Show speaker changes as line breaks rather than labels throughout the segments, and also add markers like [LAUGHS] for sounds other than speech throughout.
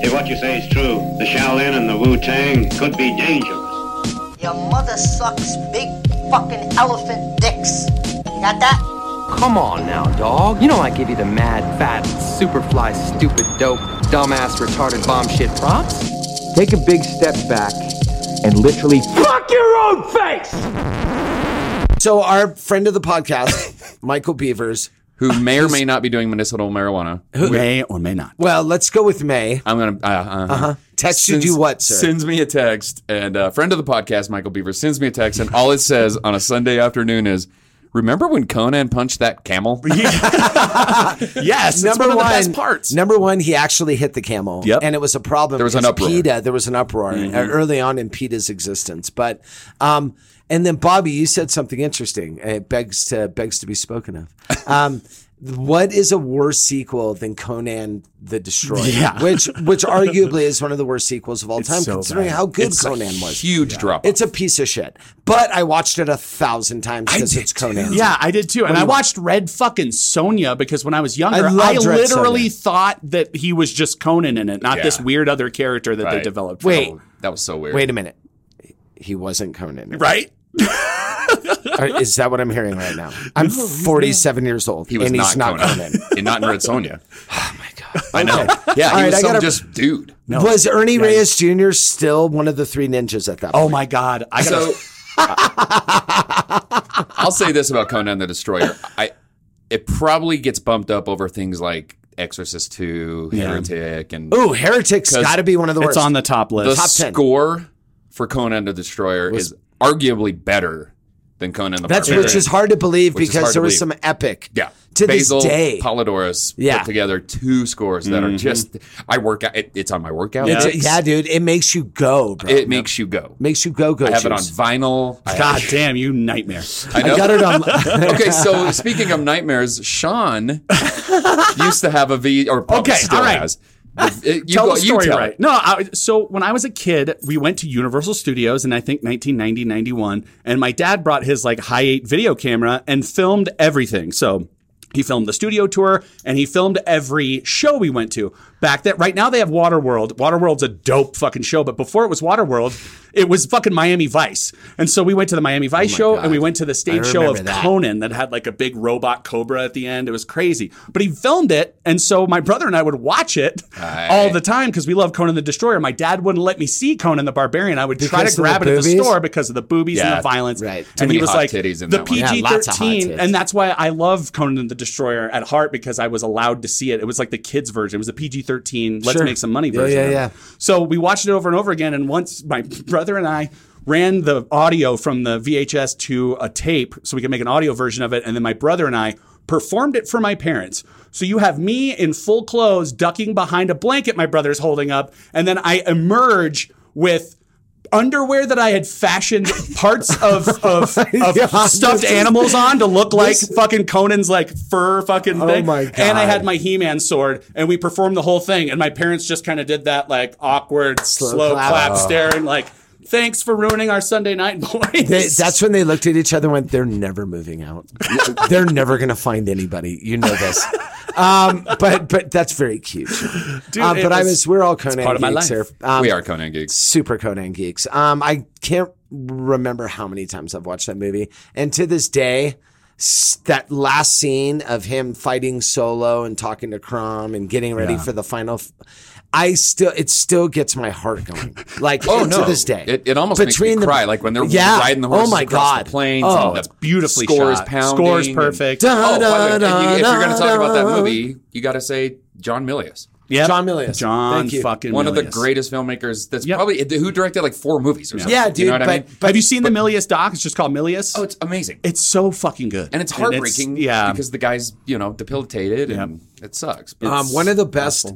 If what you say is true, the Shaolin and the Wu Tang could be dangerous.
Your mother sucks big fucking elephant dicks. You got that?
Come on now, dog. You know I give you the mad, fat, superfly, stupid, dope, dumbass, retarded, bomb shit props. Take a big step back and literally fuck your own face.
So our friend of the podcast, [LAUGHS] Michael Beavers.
who may or may not be doing medicinal marijuana.
may or may not.
Well, let's go with May.
I'm gonna uh, uh, uh-huh.
Text you do what, sir?
Sends me a text, and a friend of the podcast, Michael Beaver, sends me a text, and all it says on a Sunday afternoon is, "Remember when Conan punched that camel?"
Yes, number one, of the best parts.
Number one, he actually hit the camel.
Yep.
And it was a problem.
There was an
because
uproar.
PETA, there was an uproar uh,
Mm-hmm.
early on in PETA's existence. But, um, and then Bobby, you said something interesting. and It begs to, begs to be spoken
[LAUGHS]
of. Um, what is a worse sequel than Conan the Destroyer?
Yeah.
Which,
[LAUGHS]
which arguably is one of the worst sequels of all time,
so
considering
bad.
how good
It's a
Conan was.
huge drop.
It's a piece of shit. But I watched it a thousand times because it's Conan.
Yeah, I did too. And I watched Red fucking Sonia because when I was younger,
I
I,
loved Red Sonja.
literally thought that he was just Conan in it, not
Yeah.
this weird other character that they
Right.
developed.
Wait.
for-
that was so weird.
Oh. Wait a minute. He wasn't Conan.
right?
Or Is that what I'm hearing
[LAUGHS]
right now? I'm 47 years old,
he was
and
not,
he's not
Conan,
Conan.
[LAUGHS] and not in Red
[LAUGHS]
Sonja.
Oh
I know.
Yeah, he
All right,
was
I
some
gotta-
just dude.
Was Ernie Reyes Jr. still one of the three ninjas at that
Oh
point?
my god! I got
So
[LAUGHS]
I'll say this about Conan the Destroyer. I it probably gets bumped up over things like Exorcist 2, Heretic, and
Ooh, Heretic's got to be one of the
it's
worst.
on the top
the
list.
Top 10.
score for Conan the Destroyer is arguably better than Conan the
That's
Barbarian.
which is hard to believe
Which is
because
hard
there
to
was some
believe.
epic.
Yeah.
To
Basil
this day.
Polidorus
Yeah.
put together two scores that are just I work out it, it's on my workout.
It's-
list.
yeah, dude, it makes you go, bro.
It makes you go.
makes you go go.
I have it on vinyl. I
god damn, you nightmare!
I know.
[LAUGHS] I got it on.
[LAUGHS]
[LAUGHS]
okay,
[LAUGHS]
so speaking of nightmares, Sean used to have a V, or probably
Okay,
still
all right.
has. The- it- you
tell
go-
the
you
story
tell
right.
it.
No, I, so when I was a kid, we went to Universal Studios in I think 1990, 91, and my dad brought his like high eight video camera and filmed everything. So he filmed the studio tour and he filmed every show we went to. Back that right now they have Waterworld. Waterworld's a dope fucking show, but before it was Waterworld, it was fucking Miami Vice. And so we went to the Miami
Oh
Vice show and we went to the stage show
remember
of
that.
Conan that had like a big robot cobra at the end. It was crazy. But he filmed it, and so my brother and I would watch it all the time because we love Conan the Destroyer. My dad wouldn't let me see Conan the Barbarian. I would try
Because of
to
the
grab it at the
boobies?
store because of the boobies
Yeah,
and the violence.
right. Too
And
many
he was
hot
like
titties in
the
that one. Yeah,
PG
lots of hot
thirteen,
tits.
and that's why I love Conan the Destroyer at heart because I was allowed to see it. It was like the kids' version. It was the PG thirteen. Let's
Sure.
make some money
Yeah,
version.
yeah,
of it.
yeah.
So we watched it over and over again. And once my brother and I ran the audio from the VHS to a tape so we could make an audio version of it. And then my brother and I performed it for my parents. So you have me in full clothes ducking behind a blanket my brother's holding up. And then I emerge with underwear that I had fashioned parts of, of, of
[LAUGHS] Yeah,
stuffed
this is-
animals on to look like fucking Conan's like fur fucking
Oh
thing.
my
And I
God.
had my He-Man sword, and we performed the whole thing. And my parents just kind of did that like awkward, slow,
clap. Oh.
clap, staring, like, "Thanks for ruining our Sunday night, [LAUGHS] boys."
They, that's when they looked at each other and went, they're never moving
[LAUGHS]
out. they're never going to find anybody. You know this. Um, but but that's very cute. Uh,
it
but I
was-
was, we're all Conan
part of my
geeks here.
life.
Um,
we are Conan geeks.
super Conan geeks. Um, I can't remember how many times I've watched that movie, and to this day, s- that last scene of him fighting Solo and talking to Crom and getting ready for the final. F- I still, it still gets my heart going.
[LAUGHS]
Like,
Oh
to
no!
this day,
it, it almost makes me cry. Like when they're
Yeah.
riding the
Oh
horses
my
across
God.
the plains.
Oh,
and
it's
that's
beautifully
score
shot.
Is pounding
Score's
and-
perfect.
Da,
oh, by the way,
da,
and you- if you're going to
da,
talk about that
da.
movie,
[LAUGHS]
you got to say John Milius,
Yep.
John Milius.
John
Thank you.
fucking
one of the
Milius.
greatest filmmakers. That's
Yep.
probably who directed like four movies or something.
yeah,
You know
dude.
what I
but,
mean?
but
Have you seen the Milius doc? It's just called Milius.
Oh, it's amazing.
it's so fucking good,
and it's heartbreaking
yeah,
because the guy's you know debilitated and it sucks. But
Um, one of the best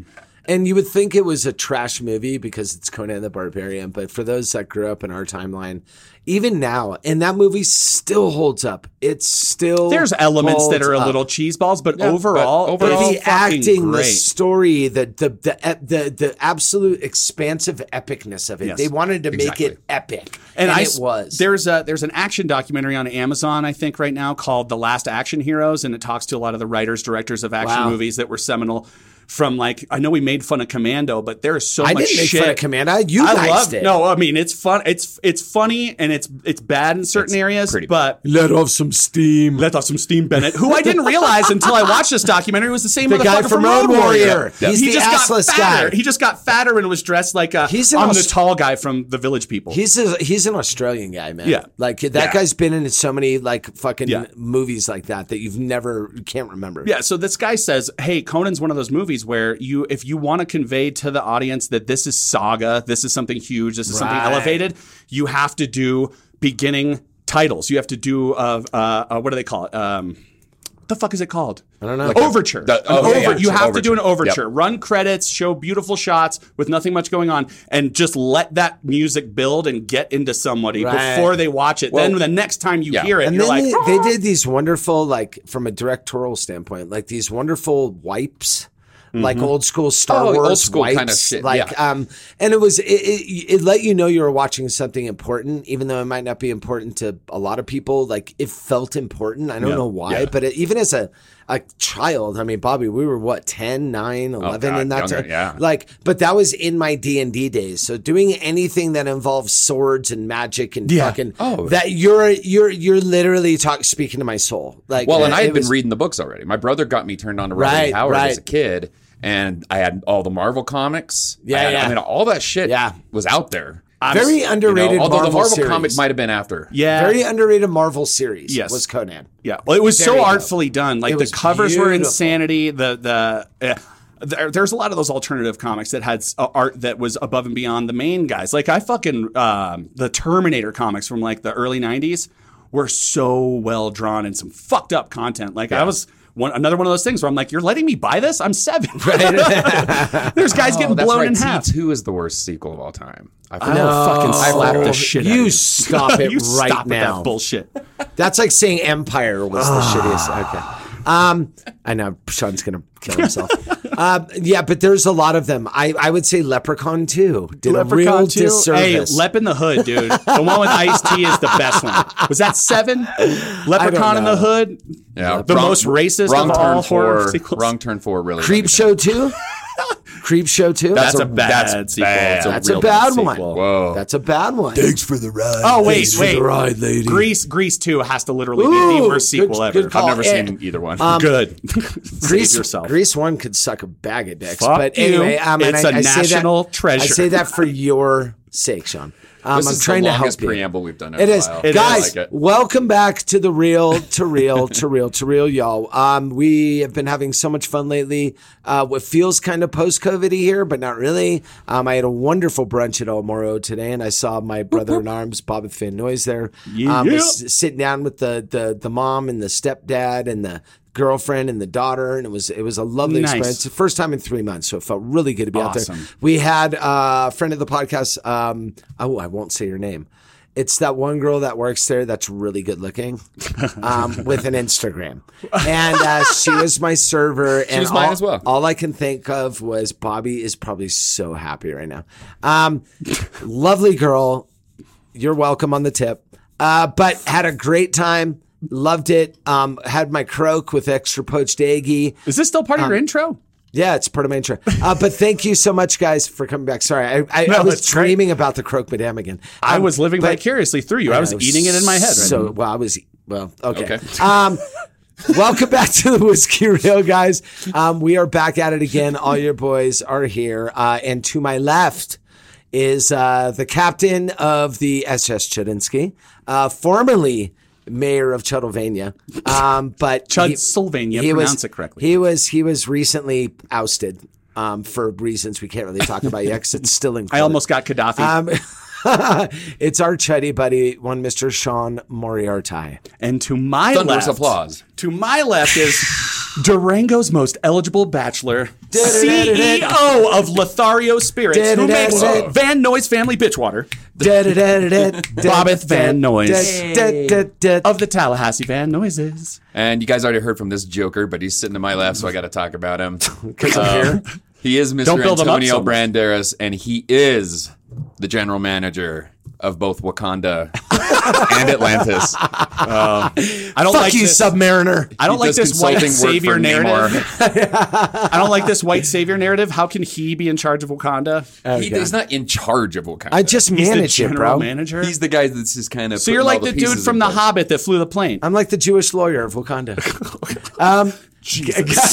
And you would think it was a trash movie because it's Conan the Barbarian, but for those that grew up in our timeline, even now, and that movie still holds up. It's still
There's elements that are a
holds up.
little cheese balls, but
Yeah, but
overall,
overall-
overall,
all
But the acting, the
great.
story, the the the ep- the, the absolute expansive epicness of it.
Yes.
they wanted to
Exactly.
make it epic,
and, I
it
s-
was.
There's a there's an action documentary on Amazon I think right now called The Last Action Heroes, and it talks to a lot of the writers directors of action
Wow.
movies that were seminal. From like I know we made fun of Commando, but there is so
I
much
didn't make
shit.
fun of Commando. You
I
guys
love
did.
no. I mean, it's fun. It's it's funny and it's it's bad in certain areas,
pretty
but
Let off some steam.
let off some steam, Bennett, who I didn't realize until I watched this documentary was the same
The
motherfucker
guy
from
from Road Warrior. Yeah. He's
he
the
just
assless
got fatter.
guy.
He just got fatter and was dressed like a.
He's
He's
an
I'm
Aust-
the tall guy from The Village People.
He's a, he's an Australian guy, man.
Yeah.
like that
Yeah.
guy's been in so many like fucking
Yeah.
movies like that that you've never you can't remember.
Yeah, so this guy says, "Hey, Conan's one of those movies where you if you want to convey to the audience that this is saga, this is something huge, this is
Right.
something elevated, you have to do beginning titles. You have to do uh, uh, uh what do they call it? Um what the fuck is it called? I
don't know. Like
overture.
the-
An
oh, yeah, yeah,
over-
it's
you
an
have to do an
overture.
overture. Run credits, show beautiful shots with nothing much going on, and just let that music build and get into somebody
Right.
before they watch it. then the next time you
yeah.
hear it,
And
you're
then
like,
they,
"Ah."
they did these wonderful, like from a directorial standpoint, like these wonderful wipes, like old school Star
Oh, old
Wars
school
wipes,
kind of shit,
like um, and it was it, it, it let you know you were watching something important, even though it might not be important to a lot of people. Like it felt important. I don't know why, but it, even as a a child, I mean, Bobby, we were what 10, 9, 11
God,
in that
younger,
time.
yeah.
Like, but that was in my D and D days. So doing anything that involves swords and magic and
Yeah.
fucking
Oh.
that you're you're you're literally talk speaking to my soul. Like,
Well, and
it-
I
it
had been
was-
reading the books already. My brother got me turned on to Robert E.
Right,
Howard
right.
as a kid, and I had all the Marvel comics. I
Yeah,
had-
yeah.
I mean, all that shit
Yeah.
was out there.
very
You know,
underrated.
although
Marvel
the Marvel
series.
comic might have been after.
yeah,
very underrated Marvel series.
Yes.
was Conan.
Yeah, well, it was
Very
so
dope.
artfully done.
It
Like the
was
covers were
beautiful.
insanity. The the. Uh, there, there's a lot of those alternative comics that had s- uh, art that was above and beyond the main guys. Like I fucking um, the Terminator comics from like the early '90s were so well drawn and some fucked up content. Like I was one another one of those things where I'm like, you're letting me buy this?
[LAUGHS]
I'm seven. [LAUGHS] there's guys
Oh,
getting
that's
blown
right.
in half.
T2 is the worst sequel of all time. I
I
forgot.
will fucking slap
Oh,
the shit. out
you
of
stop it
[LAUGHS] you
right
stop with
now.
that bullshit.
That's like saying Empire was the
Ah.
shittiest. Okay. Um, I know Sean's gonna kill
[LAUGHS]
himself. uh, yeah, but there's a lot of them. I, I would say Leprechaun too did a real
2?
disservice.
Hey, Lep in the Hood, dude. the one with Ice T is the best one. Was that seven? Leprechaun in
know.
the Hood.
Yeah,
the most racist
Wrong
of
turn
all horror
four.
sequels.
Wrong turn four. Really.
Creep
really
Show
[LAUGHS]
too. Creep Show too.
That's, a, bad
that's
sequel.
bad.
It's
That's
real
a bad
sequel.
one.
Whoa.
That's a bad one.
Oh wait, wait.
ride, lady.
Grease, Grease Two has to literally be the
Ooh,
worst sequel
good-
ever.
good
I've
call.
never
Oh,
seen
and-
either one.
[LAUGHS]
good.
Grease,
Save yourself.
Grease one could suck a bag of dicks.
Fuck
but
you.
anyway, um, and
It's
I-
a
I say that-
national treasure.
I say that for your sake, Sean. Um,
this
I'm
is
trying
the
to
longest
help you.
preamble we've done. In
It
a
is,
while.
It
guys.
I like it.
Welcome back to the real,
[LAUGHS]
to real, to real, to real, y'all. Um, we have been having so much fun lately. Uh, what feels kind of post-COVID here, but not really. Um, I had a wonderful brunch at El Moro today, and I saw my brother in arms, Bobby Finn Noyes, there. Um,
Yeah.
was sitting down with the the the mom and the stepdad and the girlfriend and the daughter and it was it was a lovely
Nice.
experience it's the first time in three months so it felt really good to be out there
Awesome.
we had uh, a friend of the podcast um oh i won't say your name it's that one girl that works there that's really good looking um, with
[LAUGHS]
an Instagram. And uh, she was my server. and
was mine
all,
as well.
All I can think of was Bobby is probably so happy right now. Um, lovely girl. You're welcome on the tip. Uh, but had a great time. Loved it. Um, had my croak with extra poached eggy.
Is this still part of your
um,
intro?
Yeah, it's part of my intro. Uh, but thank you so much, guys, for coming back. Sorry, I, I, I
No,
was
it's great.
dreaming about the croque madame again.
I
Um,
was living
but-
vicariously through you. I was eating it in my head. Right
so well, I was e, well. Okay.
Okay.
[LAUGHS] Um, welcome back to the whiskey reel, guys. Um, we are back at it again. All your boys are here, uh, and to my left is uh, the captain of the SS Chudinsky, uh, formerly mayor of Chuddlevania, um, but he-
Chudsylvania, pronounce
was,
it correctly.
He was he was recently ousted. Um, for reasons we can't really talk about yet, 'cause it's still in.
[LAUGHS] I
court.
almost got Gaddafi.
Um, [LAUGHS] it's our chuddy buddy, one Mr. Sean Moriarty.
and to my
Thunderous
left,
applause.
[LAUGHS]
To my left is Durango's most eligible bachelor, CEO of Lothario Spirits, who makes Van Noy's family bitchwater,
Bobbeth
Bobbeth Van Noy's of the Tallahassee Van Noises.
And you guys already heard from this Joker, but he's sitting to my left, so I got to talk about him. [LAUGHS] Um, He is mister
Don't build him up
Antonio
so much.
Banderas, and he is the general manager of both
[LAUGHS]
Wakanda and Atlantis.
I don't
Fuck
like
you,
this.
Submariner.
I don't like
does
this white
consulting work
savior
for Namor.
narrative. I don't
[LAUGHS]
like this white savior narrative. How can he be in charge of Wakanda?
He- he's not in charge of Wakanda.
I just
He's the
manage it,
general
bro.
manager.
he's the guy that's just kind of.
so you're
putting all
like the, dude
pieces
from
in
The
place.
Hobbit that flew the plane.
I'm like the Jewish lawyer of
[LAUGHS]
Wakanda.
Oh,
Um, [LAUGHS]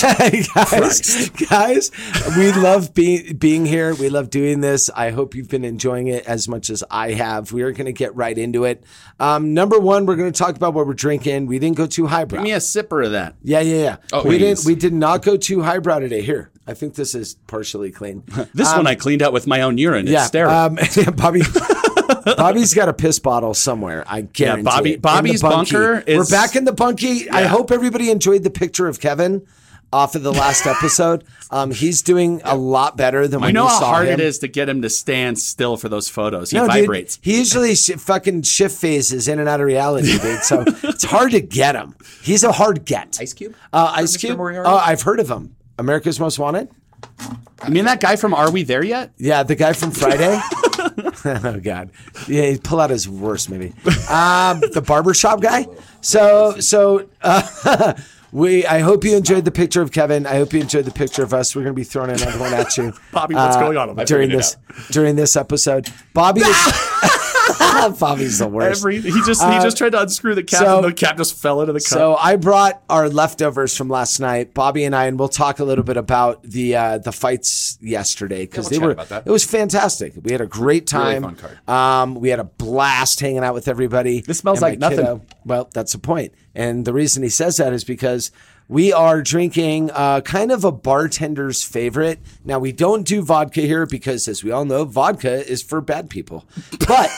guys, guys, we love being being here. We love doing this. I hope you've been enjoying it as much as I have. We are going to get right into it. Um, number one, we're going to talk about what we're drinking. We didn't go too highbrow.
Give me a sipper of that.
yeah, yeah, yeah.
Oh,
we
please.
didn't. We did not go too highbrow today. Here, I think this is partially
[LAUGHS]
clean.
This one I cleaned out with my own urine. It's sterile.
um, [LAUGHS] yeah,
[LAUGHS]
Bobby. Bobby's got a piss bottle somewhere. I guarantee.
Bobby-
it. In the
Bobby's
bunkie.
bunker is-
We're back in the bunkie. I hope everybody enjoyed the picture of Kevin off of the
[LAUGHS]
last episode. Um, he's doing a lot better than
you
when
know
you
how
saw
hard
him.
it is to get him to stand still for those photos. He
No, dude,
vibrates.
he usually sh- fucking shift phases in and out of reality, dude. So it's hard to get him. He's a hard get. Ice
Cube?
Uh, Ice
Mr.
Cube.
Moriarty?
Oh, I've heard of him. America's Most Wanted.
I mean, that guy from Are We There Yet?
Yeah, the guy from Friday. [LAUGHS] oh God. Yeah, he'd pull out his worst maybe. Um, the barbershop guy. So so uh, [LAUGHS] we I hope you enjoyed the picture of Kevin. I hope you enjoyed the picture of us. We're gonna be throwing another one at you.
[LAUGHS]
uh,
Bobby, what's going on? I
during
figured it
this during this episode? Bobby is-
[LAUGHS]
[LAUGHS] Bobby's the worst.
Every he just he just tried to unscrew the cap,
so-
and the cap just fell into the cup. Oh,
So I brought our leftovers from last night, Bobby and I, and we'll talk a little bit about the uh, the fights yesterday because
Yeah, we'll
they
chat
were
about that.
it was fantastic. We had a great time.
fun card.
Um, we had a blast hanging out with everybody.
This smells
And my
like nothing.
kiddo- well, that's the point. And the reason he says that is because we are drinking uh, kind of a bartender's favorite. Now, we don't do vodka here because, as we all know, vodka is for bad people. But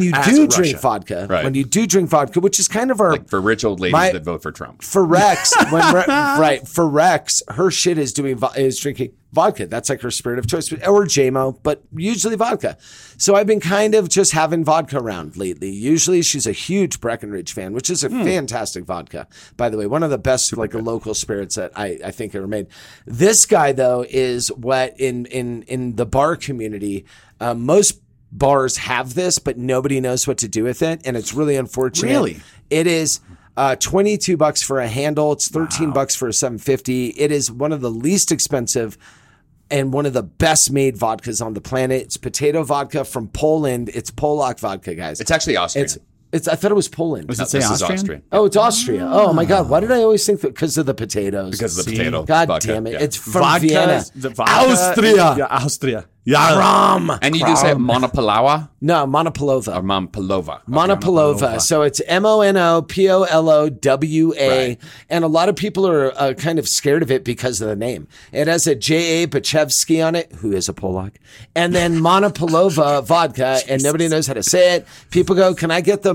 [LAUGHS]
you do drink vodka,
Right.
when you do drink vodka, which is kind of our
Like for rich old ladies
My-
that vote for Trump.
for Rex, when Re- right for Rex, her shit is doing vo- is drinking vodka. That's like her spirit of choice, or JMO, but usually vodka. So I've been kind of just having vodka around lately. Usually she's a huge Breckenridge fan, which is a fantastic vodka, by the way, one of the best like local spirits that I, I think ever made. This guy though is what in in in the bar community uh, most. Bars have this, but nobody knows what to do with it, and it's really unfortunate.
Really?
It is uh, 22 bucks for a handle. It's 13 bucks for a 750. It is one of the least expensive and one of the best made vodkas on the planet. It's potato vodka from Poland. It's Polak vodka, guys.
It's actually Austrian.
it's, it's I thought it was Poland.
Does it say
this is
Austrian?
Austrian
oh, it's Austria. Oh my god, why did I always think that because of the potatoes?
because of the potato.
God
vodka.
damn it.
Yeah.
It's from
Vodka-
Vienna.
the vodka-
Austria.
Yeah, Austria. Yeah,
and you do say Monopolawa
No, Monopolova.
or Monopolova.
Monopolova. So it's M O N O P O L O W A.
Right.
And a lot of people are uh, kind of scared of it because of the name. It has a J.A. Bachevsky on it, who is a Polak, and
[LAUGHS]
then Monopolova vodka, and nobody knows how to say it. People go, Can I get the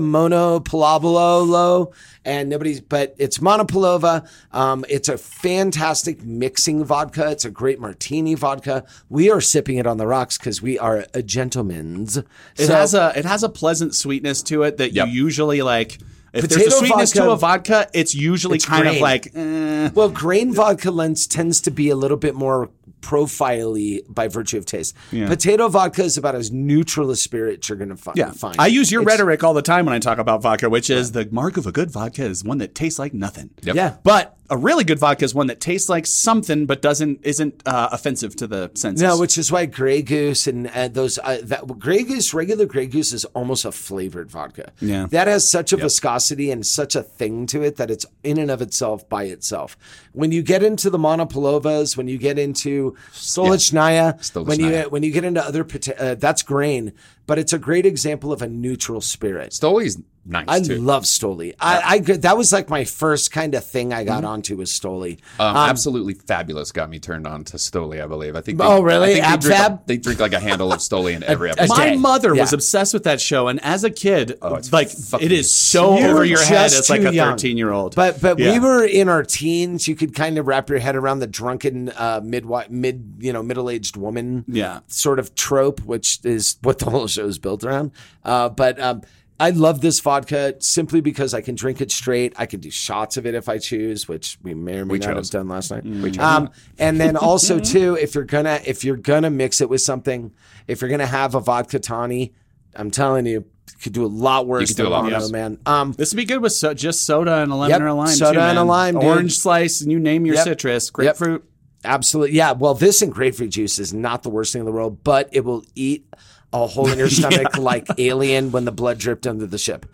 Monopolobolo? And nobody's, but it's Monopolova. Um, it's a fantastic mixing vodka. It's a great martini vodka. We are sipping it on the rocks because we are uh, a gentleman's.
It has a it has a pleasant sweetness to it that
Yep.
you usually like. If there's
Potato
a sweetness
vodka-
to a vodka, it's usually
It's
kind
green.
of like eh,
Well, grain vodka lens tends to be a little bit more profiley by virtue of taste. Potato vodka is about as neutral a spirit you're going to find. find.
I use your
It's-
rhetoric all the time when I talk about vodka, which is the mark of a good vodka is one that tastes like nothing.
Yep.
Yeah.
But a really good vodka is one that tastes like something, but doesn't isn't uh, offensive to the senses.
No, which is why Grey Goose and uh, those uh, that Grey Goose, regular Grey Goose is almost a flavored vodka.
Yeah.
that has such a viscosity and such a thing to it that it's in and of itself by itself. When you get into the monopolovas, when you get into Stolichnaya, when you
Stolichnaya.
when you get into other pota- uh, that's grain. but it's a great example of a neutral spirit.
Stoli's nice
I
too.
love Stoli. I, I g- that was like my first kind of thing I got onto was Stoli.
Mm-hmm. um, absolutely fabulous got me turned on to Stoli. I believe. I think. They,
Oh, really?
I think
Ab
they, drink,
Fab?
a- they drink like a handle of Stoli
[LAUGHS]
in every episode.
My
day.
mother was
Yeah.
obsessed with that show, and as a kid,
Oh, it's
like
fucking
it is so
You're
over your head.
just
It's like
too
a
young.
thirteen-year-old.
But but
Yeah.
we were in our teens. You could kind of wrap your head around the drunken uh, midwife, mid you know middle aged woman
Yeah.
sort of trope, which is what the whole show is built around. Uh, but um, I love this vodka simply because I can drink it straight. I can do shots of it if I choose, which we may or may not
chose.
have done last night.
Mm.
Um, and
[LAUGHS]
then also too, if you're gonna if you're gonna mix it with something, if you're gonna have a vodka tawny, I'm telling you, you could do a lot worse.
could do
than
a lot
Bono,
worse.
man. Um,
This would be good with so, just soda and a lemon
Yep,
or a lime.
soda
too,
and a
man.
lime, dude.
orange slice, and you name your
Yep.
citrus, grapefruit.
Absolutely. Yeah. Well, this and grapefruit juice is not the worst thing in the world, but it will eat a hole in your
[LAUGHS]
stomach like alien when the blood dripped under the ship.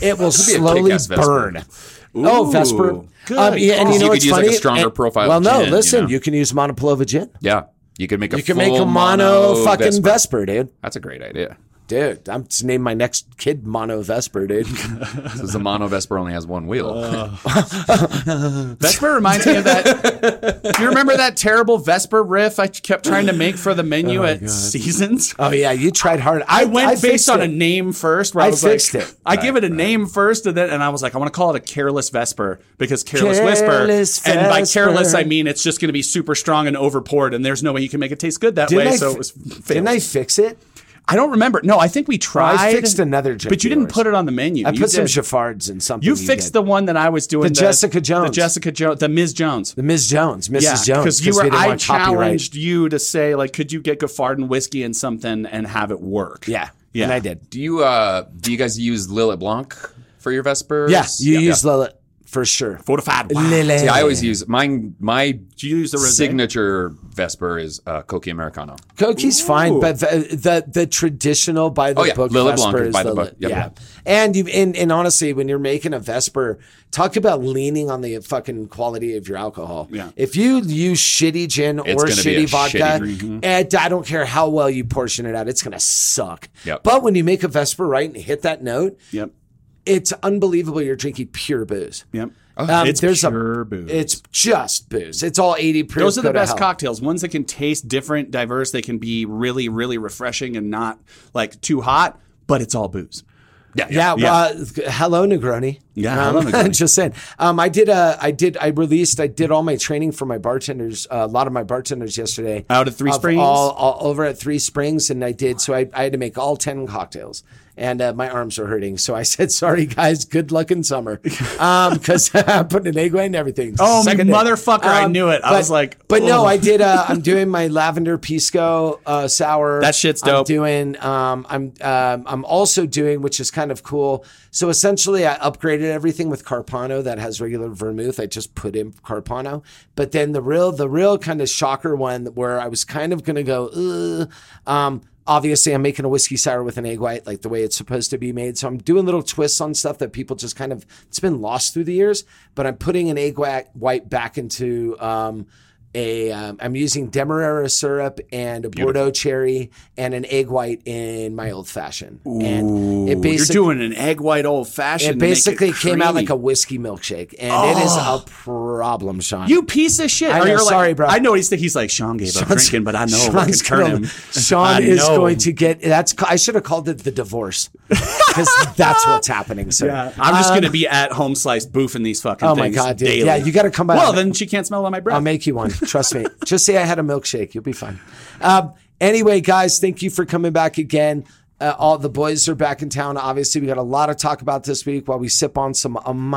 It
be
will
a
slowly
kick-ass Vesper.
burn. oh,
Ooh,
Vesper.
good
Um, yeah, and
call. You
you know
could
what's
use, like,
funny?
a stronger
And-
profile
Well, no.
gin, you
listen, you,
know?
can use Monoplova gin.
Yeah, you could make a
You can
full
make a mono, fucking Vesper.
Vesper.
dude.
That's a great idea.
Dude, I'm just naming my next kid Mono Vesper, dude.
Because the mono Vesper only has one wheel.
Uh.
Vesper reminds me of that.
[LAUGHS]
do you remember that terrible Vesper riff I kept trying to make for the menu
Oh,
at Seasons?
oh yeah, you tried hard. I,
I went
I
based
fixed
on
it.
a name first. Where I,
I
was
fixed
like,
it.
I give it a name first, and then and I was like, I want to call it a careless Vesper because careless,
Careless
whisper. And by
Vesper.
careless, I mean it's just going to be super strong and overpoured, and there's no way you can make it taste good that
Didn't
way.
I
so
fi-
it was.
Didn't I fix it?
I don't remember. No, I think we tried.
fixed another drink
but you
of
didn't
yours.
put it on the menu.
I
You
put some
did.
Jaffards and something.
You fixed
did.
the one that I was doing.
The Jessica Jones.
The Jessica Jones. The Ms. Jones.
The Ms. Jones, Mrs. Jones,
because you
we
were.
didn't
I
want copyright.
challenged you to say like, could you get Gaffard whiskey and something and have it work?
Yeah,
Yeah.
and I
[LAUGHS]
did.
do you uh do you guys use Lillet Blanc for your Vespers?
Yeah, you use Lilith for sure.
Fortified. wine.
Lilith.
See, I always use mine. My
Do you use the rosé?
signature Vesper is uh, Coqui Americano.
Cokie's fine, but the, the the traditional by the
Oh, yeah.
book
Lilith
Vesper
Blanc is
is
by the
Lilith.
book. Yep.
Yeah, and you and, and honestly, when you're making a Vesper, talk about leaning on the fucking quality of your alcohol.
Yeah.
if you use shitty gin or
It's gonna be a
shitty
shitty
vodka,
drink. mm-hmm.
and I don't care how well you portion it out, it's gonna suck.
Yep.
But when you make a Vesper right and hit that note,
Yep.
it's unbelievable. You're drinking pure booze.
Yep.
Um,
Oh, it's
there's a-
pure booze.
It's just booze. It's all 80 proof.
Those are
go
the
to
best
hell.
cocktails. Ones that can taste different, diverse. They can be really, really refreshing and not like too hot. But it's all booze.
Yeah, well, uh, hello Negroni.
Yeah,
Um,
hello,
[LAUGHS]
Negroni.
just saying. Um, I did. Uh, I did. I released. I did all my training for my bartenders. Uh, a lot of my bartenders yesterday.
Out at Three
Of
Springs?
All, all over at Three Springs, and I did. So I, I had to make all ten cocktails, and uh, my arms were hurting. So I [LAUGHS] said, "Sorry guys, good luck in
[LAUGHS]
summer," Um, [LAUGHS] because I'm putting an egg white and everything.
Oh,
Suck a dick.
motherfucker, I knew it. I
but-
was like,
but no,
ugh.
I did. Uh, I'm doing my lavender pisco uh, sour.
That shit's
I'm
dope.
doing. Um, I'm um, I'm also doing, which is kind of cool. So essentially, I upgraded everything with Carpano that has regular vermouth. I just put in Carpano, but then the real the real kind of shocker one where I was kind of gonna go. Ugh, um, obviously, I'm making a whiskey sour with an egg white, like the way it's supposed to be made. So I'm doing little twists on stuff that people just kind of it's been lost through the years. But I'm putting an egg whi- white back into. Um, a um, I'm using demerara syrup and a Bordeaux cherry and an egg white in my old fashioned. And it
You're
basically
doing an egg white old fashioned.
it basically came out like a whiskey milkshake, and it is a problem, Sean.
Oh.
[LAUGHS]
You piece of shit.
I
Or
know,
you're like-
sorry, bro.
I know he's he's like Sean gave up drinking, but I know what can turn
gonna-
him. I
Sean is
know.
going to get that's. I should have called it the divorce
[LAUGHS]
because that's what's happening. So
Yeah, I'm just gonna be at home sliced boofing these fucking.
Uh, Oh my
things
God, dude.
daily.
Yeah, you gotta come by.
Well, then she can't smell on my breath.
I'll make you one. Trust me. [LAUGHS] Just say I had a milkshake. You'll be fine. Um, anyway, guys, thank you for coming back again. Uh, all the boys are back in town. Obviously, we got a lot of talk about this week while we sip on some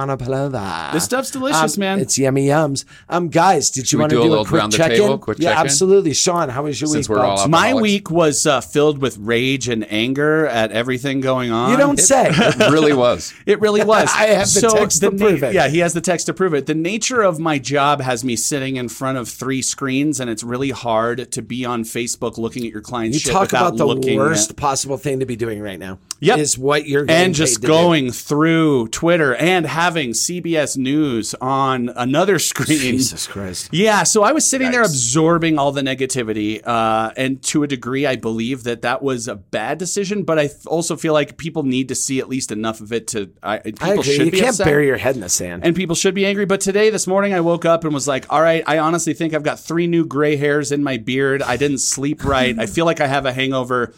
Amanapalova.
This stuff's delicious, man.
It's yummy yums. Um, guys, did you
we
want to
do a
do,
little
a quick
round the
check
table,
in?
quick
yeah,
check-in?
absolutely. Sean, how was your
Since
week?
we're all
Bubs?
up-
My
Alcoholics.
week was uh, filled with rage and anger at everything going on.
You don't say.
It
[LAUGHS]
really was.
It really was.
I have the text to prove it.
Yeah, he has the text to prove it. The nature of my job has me sitting in front of three screens, and it's really hard to be on Facebook looking at your clients.
You
shit
talk
without
about the
looking
worst
At,
possible thing thing to be doing right now.
Yep.
Is what you're getting
and
paid
just
to
going through Twitter and having CBS News on another
do.
screen.
Jesus Christ.
Yeah, so I was sitting there absorbing all the negativity, uh, and to a degree, I believe that that was a bad decision. But I th- also feel like people need to see at least enough of it to. I, people
I agree.
should
You
be
can't
upset,
bury your head in the sand.
and people should be angry. But today, this morning, I woke up and was like, "All right, I honestly think I've got three new gray hairs in my beard. I didn't sleep right. I feel like I have a hangover."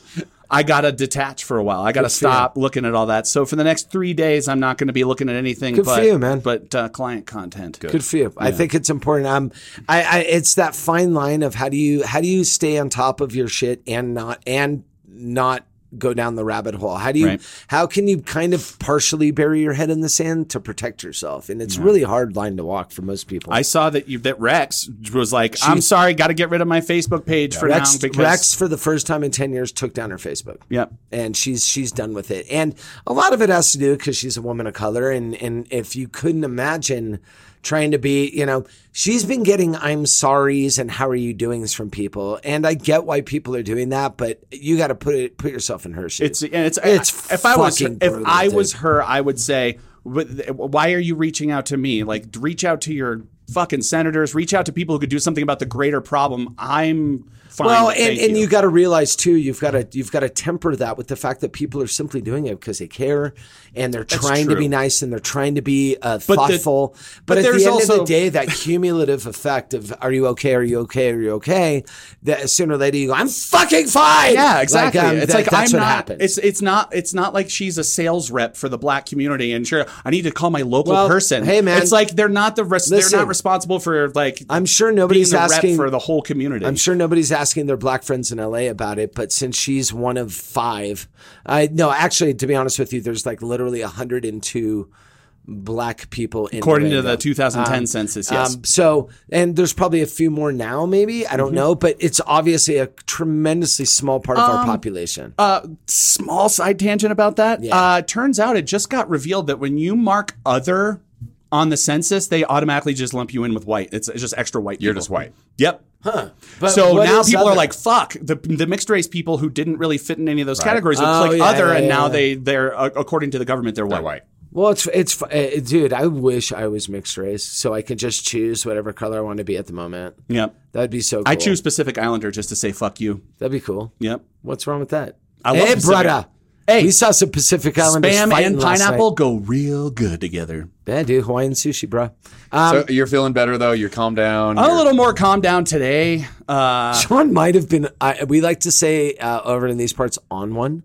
I gotta detach for a while. I gotta
Good for you.
stop looking at all that. So for the next three days, I'm not going to be looking at anything.
Good for
but,
you, man.
But uh, client content.
Good for you. I think it's important. Um, I, I, it's that fine line of how do you how do you stay on top of your shit and not and not go down the rabbit hole. How do you
Right.
how can you kind of partially bury your head in the sand to protect yourself? And it's really a hard line to walk for most people.
I saw that you that Rex was like, I'm sorry, got to get rid of my Facebook page for
Rex,
now because
Rex for the first time in ten years took down her Facebook.
Yep.
and she's she's done with it. And a lot of it has to do because she's a woman of color, and and if you couldn't imagine trying to be, you know, she's been getting I'm sorries and how are you doings from people, and I get why people are doing that, but you got to put it put yourself in her shoes.
It's and it's
It's
if I was
fucking
if
brutal,
I
dude.
was her, I would say, "Wh- why are you reaching out to me? Like, reach out to your fucking senators, reach out to people who could do something about the greater problem. I'm fine.
well, and,
thank
and you, got to realize too, you've got to you've got to temper that with the fact that people are simply doing it because they care and they're trying to
true.
be nice and they're trying to be uh, thoughtful. but
but
at the
there's
end of
also-
the day, that cumulative effect of "Are you okay? Are you okay? Are you okay?" That sooner or later you go, "I'm fucking fine."
Yeah, exactly.
um,
it's
that-
like
that's
I'm
what
not.
happens.
It's it's not. It's not like she's a sales rep for the black community. And sure, I need to call my local
Well,
person.
hey, man.
it's like they're not the res- they're
Listen.
not responsible for like.
I'm sure
being
nobody's
the
asking
rep for the whole community.
I'm sure nobody's asking their black friends in LA about it, but since she's one of five, I no, actually, to be honest with you, there's like literally 102 black people in
according to
Durango.
the 2010 census. Yes.
Um, so, and there's probably a few more now, maybe I
Mm-hmm.
don't know, but it's obviously a tremendously small part of our population.
uh, small side tangent about that.
Yeah.
Uh, turns out it just got revealed that when you mark other on the census, they automatically just lump you in with white. It's, it's just extra white.
You're
people.
just white.
Yep.
But
so
what
now
is
people are
other?
like, "Fuck!" The, the mixed race people who didn't really fit in any of those categories would
Oh,
click
yeah,
other,
yeah,
and
yeah,
now
yeah.
they they're uh, according to the government they're white.
They're white.
well, it's it's uh, dude. I wish I was mixed race, so I could just choose whatever color I want to be at the moment.
Yep.
That'd be so. cool.
I choose Pacific Islander just to say "fuck you."
That'd be cool.
Yep.
What's wrong with that?
I love
hey,
Pacific-
brother.
Hey.
we saw some Pacific Islanders
Spam
fighting
and
last night.
pineapple go real good together.
Yeah, dude, Hawaiian sushi, bro. Um,
so you're feeling better though. You're calmed down.
I'm a
you're-
little more calmed down today. Uh,
Sean might have been. I we like to say uh, over in these parts on one.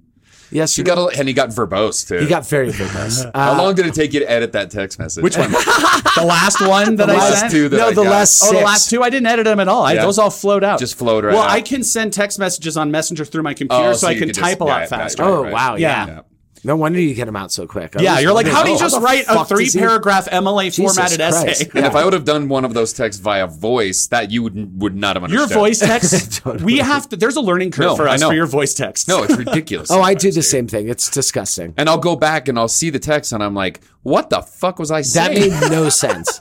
Yes,
You got a, and he got verbose too.
He got very
[LAUGHS]
verbose.
How
Uh,
long did it take you to edit that text message? Which [LAUGHS] one?
the last
[LAUGHS]
one that I
last
sent.
two that
no,
I
the
got.
last
Oh,
six.
the last two I didn't edit them at all. I,
Yeah.
those all flowed out.
Just flowed right
Well,
out.
I can send text messages on Messenger through my computer,
Oh,
so,
so
I
you
can
can just-
type a lot
yeah,
faster.
yeah,
Oh
right.
wow! Yeah.
Yeah.
Yeah.
No wonder you get them out so quick. I
Yeah,
was
you're like,
wondering,
how do you
oh,
just
the
write a
fuck does
three
he-
paragraph MLA
Jesus
formatted
Christ.
essay?
And if
Yeah.
I would have done one of those texts via voice, that you would, would not have
[LAUGHS] Your
understood.
voice
[LAUGHS]
text.
Totally.
We have to. There's a learning curve
No,
for
I
us
know.
for your voice
[LAUGHS]
text.
No, it's ridiculous.
Oh, I do
sometimes,
the
dude.
same thing. It's disgusting.
And I'll go back and I'll see the text and I'm like, what the fuck was I
That
saying?
made no
[LAUGHS]
sense.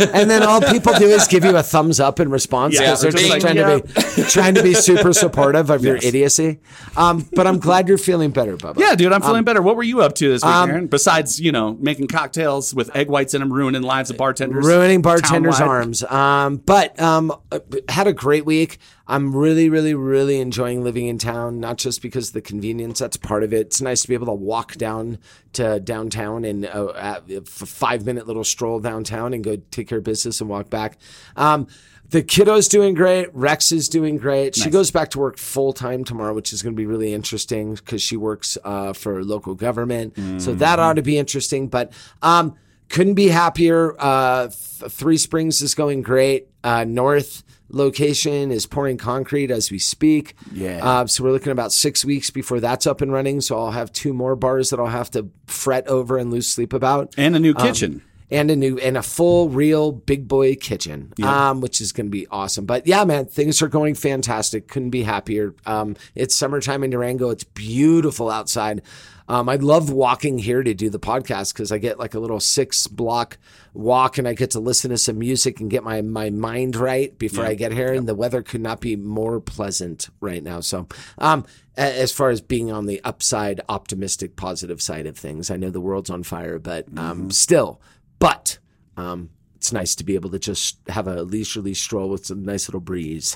and then all people do is give you a thumbs up in response
Yeah,
because they're
just
just
like,
trying to be trying to be
[LAUGHS]
super supportive of your idiocy. Um, but I'm glad you're feeling better, Bubba.
Yeah, dude, I'm feeling
Um,
better. What were you up to this week, Aaron? Besides, you know, making cocktails with egg whites in them, ruining lives of bartenders,
ruining bartenders'
townwide.
arms. Um, but um, uh, had a great week. I'm really, really, really enjoying living in town. Not just because of the convenience that's part of it. It's nice to be able to walk down to downtown and uh, at- f- five minute little stroll downtown and go take care of business and walk back. Um, the kiddo's doing great. Rex is doing great. She goes back to work full time tomorrow, which is going to be really interesting because she works uh, for local government.
Mm-hmm.
So that ought to be interesting. But um, couldn't be happier. Uh, Th- Three Springs is going great. Uh, North location is pouring concrete as we speak. Yeah. Uh, so we're looking about six weeks before that's up and running. So I'll have two more bars that I'll have to fret over and lose sleep about
and a new kitchen.
and a new and a full real big boy kitchen um which is going to be awesome but yeah man things are going fantastic couldn't be happier um it's summertime in durango it's beautiful outside Um, I love walking here to do the podcast because I get like a little six block walk and I get to listen to some music and get my my mind right before I get here. And the weather could not be more pleasant right now. So, um, a- as far as being on the upside, optimistic, positive side of things, I know the world's on fire, but um, still, but um, it's nice to be able to just have a leisurely stroll with some nice little breeze.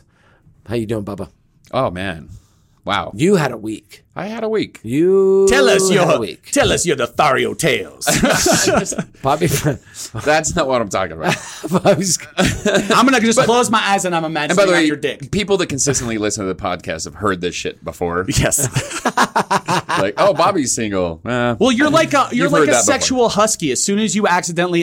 How you doing, Bubba?
Oh man, wow!
You had a week.
I had a week.
You
Tell us
had a
your
week.
tell us your Lothario
[LAUGHS]
tales.
Bobby.
[LAUGHS]
[LAUGHS]
That's not what I'm talking about.
Bobby's,
I'm gonna just close my eyes and I'm
And
imagining
by the way,
your dick.
people that consistently listen to the podcast have heard this shit
[LAUGHS]
before.
[LAUGHS] Yes.
like, oh, Bobby's single. Eh.
Well, you're like a you're
You've
like
heard
a
that before.
sexual husky. As soon as you accidentally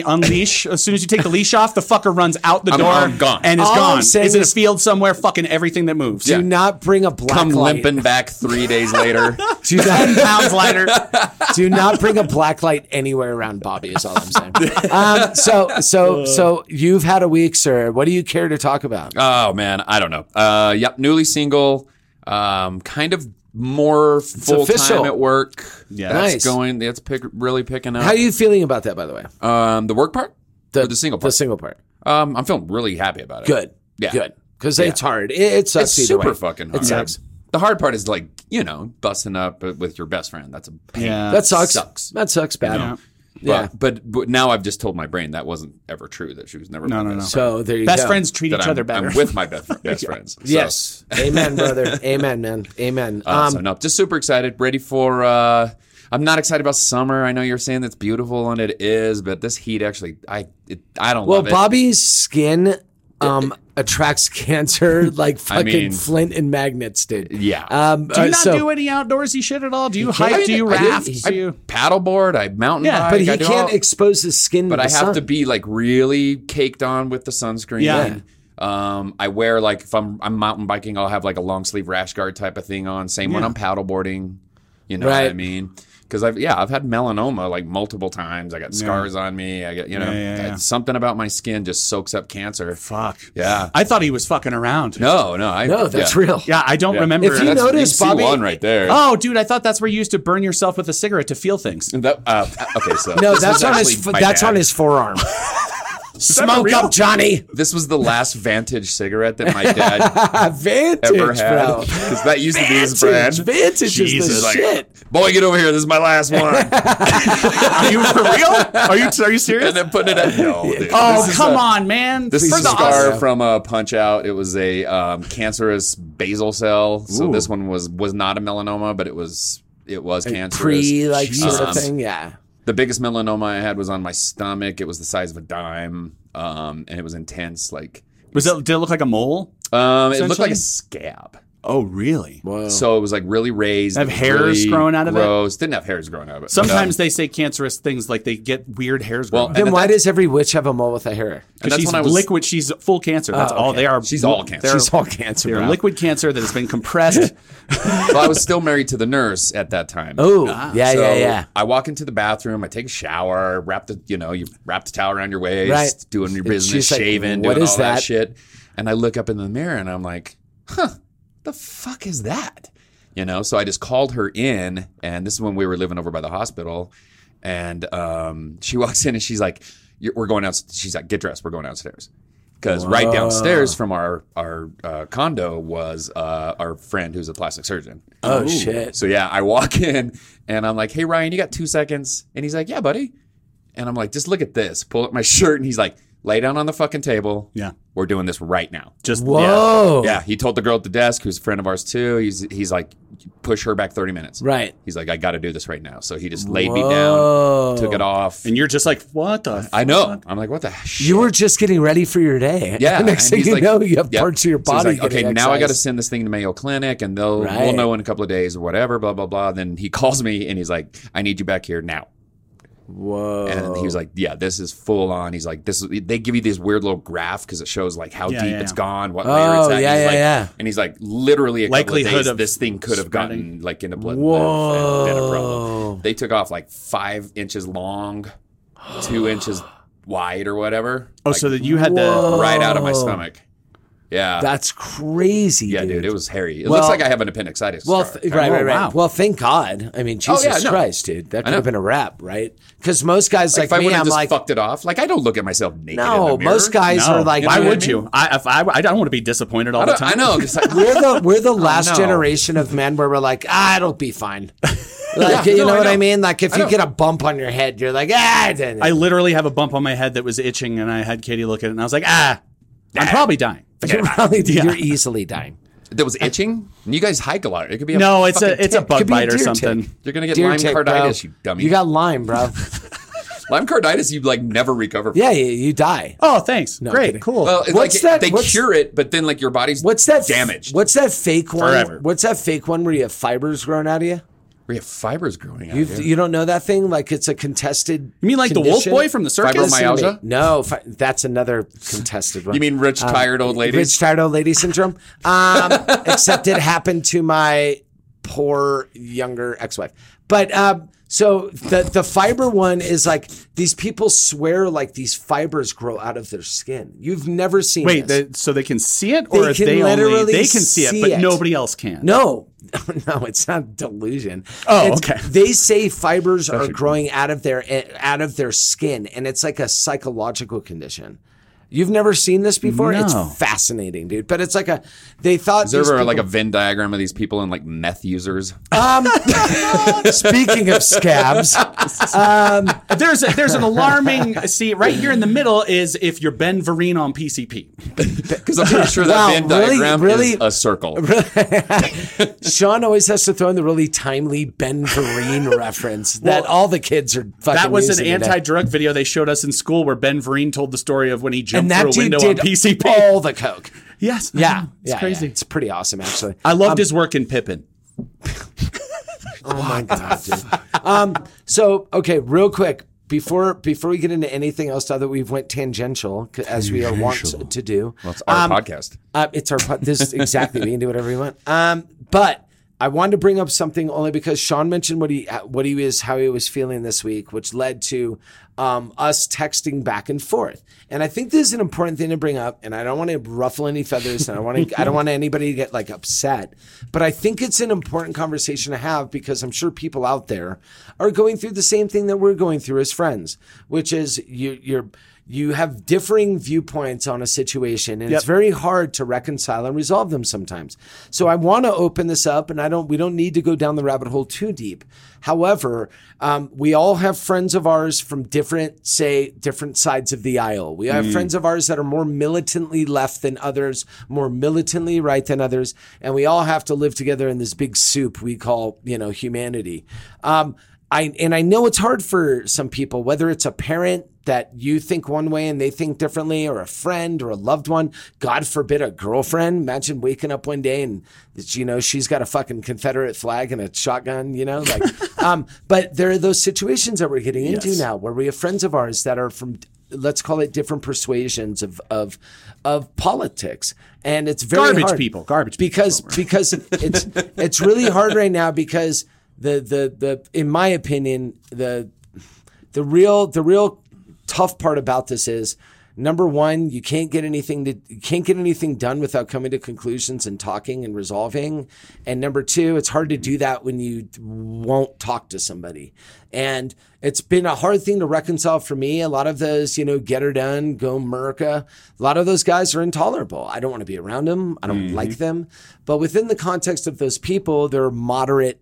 [LAUGHS]
unleash, as soon as you take the leash off, the fucker runs out the
I'm-
door
I'm gone.
and is
All I'm
gone.
saying
Is in a
is-
field somewhere, fucking everything that moves.
do not bring a black
come
light.
limping back three days
[LAUGHS]
later.
Do not,
[LAUGHS] Pounds lighter.
[LAUGHS] do not bring a black light anywhere around Bobby. Is all I'm saying. Um, so so so you've had a week, sir. What do you care to talk about?
oh man, I don't know. Uh, yep, newly single. Um, kind of more full
official.
time at work. Yeah, that's
Nice.
going. That's pick, really picking up.
How are you feeling about that, by the way?
um, the work part, the, the single
The
part.
single part.
um, I'm feeling really happy about it.
Good.
Yeah.
Good. Because it's hard. It, it
It's
sucks either
super
way.
fucking hard.
It sucks.
The hard part is like you know busting up with your best friend. That's a pain.
Yeah.
That sucks.
Sucks.
That sucks bad.
But, but but now I've just told my brain that wasn't ever true. That she was never
No,
my
no,
best
So there you
Best
go.
friends treat
friend.
each
That I'm,
other better.
I'm with my best,
[LAUGHS]
fr- best friends. So,
Yes. Amen, brother. Amen, man. Amen.
uh,
Um,
so no, just super excited. Ready for. uh I'm not excited about summer. I know you're saying that's beautiful and it is, but this heat actually, I it, I don't
well,
love it.
Bobby's skin um, attracts cancer [LAUGHS] like
I
fucking
mean-
flint and magnets did.
Yeah.
Um,
[LAUGHS] Do you
uh,
not
so-
do any outdoorsy shit at all? Do you hike?
I mean,
do you
I did-
raft?
I
Do you?
paddleboard. I mountain
Yeah,
bike.
But he
I do
can't
all-
expose his skin.
but
to
I
the
have to
sun.
be like really caked on with the sunscreen.
Yeah.
And, um, I wear like if I'm I'm mountain biking, I'll have like a long sleeve rash guard type of thing on. Same when I'm paddleboarding. You know what I
Right.
mean? Because I've yeah I've had melanoma like multiple times. I got scars on me. I got you know
yeah, yeah.
something about my skin just soaks up cancer.
Fuck.
Yeah.
I thought he was fucking around.
No, no, I,
No, that's
yeah.
real.
Yeah, I don't remember.
If you
That's
know- Notice,
VC1
Bobby-
right there.
oh, dude, I thought that's where you used to burn yourself with a cigarette to feel things.
That- uh, okay, so
[LAUGHS] No,
this
that's
was
on his.
actually
f-
my
That's
dad.
on
[LAUGHS]
his forearm. [LAUGHS] Smoke up, Johnny.
This was the last Vantage cigarette that my
[LAUGHS]
dad
Advantage,
ever had
bro.
because that used to be his brand.
Vintage, vintage is
Jesus,
the
like-
shit.
Boy, get over here! This is my
[LAUGHS]
last one.
Are you for real? Are you are you serious?
and then putting it at no. Dude.
[LAUGHS] Oh,
This is
come
a-
on, man.
This
For
is a
the
scar
Oscar-
from a punch out. It was a um, cancerous basal cell. So this one was was not a melanoma, but it was it was cancerous. Um,
Pre, like sort of
Jesus.
thing. Yeah.
the biggest melanoma I had was on my stomach. It was the size of a dime, um, and it was intense. Like
Was it, did it look like a mole?
um, it looked like
Essentially?
a scab.
Oh, really?
So it was like really raised.
Have
it was
hairs
really
growing out of it?
gross. Didn't have hairs growing out of it.
Sometimes
But, um,
they say cancerous things like they get weird hairs
Well,
growing.
and
Then why does every witch have a mole with a hair?
and that's
she's
when I was Oh,
liquid. She's full cancer. That's all they are.
She's all Oh, cancer.
They're,
She's all cancer.
they're
bro.
liquid cancer that has been compressed.
well, I was still married to the nurse at that time.
Oh, yeah,
So
yeah, yeah.
I walk into the bathroom, I take a shower, wrap the you know, you wrap the towel around your waist,
Right.
doing your
And
business,
she's like,
shaving,
"What
doing
is
all that?
that?"
shit. And I look up in the mirror and I'm like, huh, the fuck is that? You know, so I just called her in, and this is when we were living over by the hospital. And um, she [LAUGHS] walks in and she's like, "You're- "We're going out." She's like, "Get dressed. We're going downstairs." Because right downstairs from our our uh, condo was uh, our friend who's a plastic surgeon.
Oh shit.
So yeah, I walk [LAUGHS] in and I'm like, "Hey Ryan, you got two seconds?" And he's like, "Yeah, buddy." And I'm like, "Just look at this." Pull up my shirt and he's like, "Lay down on the fucking table.
Yeah.
we're doing this right now."
Just
Whoa.
Yeah, he told the girl at the desk, who's a friend of ours too. He's he's like, "Push her back 30 minutes."
Right.
He's like, "I got to do this right now." So he just laid me down, took it off.
And you're just like, what the?
I know. I'm like, "What the shit?"
You were just getting ready for your day. [LAUGHS]
Yeah.
And next
and
thing
he's
you
like-
know, you have
Yep.
parts of your
So he's
body.
like, okay,
getting
now I got to
excised.
send this thing to Mayo Clinic, and they'll we'll
Right.
know in a couple of days or whatever. Blah blah blah. Then he [LAUGHS] calls me and he's like, I need you back here now.
Whoa.
And he was like, "Yeah, this is full on." He's like, "This." Is, they give you this weird little graph because it shows like how
Yeah,
deep
yeah,
it's
yeah.
gone, what layer
Oh,
it's at.
yeah,
and he's
yeah,
like,
yeah.
And he's like, literally a likelihood
Likelihood
of
of
this thing could have gotten
spreading.
like in a blood.
Whoa.
Whoa! And been a problem. They took off like five inches long, two inches wide or whatever.
Oh,
like,
so that you had the
Oh.
right out of my stomach. Yeah.
That's crazy.
yeah, dude.
dude
It was hairy. It
Well-
looks like I have an appendicitis.
Well,
scar.
th- right,
Oh,
right, right.
wow.
Well, thank God. I mean, Jesus
Oh, yeah, no.
Christ, dude, that
I
could
know.
have been a wrap, right? Because most guys like,
if I would
me,
have
I'm
just
like,
fucked it off, like I don't look at myself naked. in
no.
the mirror.
Most guys
No.
are like,
why
you know
would
what I mean?
you? I, if I, I don't want to be disappointed all
I,
the
don't- I
time.
know.
[LAUGHS]
Just like,
[LAUGHS] We're the
[LAUGHS]
we're the last
no.
generation of men where we're like, ah, it'll be fine. Like,
[LAUGHS] Yeah,
you
no,
know
I
what I
know.
mean? Like, if
I
you
know.
get a bump on your head, you're like, ah, I didn't.
I literally have a bump on my head that was itching, and I had Katie look at it, and I was like, ah, I'm probably dying.
you're probably you're easily dying.
that was itching. You guys hike a lot. It could be. A
No, it's
fucking
a it's a
tick.
bug
Could be a
bite or
deer
something.
tick.
You're gonna get
Deer
Lyme
tick, bro.
carditis, you dummy.
You got
[LAUGHS]
Lyme, bro.
Lyme carditis, you like never recover. from.
yeah, you, you die.
Oh, thanks. Great,
kidding.
cool.
Well, it's
What's
like
that-
they
what's-
cure it, but then like your body's
What's that? f-
damaged.
What's that fake one?
Forever.
What's that fake one where you have fibers growing out of you?
We have fibers growing out.
You
dude.
you don't know that thing? Like it's a contested.
you mean like the
condition?
wolf boy from the circus?
Fibromyalgia? Myalgia?
No, fi- that's another contested one. Um,
You mean rich, tired old ladies?
Rich tired old lady syndrome?
[LAUGHS]
Um, except it happened to my poor younger ex-wife. But um, so the the fiber one is like these people swear like these fibers grow out of their skin. You've never seen
Wait,
this.
they, so they can see it, or
They
if
can
they only
literally
they can see it,
see
but
it.
nobody else can.
No, [LAUGHS] no, it's not delusion.
Oh,
It's-
okay.
They say fibers are growing out of their out of their skin, and it's like a psychological condition. You've never seen this before. It's
No. uh,
fascinating, dude. But it's like a they thought.
Is there
these
ever like a
people-
Venn diagram of these people and like meth users?
[LAUGHS]
um, speaking of scabs,
There's a,
[LAUGHS]
there's an alarming. see, right here in the middle is if you're Ben Vereen on PCP.
Because I'm pretty sure that
Wow,
Venn
really-
diagram
really-
is a circle.
Sean always has to throw in the really timely Ben Vereen
[LAUGHS]
reference that all the kids are fucking.
That was an
using today.
anti-drug video they showed us in school where Ben Vereen told the story of when he
And
jumped
that
through a
dude
window on
did
PCP.
all the coke.
[LAUGHS] yes, I
Yeah,
know. [LAUGHS] it's
yeah,
crazy.
yeah. Um, It's pretty awesome, actually.
I loved his work in Pippin.
Oh my god, dude. [LAUGHS] Um, so okay, real quick before before we get into anything else, now that we've went tangential c- as we are wont to do, um,
That's our podcast.
uh, it's our pod- this exactly we can do whatever we want. Um, but I wanted to bring up something only because Sean mentioned what he uh, what he was how he was feeling this week, which led to um, us texting back and forth. And I think this is an important thing to bring up. And I don't want to ruffle any feathers, and I want to I don't want anybody to get like upset. But I think it's an important conversation to have because I'm sure people out there are going through the same thing that we're going through as friends, which is you you're you have differing viewpoints on a situation and it's very hard to reconcile and resolve them sometimes so i want to open this up and i don't we don't need to go down the rabbit hole too deep however um, we all have friends of ours from different say different sides of the aisle we have friends of ours that are more militantly left than others more militantly right than others and we all have to live together in this big soup we call you know humanity um, I and I know it's hard for some people, whether it's a parent that you think one way and they think differently, or a friend or a loved one. God forbid a girlfriend. Imagine waking up one day and you know she's got a fucking Confederate flag and a shotgun. You know,
[LAUGHS]
like. um, but there are those situations that we're getting into now where we have friends of ours that are from. Let's call it different persuasions of of of politics, and it's very
Garbage
hard
people, garbage people.
because because it's it's really hard right now because the the the in my opinion the the real the real tough part about this is number one you can't get anything to you can't get anything done without coming to conclusions and talking and resolving and number two it's hard to do that when you won't talk to somebody and it's been a hard thing to reconcile for me a lot of those you know get her done go merca a lot of those guys are intolerable i don't want to be around them i don't like them but within the context of those people they're moderate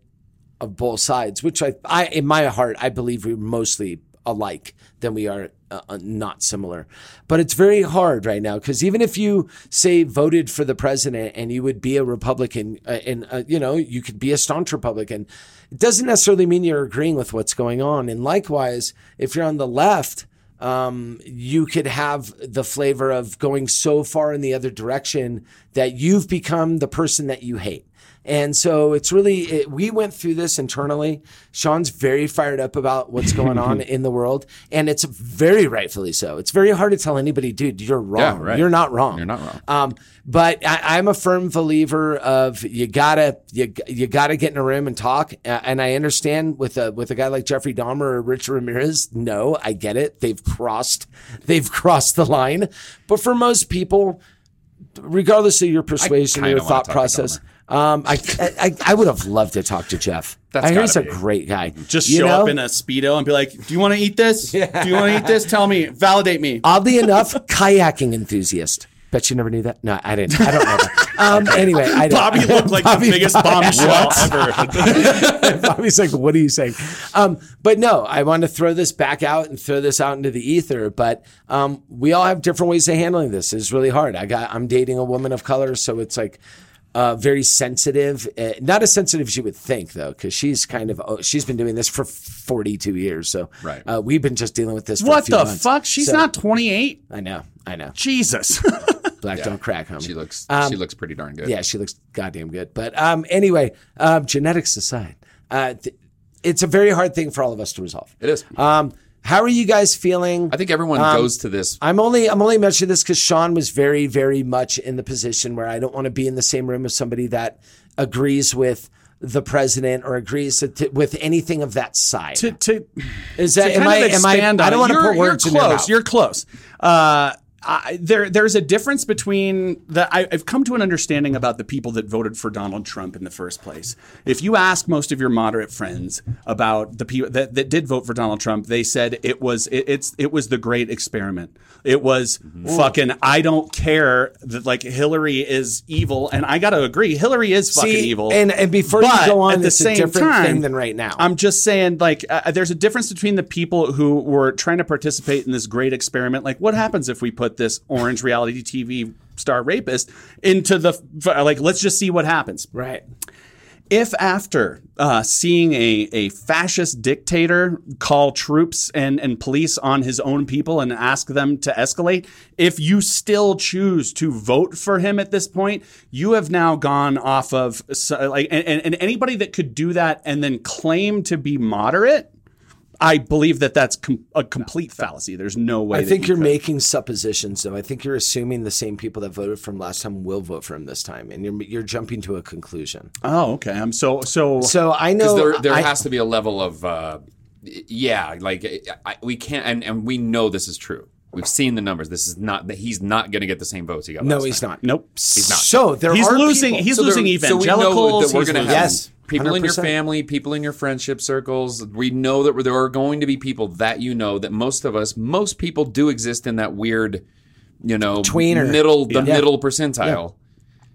of both sides, which I, I in my heart, I believe we're mostly alike than we are uh, uh, not similar. But it's very hard right now because even if you say voted for the president and you would be a Republican, uh, and uh, you know you could be a staunch Republican, it doesn't necessarily mean you're agreeing with what's going on. And likewise, if you're on the left um, you could have the flavor of going so far in the other direction that you've become the person that you hate. And so it's really, it, we went through this internally. Sean's very fired up about what's going
[LAUGHS]
on in the world. And it's very rightfully so. It's very hard to tell anybody, dude, you're wrong.
right.
You're not wrong.
You're not wrong.
Um, but I, I'm a firm believer of you gotta you you gotta get in a room and talk. A- And I understand with a with a guy like Jeffrey Dahmer or Richard Ramirez. No, I [LAUGHS] get it. They've crossed they've crossed the line. But for most people, regardless of your persuasion or
kinda
your
wanna
thought
talk to
process, um, I, I I- I would have loved to talk to Jeff.
That's
I hear
gotta
he's a
be.
great guy.
Just
You
show
know?
up in a speedo and be like, "Do you want to
[LAUGHS]
eat this? Do you want to eat this? Tell me. Validate me."
Oddly enough, [LAUGHS] kayaking enthusiast. Bet you never knew that. No, I didn't. I don't know. That.
[LAUGHS]
Um, anyway, I don't. [LAUGHS]
Bobby looked like
Bobby-
the biggest bombshell
[LAUGHS]
ever.
Bobby's like, what are you saying? Um, but no, I want to throw this back out and throw this out into the ether. But um, we all have different ways of handling this. It's really hard. I got, I'm dating a woman of color, so it's like uh, very sensitive. Uh, not as sensitive as you would think, though, because she's kind of oh, she's been doing this for 42 years. So
Right.
uh, we've been just dealing with this. For a
what
few
the
months.
fuck? She's
So-
not 28.
I know. I know.
Jesus. [LAUGHS]
Black don't crack, homie.
She looks she looks pretty darn good.
um, Yeah, she looks goddamn good. But um, anyway, um, genetics aside, uh, th- it's a very hard thing for all of us to resolve.
It is.
Um, how are you guys feeling?
I think everyone
um,
goes to this.
I'm only I'm only mentioning this because Sean was very very much in the position where I don't want to be in the same room as somebody that agrees with the president or agrees to, to- with anything of that side.
to, to
Is that
to
am I
kind of
am I?
expand
I
on
don't
it,
want to
you're-
put words
you're
in your
close.
mouth.
You're close. Uh, I, there, there's a difference between the. I, I've come to an understanding about the people that voted for Donald Trump in the first place. If you ask most of your moderate friends about the people that, that did vote for Donald Trump, they said it was it, it's it was the great experiment. It was
Mm-hmm.
fucking. I don't care that like Hillary is evil, and I got to agree, Hillary is fucking
See,
evil.
and- and before you
But
go on,
at the
it's a
same
different
time,
thing than right now.
I'm I'm just saying, like, uh, there's a difference between the people who were trying to participate in this great experiment. Like, what happens if we put this orange reality TV star rapist into the, f- like, let's just see what happens
right.
if after uh, seeing a, a fascist dictator call troops and, and police on his own people and ask them to escalate, if you still choose to vote for him at this point, you have now gone off of so, like and, and, and anybody that could do that and then claim to be moderate. I believe that that's com- a complete fallacy. There's no way.
I
that
think
you
you're
could.
making suppositions, though. I think you're assuming the same people that voted for him last time will vote for him this time, and you're you're jumping to a conclusion.
Oh, okay. I'm so so.
So I know
Because there, there
I-
has to be a level of, uh, y- yeah, like I, I- we can't, and, and we know this is true. We've seen the numbers. This is not that he's not going to get the same votes he got.
no,
last
he's
time.
not.
nope.
So there
He's
are
losing.
people-
He's
So there-
losing
so we know
evangelicals.
that we're
he's
going to have
losing-
Yes,
people in your
100%.
family, people in your friendship circles. We know that there are going to be people that you know that most of us, most people do exist in that weird, you know,
Tweener.
middle, the
Yeah.
middle percentile.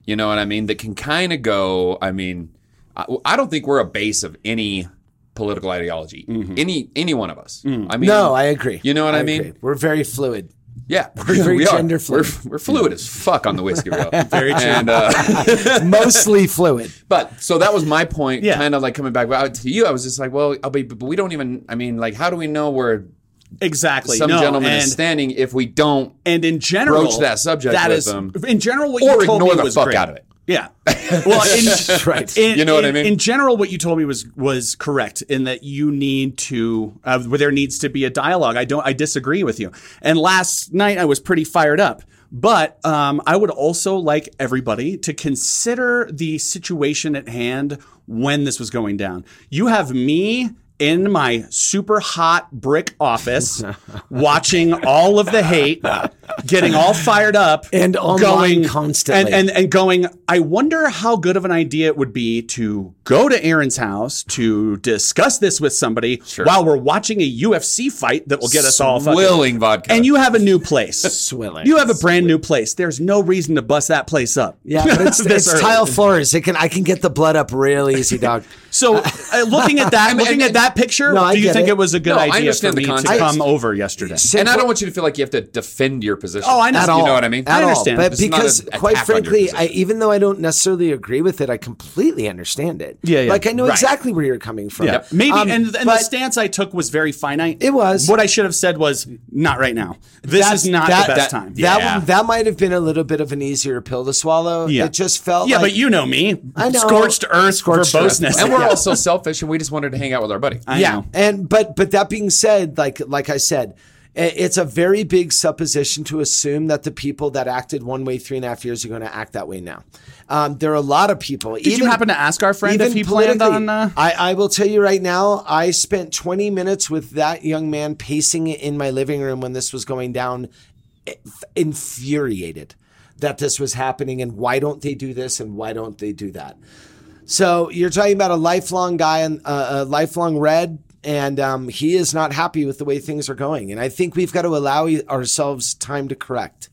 You know what I mean? That can kind of go. I mean, I, I don't think we're a base of any political ideology. Any any one of us. I mean,
Mm-hmm. Mm. No, I agree.
You know what I mean?
agree. We're very fluid.
Yeah,
[LAUGHS] very
we are.
gender fluid.
We're, we're fluid as fuck on the whiskey
[LAUGHS]
wheel. Very true. And, uh,
[LAUGHS]
Mostly fluid.
But so that was my point,
Yeah.
kind of like coming back but to you. I was just like, well, I'll be, but we don't even. I mean, like, how do we know where
Exactly.
some
no,
gentleman is
and-
standing if we don't?
and in general
Broach that subject
that
with
is-
them.
in general what
Or
you told
ignore
me
the
was
fuck
great.
out of it.
[LAUGHS]
yeah well in,
Right.
in-
You know what
in-
I mean?
in general what you told me was was correct in that you need to uh, where there needs to be a dialogue i don't i disagree with you and last night i was pretty fired up but um, I would also like everybody to consider the situation at hand when this was going down. You have me in my super hot brick
[LAUGHS]
office watching all of the hate, getting all fired up
And online constantly.
And, and, and going, I wonder how good of an idea it would be to go to Aaron's house to discuss this with somebody while we're watching a UFC fight that will get us all fucking.
Swilling vodka.
And you have a new place.
[LAUGHS] Swilling.
You have a brand new place. There's no reason to bust that place up.
yeah, but it's,
[LAUGHS] This
it's
early.
tile floors. It can I can get the blood up real easy,
[LAUGHS]
dog. [LAUGHS]
So, uh, looking at that,
And-
looking
and-
at that picture,
No, I
do you
get
think
it.
it, was a good
No, I
idea for
understand the
me to
context.
come over yesterday?
and I don't want you to feel like you have to defend your position.
Oh, I know.
You
At
know
all.
what I mean?
I
At all.
understand.
But
It's not
because,
an
quite
attack on your
frankly,
[LAUGHS]
I,
position.
even though I don't necessarily agree with it, I completely understand it.
Yeah, yeah.
Like I know
Right.
exactly where you're coming from.
Yeah. Maybe,
Um,
and, and the
but-
stance I took was very finite.
It was.
What I should have said was, not right now. This
That's-
is not the best
that,
time.
That, one- that might have been a little bit of an easier pill to swallow.
Yeah.
It just felt
yeah,
like
but you know me.
I know.
Scorched earth,
Scorched earth.
verboseness.
And we're all
[LAUGHS]
so selfish, and we just wanted to hang out with our buddy.
I
yeah,
know.
and but but that being said, like like I said, i- it's a very big supposition to assume that the people that acted one way three and a half years are going to act that way now. Um, there are a lot of people.
Did you happen to ask our friend if he planned on? Uh,
I, I will tell you right now, I spent 20 minutes with that young man pacing in my living room when this was going down, inf- eh, infuriated. that this was happening and why don't they do this and why don't they do that. So you're talking about a lifelong guy and uh, a lifelong red, and um, he is not happy with the way things are going. And I think we've got to allow ourselves time to correct.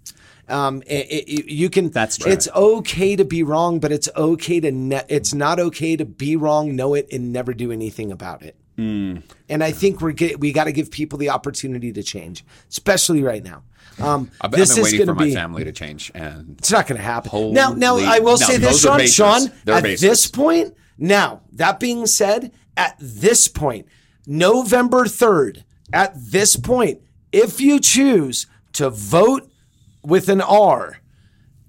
Um, it- it- you can.
That's true.
It's okay to be wrong, but it's okay to. Ne- it's not okay to be wrong, know it, and never do anything about it.
Mm.
And I think we're get, we got to give people the opportunity to change, especially right now. Um,
I've, I've
this
been
is
waiting
going
for
to
my
be.
family to change, and
It's not going to happen.
Holy-
now, now I will
No,
say this,
those are
Sean.
bases.
Sean,
They're
at
bases.
this point, now that being said, at this point, November third, at this point, if you choose to vote with an R,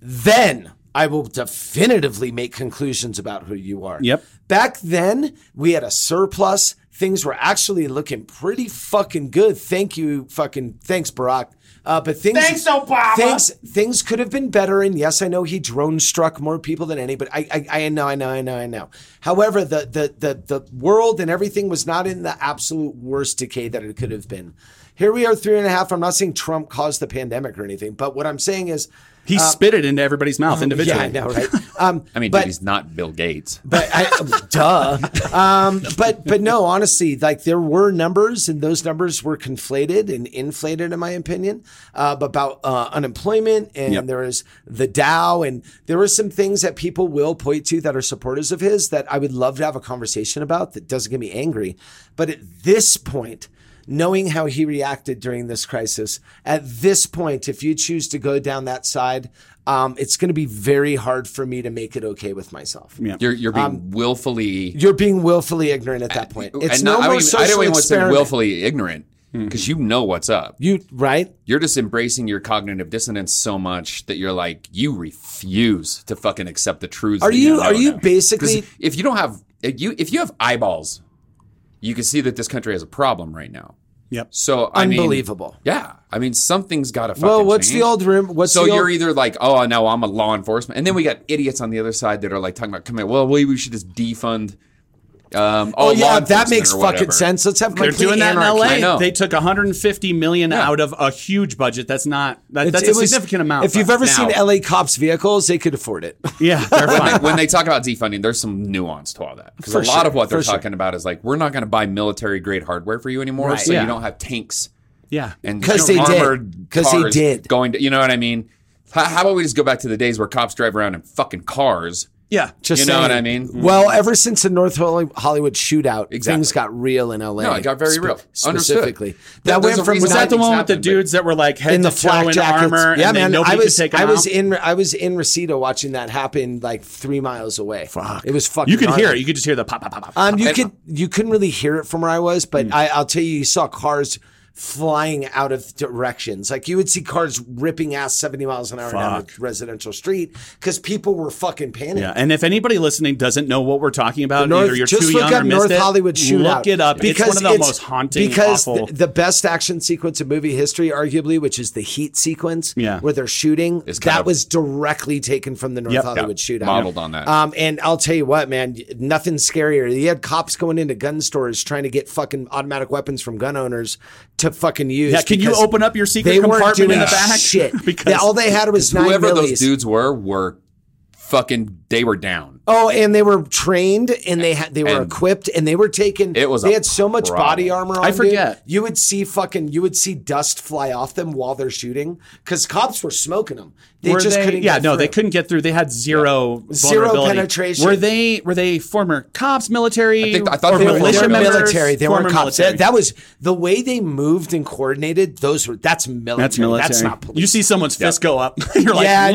then I will definitively make conclusions about who you are.
Yep.
Back then, we had a surplus. Things were actually looking pretty fucking good. Thank you, fucking thanks, Barack. Uh, but things, thanks, Obama. Things, things could have been better. And yes, I know he drone struck more people than anybody. I, I, I know, I know, I know, I know. However, the, the, the, the world and everything was not in the absolute worst decay that it could have been. Here we are, three and a half. I'm not saying Trump caused the pandemic or anything, but what I'm saying is,
He spit it into everybody's mouth individually.
Oh, yeah, I know, right? Um,
I mean,
but
dude, he's not Bill Gates.
but I, duh. Um, but but no, honestly, like there were numbers, and those numbers were conflated and inflated, in my opinion, uh, about uh, unemployment, and
Yep.
there is the Dow, and there were some things that people will point to that are supporters of his that I would love to have a conversation about that doesn't get me angry. But at this point. Knowing how he reacted during this crisis, at this point, if you choose to go down that side, um, it's going to be very hard for me to make it okay with myself.
You're you're being
Um,
willfully.
You're being willfully ignorant at that point. It's no
I
more
don't even,
social
I don't even want to say
experiment. Hmm.
willfully ignorant because you know what's up.
You right?
You're just embracing your cognitive dissonance so much that you're like you refuse to fucking accept the truths.
Are
that
you
know
are you
now. 'Cause
basically
if you don't have if you if you have eyeballs, you can see that this country has a problem right now.
Yep.
So I mean-
unbelievable?
yeah, I mean something's got to. fucking
well, what's
change.
the old room? What's
So
the
you're
old,
either like, oh no, I'm a law enforcement, and then we got idiots on the other side that are like talking about, come here, well, we, we should just defund. Um, all
oh
law
yeah, that
enforcement
makes
or
fucking
whatever.
sense. Let's have
They're
complete
doing that
anarchy.
I
in LA.
know.
They took 150 million
Yeah.
out of a huge budget. That's not that,
It's-
that's a
it was-
significant amount.
If you've
but
ever
now-
seen LA cops vehicles, they could afford it.
yeah,
[LAUGHS]
they're
When they,
fine.
when they talk about defunding, there's some nuance to all that because a
For
lot
sure,
of what they're
for sure.
talking about is like, we're not going to buy military grade hardware for you anymore, so
Yeah.
you don't have tanks
yeah,
and
'Cause they did.
armored
'Cause they
cars
did.
going. To, you know what I mean? How, how about we just go back to the days where cops drive around in fucking cars?
yeah.
Just
You know what
saying.
I mean?
[LAUGHS] Well, ever since the North Holly- Hollywood shootout,
Exactly.
things got real in LA.
No, it got very
Spe-
real. Understood.
Specifically,
There-
that
there's
went
a
from
reason
Was that the
things
one with the
happen, but-
dudes that were like head
in the
to toe
flak
in
jackets.
armor?
yeah,
and then
man.
Nobody
I
could
was
take 'em
I was
out?
in I was in Reseda watching that happen like three miles away. It was fucking.
You could hear
gnarly.
it. You could just hear the pop, pop, pop, pop.
Um, you
And-
could you couldn't really hear it from where I was,
Hmm.
but I, I'll tell you, you saw cars flying out of directions. Like you would see cars ripping ass seventy miles an hour down a
Fuck.
residential street because people were fucking panicking.
yeah, and if anybody listening doesn't know what we're talking about,
North-
either you're
just
too
look
young
up
or missed
North
it,
Hollywood shootout.
Look it up. it's one of the most haunting,
Because
awful.
The, the best action sequence in movie history, arguably, which is the heat sequence,
Yeah.
where they're shooting,
It's kind
that
of-
was directly taken from the North
Yep.
Hollywood
Yeah.
shootout,
Modeled on that.
Um, and I'll tell you what, man, nothing scarier. You had cops going into gun stores trying to get fucking automatic weapons from gun owners to fucking use.
yeah, can you
because
open up your secret
They weren't
compartment in
doing
the back? [LAUGHS]
shit.
because
They- all they had was nine
Whoever
millis.
those dudes were were fucking they were down.
Oh, and they were trained, and they had they were
And-
equipped, and they were taken.
It was
they
a
had so much
problem.
body armor. on,
I
dude.
forget.
You would see fucking. You would see dust fly off them while they're shooting because cops were smoking them. They
were
just
they-
couldn't.
Yeah,
get
no,
through.
they couldn't get through. They had zero
Zero
vulnerability.
penetration.
Were they were they former cops, military,
I think- I thought
or
they were-
They were
militia members?
military. They
Former
weren't cops.
military.
That, that was the way they moved and coordinated. Those were that's military.
that's military.
That's not police.
You see someone's fist go up, [LAUGHS] you're like,
yeah,
"Mm."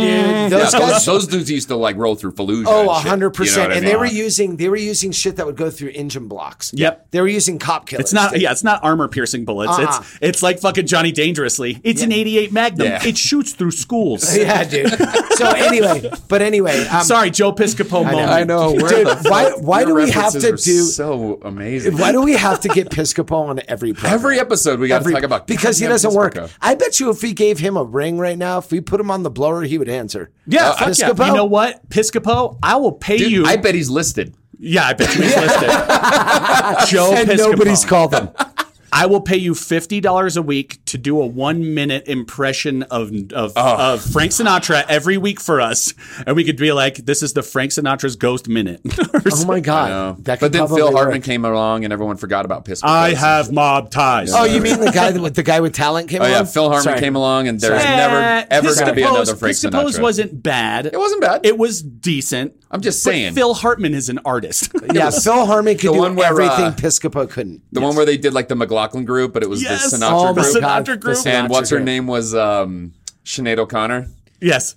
dude. Those
Yeah,
guys
those, those dudes used to like roll through Fallujah.
Oh,
and shit, you know
100%.
what I mean?
And they were using they were using shit that would go through engine blocks.
Yep.
They were using cop killers.
It's not, yeah, it's not armor piercing bullets.
Uh-uh.
It's it's like fucking Johnny Dangerously. It's an 88 Magnum.
Yeah.
It shoots through schools.
[LAUGHS] [LAUGHS] yeah, dude. So anyway, but anyway, um,
Sorry, Joe Piscopo moment.
I know. where
Dude,
the fuck-
why- why
your
do we have
references
to
are
do-
so amazing?
Why do we have to get Piscopo on every program?
every episode we got to
Every-
talk about
because he
goddamn
doesn't work.
Piscopo.
I bet you if we gave him a ring right now, if we put him on the blower, he would answer.
Yeah,
Uh,
fuck yeah.
Piscopo?
You know what, Piscopo? I will pay
Dude,
you.
I bet he's listed.
yeah, I bet you he's listed.
[LAUGHS]
Joe
and
Piscopo.
nobody's called him.
I will pay you fifty dollars a week to do a one minute impression of of,
Oh.
of Frank Sinatra every week for us, and we could be like, "This is the Frank Sinatra's Ghost Minute." [LAUGHS]
Oh my god, that
but
could
then Phil
probably
Hartman
work.
came along and everyone forgot about Piss.
I
Piss.
have mob ties.
Oh, you mean the guy that, the guy with talent came?
Oh yeah,
along?
Phil Hartman
Sorry.
came along and there's
Eh,
never ever going to be
Piscopose-
another Frank
Piscopose
Sinatra.
wasn't bad.
It wasn't bad.
It was decent.
I'm just
But
saying.
Phil Hartman is an artist.
Yeah, Phil Hartman could
the
do
one where,
everything
uh,
Piscopo couldn't.
the one where they did like the McLaughlin group, but it was
[LAUGHS] Yes.
the
Oh
Sinatra
my
group.
god,
Sinatra group.
the
and
Sinatra
what's her
group.
name was um, Sinead O'Connor.
yes.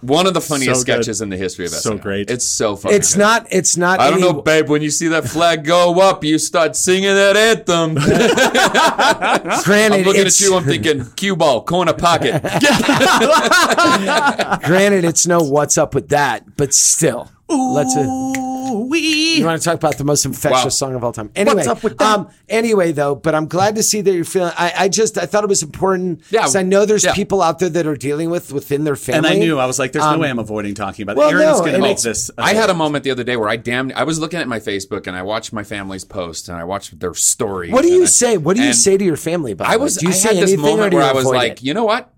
One of the funniest
So good.
sketches in the history of SNL.
So great.
It's so funny.
It's not. It's not.
I don't
any-
know, babe. When you see that flag go up, you start singing that
[LAUGHS]
anthem.
Granted,
I'm looking at
it's,
you. I'm thinking, cue ball, corner
[LAUGHS]
pocket.
[LAUGHS] granted, it's no what's up with that, but still, let's. Uh, you
We.
want to talk about the most infectious
Wow.
song of all time? Anyway,
up with that?
Um, anyway, though, but I'm glad to see that you're feeling. I, I just I thought it was important
Yeah.
because I know there's
Yeah.
people out there that are dealing with within their family.
And I knew I was like, "There's
Um,
no way I'm avoiding talking about
well,
it." Aaron's
no,
going to
and
make
it's-
this. a
I
thing.
had a moment the other day where I damn I was looking at my Facebook and I watched my family's post and I watched their stories.
What do
and
you
I-
say? What do you
and
say to your family about?
I was
Do you
I
say
had this
anything or
moment
do
where
you
I was
avoid
like,
it?
you know what?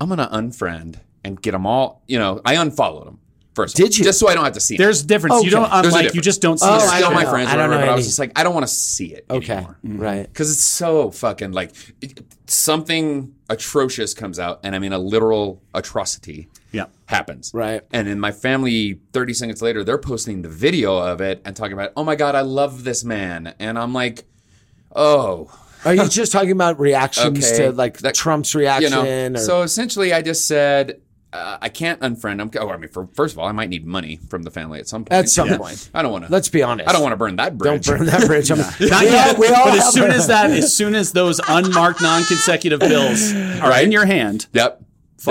I'm gonna unfriend and get them all. You know, I unfollowed them first. of
Did
all,
you?
Just so I don't have to see. 'em.
There's difference. You
Okay.
don't
There's a
unlike. You
difference.
just don't see.
Oh,
They're
it.
I
still
don't
my
know.
friends,
I
or
don't
whatever.
know
But I
any-
was just like, I don't want to see it.
okay,
anymore.
right?
because it's so fucking like it- something atrocious comes out, and I mean a literal atrocity
Yeah.
happens.
Right.
And in my family, 30 seconds later, they're posting the video of it and talking about, oh my God, I love this man. And I'm like, oh,
Are you just talking about reactions
Okay.
to like
That-
Trump's reaction?
you know.
or,
So essentially, I just said, uh, I can't unfriend him. Oh, I mean, for, first of all, I might need money from the family at some point.
At some point.
I don't want to.
let's be honest.
I don't want to burn that bridge.
Don't burn that bridge. I'm,
Not
we all-
yet.
we all
but as
have-
soon as that, as soon as those unmarked non-consecutive bills are in your hand,
[LAUGHS] Yep.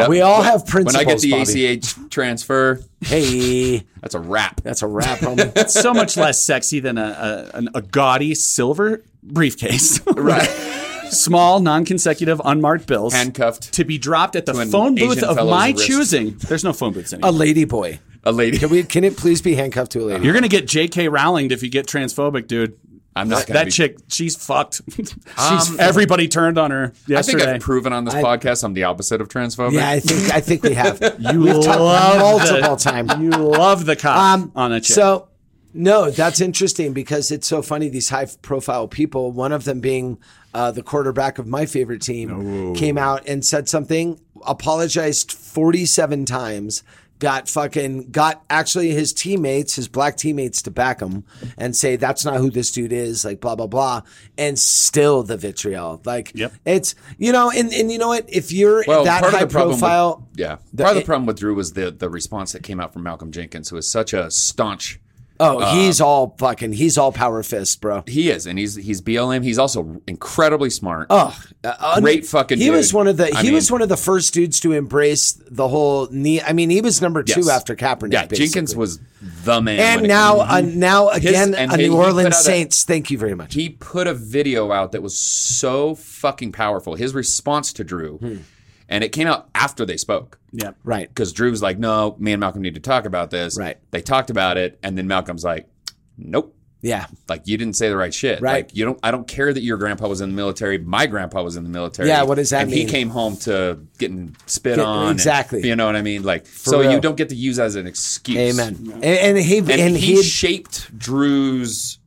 We all have
When I get
principles,
the
Bobby.
ACH transfer,
hey,
that's a wrap.
[LAUGHS] that's a wrap, homie.
it's so much less sexy than a a, an, a gaudy silver briefcase.
Right.
[LAUGHS] Small non-consecutive unmarked
[LAUGHS]
bills.
Handcuffed.
to be dropped at the
an
phone booth
Asian
of
fellow's
my
wrist.
choosing. There's no phone booths
a
anymore.
lady boy.
A lady.
Can we? Can it please be handcuffed to a lady?
You're gonna get J.K. Rowling if you get transphobic, dude.
I'm not gonna
that
be- Um,
chick. She's fucked. [LAUGHS] she's, everybody turned on her
[LAUGHS] I think
yesterday.
I've proven on this podcast I'm the opposite of transphobic.
yeah, I think I think we have.
you
We've
[LAUGHS]
talked
love the-
multiple times.
You love the cop
Um,
on a chick.
So, no, that's interesting because it's so funny. These high profile people, one of them being uh, the quarterback of my favorite
Oh.
team, came out and said something, apologized 47 times. Got fucking got actually his teammates, his black teammates to back him and say that's not who this dude is, like blah blah blah, and still the vitriol. Like
Yep.
it's you know, and, and you know what? If you're
Well,
that
part of
high
the problem.
profile,
with, yeah,
the-
part of the problem with Drew was the the response that came out from Malcolm Jenkins, who is such a staunch.
oh,
Uh.
he's all fucking he's all power fist, bro.
He is, and he's he's BLM. He's also incredibly smart.
Oh, uh,
Great fucking
He
dude.
was one of the.
I
he was
mean-
one of the first dudes to embrace the whole knee. I mean, he was number two
Yes.
after Kaepernick.
yeah,
basically.
Jenkins was the man. when
And
it
now,
came-
uh, now again,
and
a
he- he
New
put
Orleans
out a-
Saints. Thank you very much.
he put a video out that was so fucking powerful. His response to Drew,
Hmm.
and it came out after they spoke.
yeah.
right.
because Drew's like, no, me and Malcolm need to talk about this.
Right.
They talked about it, and then Malcolm's like, nope.
Yeah.
Like you didn't say the right shit.
Right.
Like you don't. I don't care that your grandpa was in the military. My grandpa was in the military.
Yeah, what does that
and he
mean?
came home to getting spit
Get-
on. and-
exactly.
you know what I mean? Like, so
real.
you don't get to use that as an excuse.
Amen. And, and he and,
And,
he.
he shaped Drew's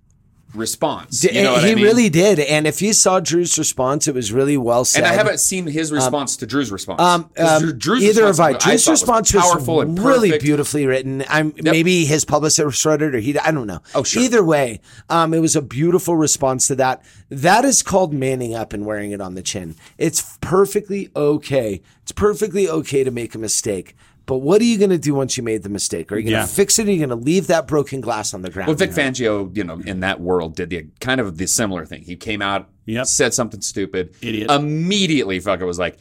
response.
d-
You know what
he
I mean?
really did, and if you saw Drew's response, it was really well said.
And I haven't seen his response to Drew's response.
Um,
'Cause
um,
Drew's
either
response
of I.
was-
Drew's
thought
response was,
powerful and
really
perfect.
beautifully written. I'm maybe his publicist wrote it, or he. I don't know.
Oh, sure.
Either way, um, it was a beautiful response to that. That is called manning up and wearing it on the chin. It's perfectly okay. It's perfectly okay to make a mistake. But what are you going to do once you made the mistake? Are you going to
Yeah.
fix it? Or are you going to leave that broken glass on the ground?
Well, Vic Fangio, you know, in that world, did the kind of the similar thing. He came out,
Yep.
said something stupid,
Idiot.
Immediately, fucker was like,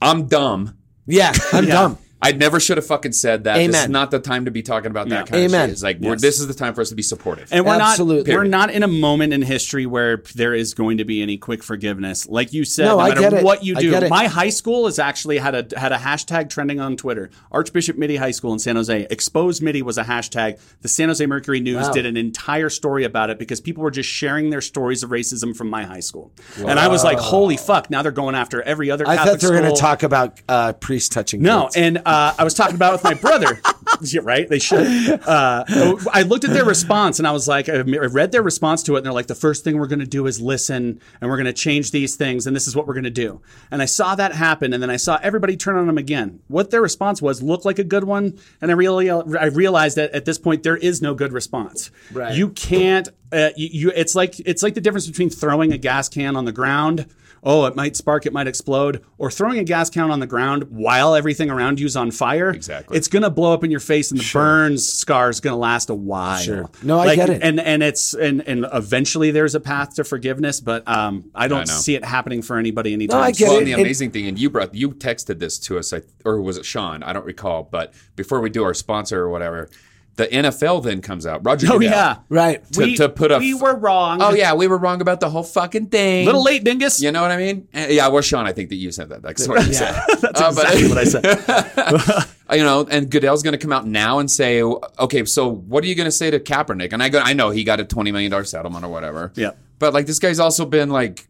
"I'm dumb.
yeah, I'm dumb.
I never should have fucking said that. This is
Amen.
not the time to be talking about that
Yeah.
kind of
Amen.
shit. It's like we're,
Yes.
this is the time for us to be supportive.
And we're
Absolutely.
not we're not in a moment in history where p- there is going to be any quick forgiveness. Like you said,
No,
no,
I
matter
get it.
what you
I
do.
get it.
My high school has actually had a had a hashtag trending on Twitter. Archbishop Mitty High School in San Jose. Expose Mitty was a hashtag. The San Jose Mercury News did an entire story about it because people were just sharing their stories of racism from my high school. And I was like, holy fuck, now they're going after every other
I thought
Catholic
they were going
school.
to talk about uh, priests touching.
No,
kids.
and uh, I was talking about it with my brother. [LAUGHS] Yeah, right? They should. Uh, I looked at their response and I was like, I read their response to it, and they're like, the first thing we're going to do is listen, and we're going to change these things, and this is what we're going to do. And I saw that happen, and then I saw everybody turn on them again. What their response was looked like a good one, and I really, I realized that at this point there is no good response. Right. You can't. Uh, you, you, it's like it's like the difference between throwing a gas can on the ground oh, it might spark, it might explode, or throwing a gas can on the ground while everything around you's on fire.
Exactly.
It's going to blow up in your face and the burns scar is going to last a while.
Sure. No, I get it.
And, and it's, and, and eventually there's a path to forgiveness, but um, I don't
I know.
see it happening for anybody anytime
No, I get
soon.
well,
it.
and the amazing thing, and you brought you texted this to us, I, or was it Sean? I don't recall. But before we do our sponsor or whatever, the NFL then comes out. Roger.
Oh,
Goodell.
yeah.
right.
To, to put a
we were wrong.
Oh yeah, we were wrong about the whole fucking thing.
Little late, dingus.
You know what I mean? Eh, Yeah, well, Sean, I think that you said that. That's what you said. That's
[LAUGHS] That's what
[LAUGHS]
I said.
[LAUGHS] you know, and Goodell's going to come out now and say, okay, so what are you going to say to Kaepernick? And I go, I know he got a $20 million settlement or whatever.
Yeah.
But like this guy's also been like,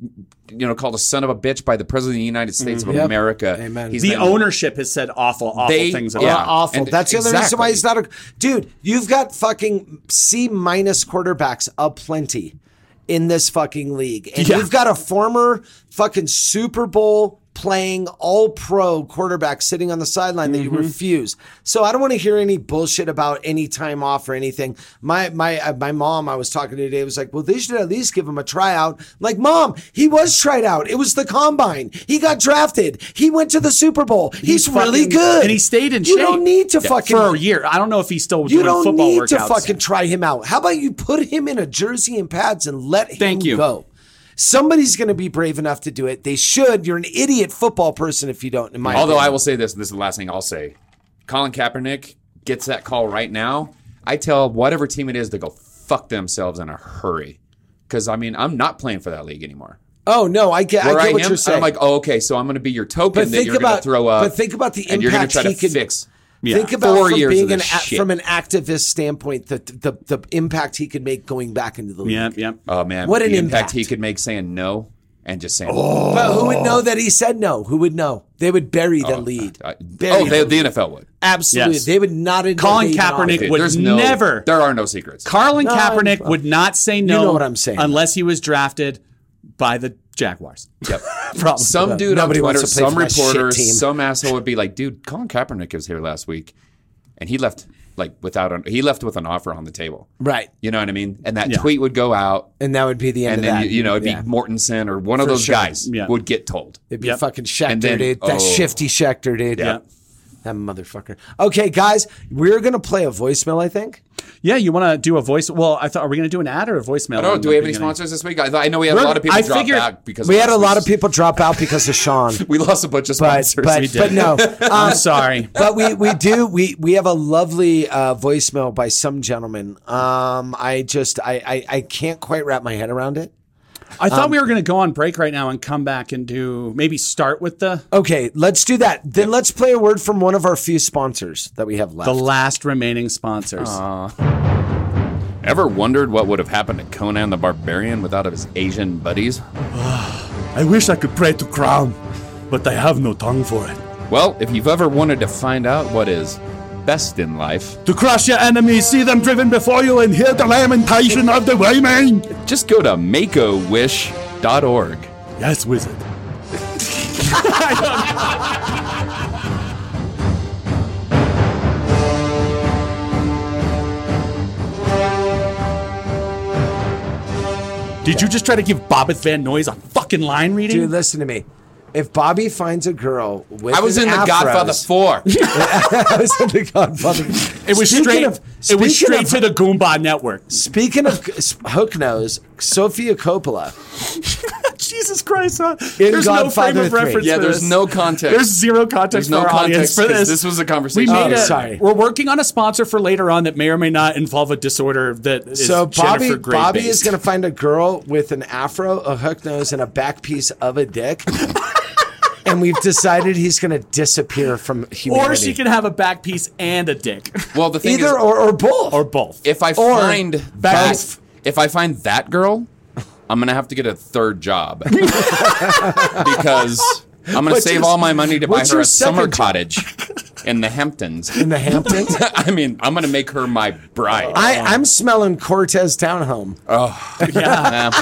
you know, called a son of a bitch by the president of the United States of America.
Amen.
He's
Mm-hmm. the
been-
ownership has said awful, awful
They-
things
yeah.
about
Well, awful.
and
That's the other reason why
exactly.
he's not a dude. You've got fucking C minus quarterbacks aplenty in this fucking league, and
Yeah.
you've got a former fucking Super Bowl playing All Pro quarterback sitting on the sideline that you
Mm-hmm.
refuse. So I don't want to hear any bullshit about any time off or anything. My my uh, my mom, I was talking to today, was like, "Well, they should at least give him a tryout." I'm like, mom, he was tried out. It was the combine. He got drafted. He went to the Super Bowl. He's, really
fucking-
good,
And he stayed in
you
shape.
don't need to
Yeah,
fucking.
for a year. I don't know if he's still
you
doing
don't
football
need
workouts.
to fucking try him out. How about you put him in a jersey and pads and let him
Thank you.
go? Somebody's going to be brave enough to do it. They should. You're an idiot football person if you don't. In my
Although I
opinion.
will say this, and this is the last thing I'll say. Colin Kaepernick gets that call right now. I tell whatever team it is to go fuck themselves in a hurry. Because, I mean, I'm not playing for that league anymore.
Oh no, I get.
where
I get
I,
what
am,
you're saying.
I'm like, oh, okay, so I'm going to be your token
But
that
think
you're going
about-
to throw up.
but think about the
and you're gonna
impact
try to
he can-
fix.
Think about
Four
from
years
being
of
an
this
a-
shit.
from an activist standpoint, the, the the impact he could make going back into the league.
Yep, yep.
Oh man,
What an
the impact
impact. Oh,
he could make saying no and just saying.
But who would know that he said no? Who would know? They would bury the lead.
I-
bury
oh, they,
the
the NFL would.
absolutely.
Yes.
They would not. admit
Colin
they even offered
Kaepernick
it.
Dude,
would
there's no,
never-
There are no secrets.
Carlin
No, I'm-
Kaepernick would not say no.
know what I'm saying.
Unless he was drafted by the Jaguars.
Yep.
Probably.
Some dude
Nobody
on
wants
Twitter,
to play
some
for that shit
reporter,
team.
some asshole would be like, "Dude, Colin Kaepernick was here last week, and he left like without an, he left with an offer on the table."
Right,
You know what I mean? And that
Yeah.
tweet would go out,
and that would be the end.
and
of
then
that.
you, you know it'd
Yeah.
be Mortensen or one of those
sure.
guys
Yeah.
would get told.
It'd be
Yep.
fucking Schecter,
And then-
dude. That
oh.
shifty Schecter, dude.
Yeah.
That motherfucker. Okay, guys, we're gonna play a voicemail. I think.
Yeah, you want to do a voice? Well, I thought, are we going to do an ad or a voicemail?
I don't know.
in
Do
the
we have any
beginning?
sponsors this week? I, I know we had
We're-
a lot of people
I
drop
figured-
back because
We
of
had a
last
lot of
week's-
people drop out because of Sean,
[LAUGHS] We lost a bunch of
but
sponsors.
but
did.
but no. Um,
I'm [LAUGHS] sorry.
but we we do we we have a lovely uh, voicemail by some gentleman. Um, I just I, I I can't quite wrap my head around it.
I thought we were going to go on break right now and come back and do maybe start with the
Okay, let's do that. Then let's play a word from one of our few sponsors that we have left.
the last remaining sponsors.
Ever wondered what would have happened to Conan the Barbarian without his Asian buddies?
I wish I could pray to Crown, but I have no tongue for it.
Well, if you've ever wanted to find out what is best in life,
To crush your enemies, see them driven before you, and hear the lamentation of the wayman.
just go to makeawish.org.
Yes, wizard.
Did you just try to give Bobbit Van Noyes a fucking line reading?
Dude, listen to me. If Bobby finds a girl with
I was
an
in The
afros-
Godfather 4.
[LAUGHS] I was in the Godfather.
it was straight. it was straight
of,
to the Goomba Network.
[LAUGHS] Speaking of hook nose, Sophia Coppola.
[LAUGHS] Jesus Christ! huh?
In
there's no frame
Godfather
of
III.
reference.
Yeah,
for
there's
this.
no context.
There's zero context.
There's
for
no
our audience
context
for
'cause
this.
this was a
We
conversation.
made
Oh,
a,
sorry.
We're working on a sponsor for later on that may or may not involve a disorder that is
So Bobby,
Jennifer Grey
Bobby
based.
is going to find a girl with an afro, a hook nose, and a back piece of a
[LAUGHS]
dick, and we've decided he's going to disappear from humanity.
or she can have a back piece and
[LAUGHS]
a dick,
Well, the thing
either
is,
or, or both.
or both.
if I
or
find
back-
that, if I find that girl, I'm gonna have to get a third
[LAUGHS]
job because I'm gonna
What's
save
your-
all my money to buy
what's
her
your
a summer
second job?
cottage in the Hamptons. [LAUGHS]
in the Hamptons.
I mean, I'm gonna make her my bride.
I, I'm smelling Cortez Townhome.
Uh,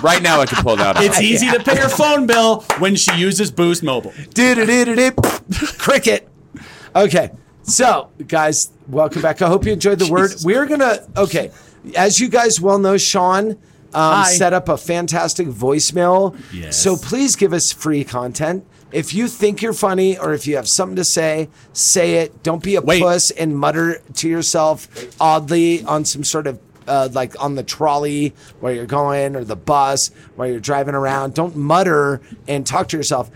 right now, I could pull that off.
It's
e-
easy to pay her phone bill when she uses Boost Mobile.
Doo-doo-doo-doo-doo. Cricket. Okay. So, guys, welcome back. I hope you enjoyed the word. We're going to, okay. As you guys well know, Sean um, set up a fantastic voicemail.
Yes.
So please give us free content. If you think you're funny or if you have something to say, say it. Don't be a
Wait.
puss and mutter to yourself oddly on some sort of uh, like on the trolley while you're going or the bus while you're driving around. Don't mutter and talk to yourself.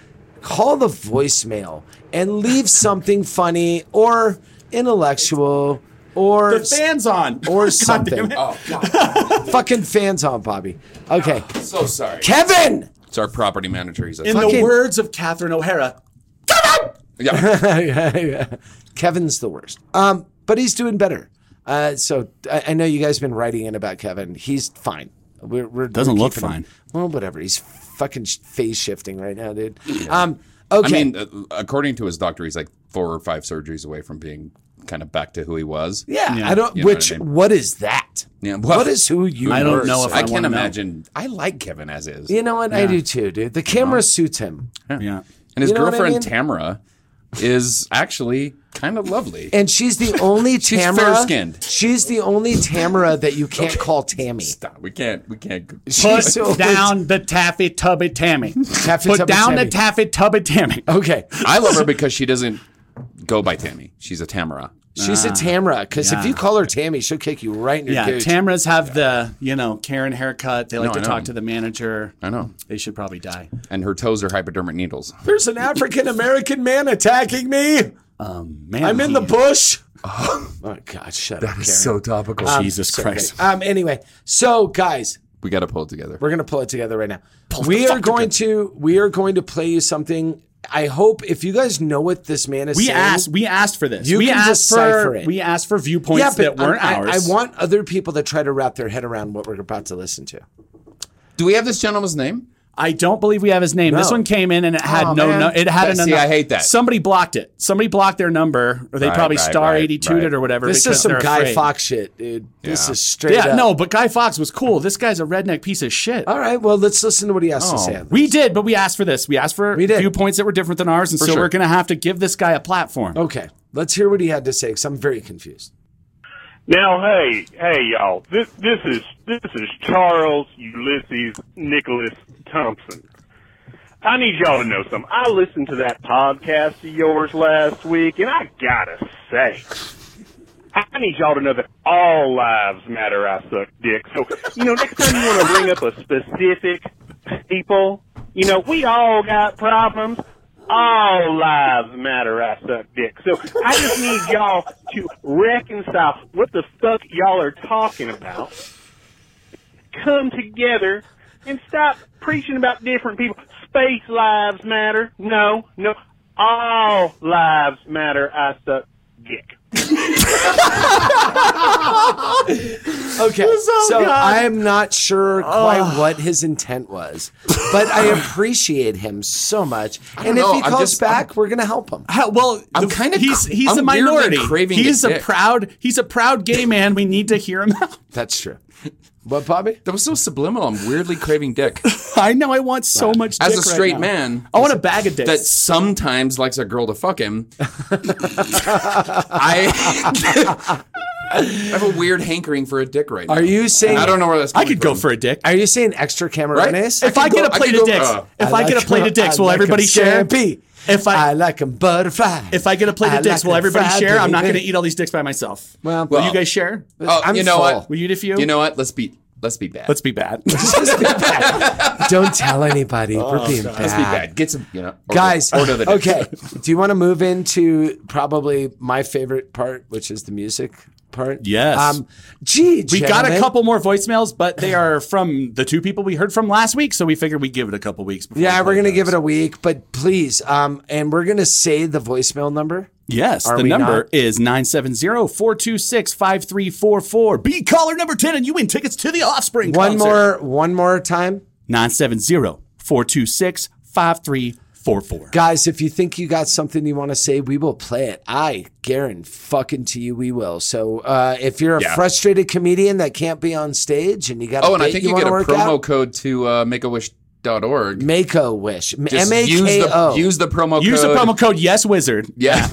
Call the voicemail and
[LAUGHS]
leave something funny or intellectual or
The fans on
[LAUGHS]
[LAUGHS]
or
damn
something.
it.
Oh, God.
Fucking fans on Bobby. Okay,
so sorry.
Kevin.
It's our property manager. He's like,
In
Fucking-
the words of Catherine O'Hara,
[LAUGHS]
yeah.
Kevin's the worst. Um, but he's doing better. Uh, so I, I know you guys have been writing in about Kevin. He's fine. We're, we're
Doesn't
we're
look
keeping him-
fine.
Well, whatever. He's fucking sh- phase shifting right now, dude. Um, okay.
I mean, uh, according to his doctor, he's like four or five surgeries away from being kind of back to who he was.
yeah, I don't.
You know
which
what I mean.
what is that?
Yeah, well,
what is who you?
I don't
were?
know if I
I can't
wanna know.
imagine. I like Kevin as is.
You know what? I do too, dude. The camera suits him,
yeah.
And his
You know what I
girlfriend
mean?
Tamara is actually kind of lovely.
and she's
[LAUGHS]
the only
She's
Tamara.
fair-skinned.
She's the only Tamara that you can't call Tammy.
Stop. We can't. We can't.
[LAUGHS]
Put
She's the only-
down the taffy tubby tammy.
Taffy
Put
tubby
down
Tammy.
the taffy tubby tammy.
Okay,
[LAUGHS] I love her because she doesn't go by Tammy. She's a Tamara.
She's a Tamara because if
Ah. yeah.
you call her Tammy, she'll kick you right in your
Yeah,
cooch.
Tamras have the you know Karen haircut. They like
No, I
to
know.
talk to the manager.
I know.
They should probably die.
And her toes are hypodermic needles.
There's an African American man attacking me.
Man,
I'm in the
he-
bush. Oh God, shut up, Karen.
topical.
Jesus Christ.
um. Anyway, so guys,
we got to pull it together.
we're gonna pull it together right now. We are going to we are going to play you something. I hope if you guys know what this man is
We
saying,
asked. We asked for this.
You
we
can
asked
decipher
for.
it.
We asked for viewpoints that weren't
I, I-
ours.
I want other people to try to wrap their head around what we're about to listen to.
Do we have this gentleman's name?
I don't believe we have his name. This
No.
one came in and it had
Oh,
no,
man.
no. It had
See,
an.
I hate that.
Somebody blocked it. Somebody blocked their number, or they
Right,
probably
right,
star
right,
eighty two
right.
it or whatever.
This
because
is some
they're
Guy
afraid.
Fox shit, dude. This
Yeah.
is straight
Yeah,
up.
no, but Guy Fox was cool. This guy's a redneck piece of shit.
All right. Well, let's listen to what he has to
Oh.
say.
We did, but we asked for this. We asked for
We did.
viewpoints that were different than ours, and so
sure.
we're going to have to give this guy a platform.
Okay, let's hear what he had to say because I'm very confused.
Now, hey, hey, y'all. This this is this is Charles Ulysses Nicholas Thompson. I need y'all to know something. I listened to that podcast of yours last week, and I gotta say, I need y'all to know that all lives matter. I suck dick. So, you know, next time you want to bring up a specific people, you know, we all got problems. All lives matter. I suck dick. So I just need y'all to reconcile what the fuck y'all are talking about. Come together and stop preaching about different people. Space lives matter. No, no. All lives matter. I suck dick.
Okay, so I am not sure quite what his intent was, but
[LAUGHS]
I appreciate him so much. And if
know,
he
I'm
calls
just-
back, we're gonna help him.
How- well,
I'm
the-
kinda
he's
cr-
he's
I'm
a
weirdly
minority.
craving
He's
a
a
dick.
proud he's a proud gay man. We need to hear him out.
That's true. What, Bobby?
That was so subliminal. I'm weirdly craving
[LAUGHS]
dick.
[LAUGHS] I know I want so much.
As
dick
a
right
straight
now.
man,
I want a bag of dicks.
that sometimes likes a girl to fuck him. I, [LAUGHS] I have a weird hankering for a dick right now.
Are you saying?
I don't know where that's.
I
Coming
could go for a dick.
Are you saying extra Camerones?
if I,
could
get
go-
a
I
plate
could
of
go-
dicks,
uh,
if I, get a plate of dicks, will everybody share? If I,
I like them butterfly.
if I get a plate
I
of dicks,
like
will
'em
everybody
fried,
share? I'm not
baby.
going to eat all these dicks by myself.
Well,
will
Well-
you guys share?
Oh,
I'm
you know
full.
what?
Will you if you?
You know what? Let's be Let's be bad.
Let's be [LAUGHS] bad.
Don't tell anybody.
Oh,
We're being bad.
Let's be bad. Get some, you know, order-
Guys,
Order the day.
okay. Do you want to move into probably my favorite part, which is the music part?
Yes.
Um, gee,
We got a
gentlemen.
couple more voicemails, but they are from the two people we heard from last week, so we figured we'd give it a couple weeks. Before
Oh
Yeah,
we
we're
play
gonna give
those.
it a week, but please, um, and we're gonna say the voicemail number.
Yes,
Are
the
we
number
not?
is 970-426-5344. Be caller number 10 and you win tickets to the Offspring
One
concert.
more, one more time,
970-426-5344.
guys. If you think you got something you want to say, we will play it. I guarantee fucking to you, we will. So uh, if you're a
Yeah.
frustrated comedian that can't be on stage and you got,
Oh,
a
and
date
I think
you,
you, get a
want to work
promo
out,
code to uh, makeawish.org.
make a wish, M
Just
A
use
K
the,
O.
use the promo
Use the
code.
promo code Yes Wizard.
Yeah.
[LAUGHS]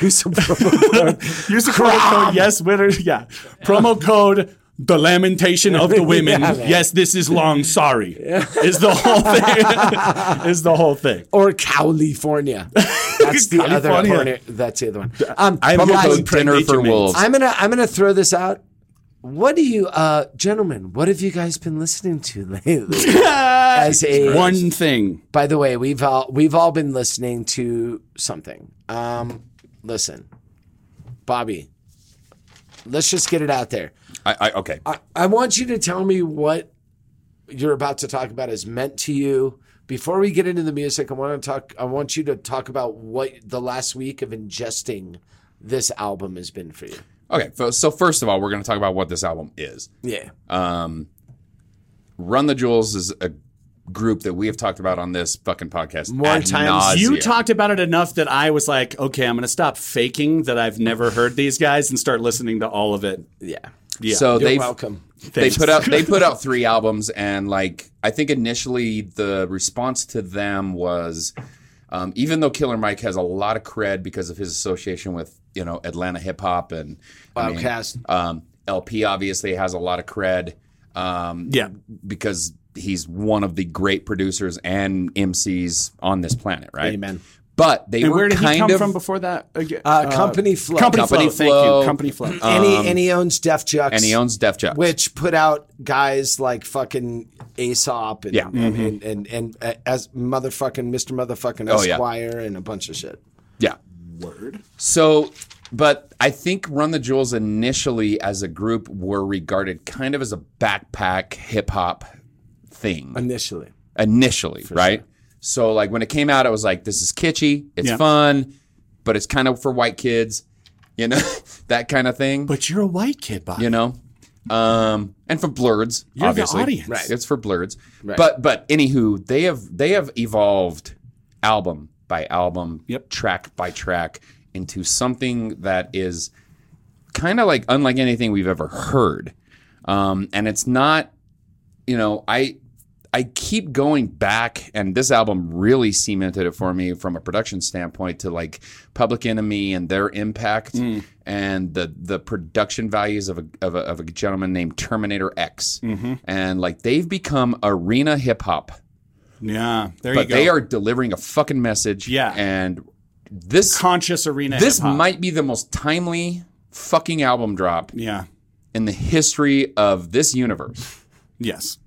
Use the promo code.
[LAUGHS] Use the promo code Yes Wizard. Yeah. Promo code The Lamentation of the Women.
[LAUGHS] Yeah, man.
yes, this is long. Sorry. Is the whole thing. [LAUGHS] is the whole thing.
or California. That's the other
California.
corner. That's the other one. Um,
I'm
but
Promo
guys,
code
code dinner for wolves.
[LAUGHS]
I'm gonna I'm gonna throw this out. What do you, uh, gentlemen? What have you guys been listening to lately? [LAUGHS] As a
One thing.
by the way, we've all we've all been listening to something. Um, listen, Bobby, let's just get it out there.
[LAUGHS] I, I, okay.
I, I want you to tell me what you're about to talk about is meant to you. Before we get into the music, I want to talk. I want you to talk about what the last week of ingesting this album has been for you.
Okay. so- So, first of all, we're going to talk about what this album is.
Yeah.
Uh, Run the Jewels is a group that we have talked about on this fucking podcast.
More
ad
times.
You
nauseam.
talked about it enough that I was like, okay, I'm going to stop faking that I've never heard these guys and start listening to all of it.
Yeah.
Yeah.
So
You're
they
welcome.
they put out
[LAUGHS]
they put out three albums and like I think initially the response to them was um, even though Killer Mike has a lot of cred because of his association with you know Atlanta hip hop and I mean,
Outcast.
um, LP obviously has a lot of cred um,
yeah.
because he's one of the great producers and MCs on this planet, right?
Amen.
But they
And
were
where did
kind
he come
of
from before that? Again?
Uh, Company Flow.
Company,
Company
Flow. Thank
Flow. Uh,
you. Company Flow.
and, he, and he owns Def Jux.
and he owns um, Def Jam.
Which put out guys like fucking Aesop and
Yeah.
and, and, and, and, uh, as motherfucking Mr. Motherfucking
Oh, yeah.
Esquire and a bunch of shit.
Yeah. Word. So, but I think Run the Jewels initially as a group were regarded kind of as a backpack hip hop thing
Initially.
initially, right? So, like when it came out, I was like, this is kitschy, it's
Yeah.
fun, but it's kind of for white kids, you know, [LAUGHS] that kind of thing,
but you're a white kid, Bob.
you know? Um, and for blurreds,
You're the
obviously,
audience. Right.
It's for blurreds, but but anywho, they have they have evolved album by album,
Yep.
track by track into something that is kind of like unlike anything we've ever heard, um, and it's not, you know, I I keep going back, and this album really cemented it for me from a production standpoint to like Public Enemy and their impact
Mm.
and the the production values of a, of a, of a gentleman named Terminator X.
Mm-hmm.
And like they've become arena hip hop,
Yeah. There you
but
go.
they are delivering a fucking message.
Yeah.
And this,
conscious arena.
this
hip-hop.
might be the most timely fucking album drop
Yeah.
in the history of this universe.
Yes.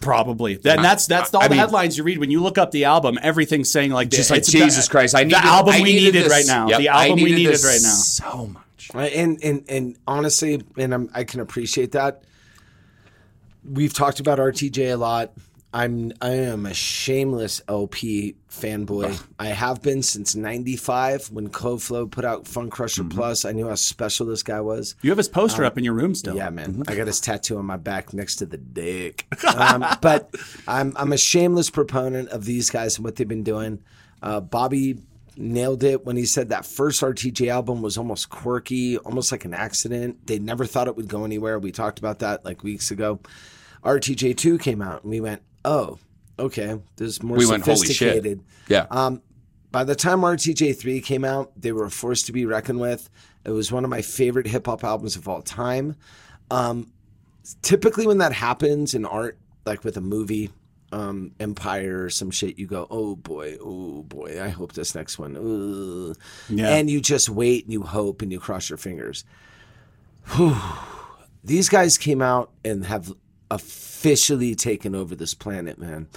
Probably. That, and that's that's all
I
the
mean-
headlines you read when you look up the album. Everything's saying like,
Just
the-
like
it's
Jesus
the,
Christ, I needed
the album
I
we needed
this.
right now.
Yep,
the
I
album we needed
this
right now.
So much.
And and and honestly, and I'm, I can appreciate that. We've talked about RTJ a lot. I'm I am a shameless LP fanboy. I have been since '95 when CoFlow put out Fun Crusher Plus. I knew how special this guy was.
You have his poster up in your room still.
Um,
Um,
Yeah, man.
mhm.
I got his tattoo on my back next to the dick.
[LAUGHS]
Um, but I'm I'm a shameless proponent of these guys and what they've been doing. Uh, Bobby nailed it when he said that first RTJ album was almost quirky, almost like an accident. They never thought it would go anywhere. We talked about that like weeks ago. RTJ two came out and we went, oh, okay, there's more
We went, "Holy shit."
sophisticated.
Yeah.
By the time RTJ3 came out, they were a force to be reckoned with. It was one of my favorite hip hop albums of all time. Um, typically, when that happens in art, like with a movie, um, Empire or some shit, you go, oh boy, oh boy, I hope this next one. ooh."
Yeah.
And you just wait and you hope and you cross your fingers. Whew. These guys came out and have officially taken over this planet, man.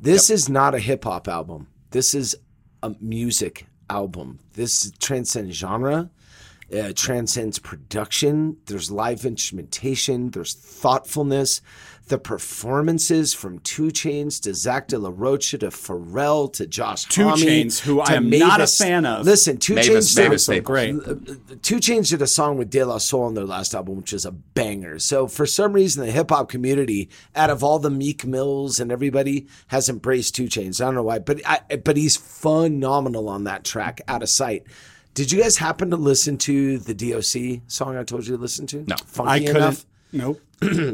This is not a hip hop album. This is a music album. This transcends genre, uh, transcends production. There's live instrumentation, there's thoughtfulness. The performances from Two Chains to Zach De La Rocha to Pharrell to Josh
Two
Homme
Chains, who I
to
am not a fan of.
Listen, Two
Mavis-
Chains
Mavis
sounds
Staples.
Great.
Two Chains did a song with De La Soul on their last album, which is a banger. So for some reason, the hip hop community, out of all the Meek Mills and everybody, has embraced Two Chains. I don't know why, but I, but he's phenomenal on that track, Out of Sight. Did you guys happen to listen to the DOC song I told you to listen to? No, funky
I couldn't.
enough.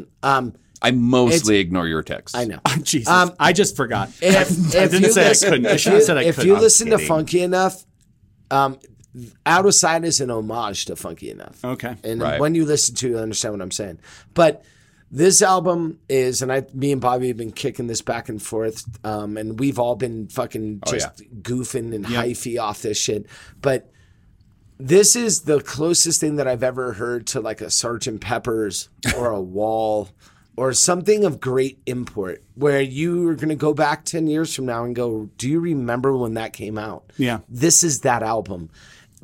Nope.
I mostly ignore your texts.
I know.
[LAUGHS] Jesus, I just forgot.
Um, If,
[LAUGHS] I
if
didn't
you
say
listen-
I couldn't. I
if
should have
you-
said I
if
couldn't.
you
I'm
listen to
kidding.
Funky Enough, um, Out of Sight is an homage to Funky Enough.
Okay.
And
Right.
when you listen to it, you understand what I'm saying. But this album is, and I, me and Bobby have been kicking this back and forth, um, and we've all been fucking just goofing and hyphy off this shit. But this is the closest thing that I've ever heard to like a Sergeant Pepper's or a Wall or something of great import, where you are going to go back ten years from now and go, "Do you remember when that came out?"
Yeah.
this is that album.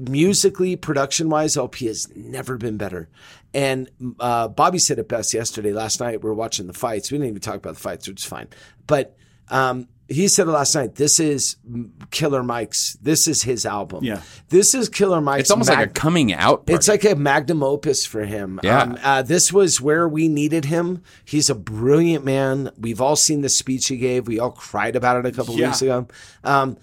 Musically, production wise, LP has never been better. And uh, Bobby said it best yesterday. Last night, we were watching the fights. We didn't even talk about the fights, which is fine. But um, he said it last night. This is mm, Killer Mike's. This is his album.
Yeah.
This is Killer Mike's.
It's almost like a
mag-
coming out. Party.
it's like a magnum opus for him.
Yeah.
uh, this was where we needed him. He's a brilliant man. We've all seen the speech he gave. We all cried about it a couple
Yeah.
weeks ago. Um,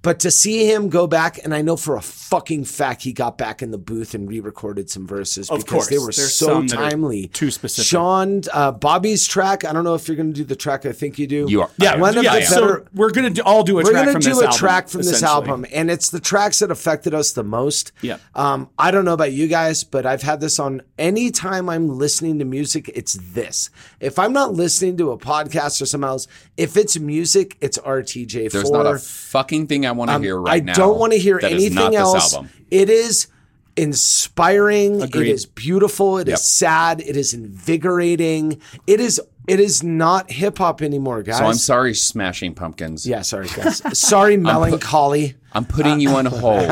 but to see him go back, and I know for a fucking fact he got back in the booth and re-recorded some verses
Of
because
course.
they were
There's
so
some that are
timely.
too specific.
Sean, uh, Bobby's track. I don't know if you're going to do the track. I think you do.
You are.
yeah,
one of
yeah,
the
so
better-
we're gonna do, all do a
We're
track
gonna
from
do
this
a
album,
track from this
essentially.
album, and it's the tracks that affected us the most.
Yeah.
Um, I don't know about you guys, but I've had this on any time I'm listening to music, it's this. If I'm not listening to a podcast or something else, if it's music, it's RTJ4.
There's not a fucking thing I want to hear right
Um, I
now.
don't want to hear
that is
anything
not this
else.
album.
It is inspiring.
Agreed.
It is beautiful. It is
Yep.
sad. It is invigorating. It is it is not hip hop anymore, guys.
So I'm sorry, Smashing Pumpkins.
Yeah, sorry, guys.
[LAUGHS]
sorry, melancholy.
I'm putting
[LAUGHS]
you on hold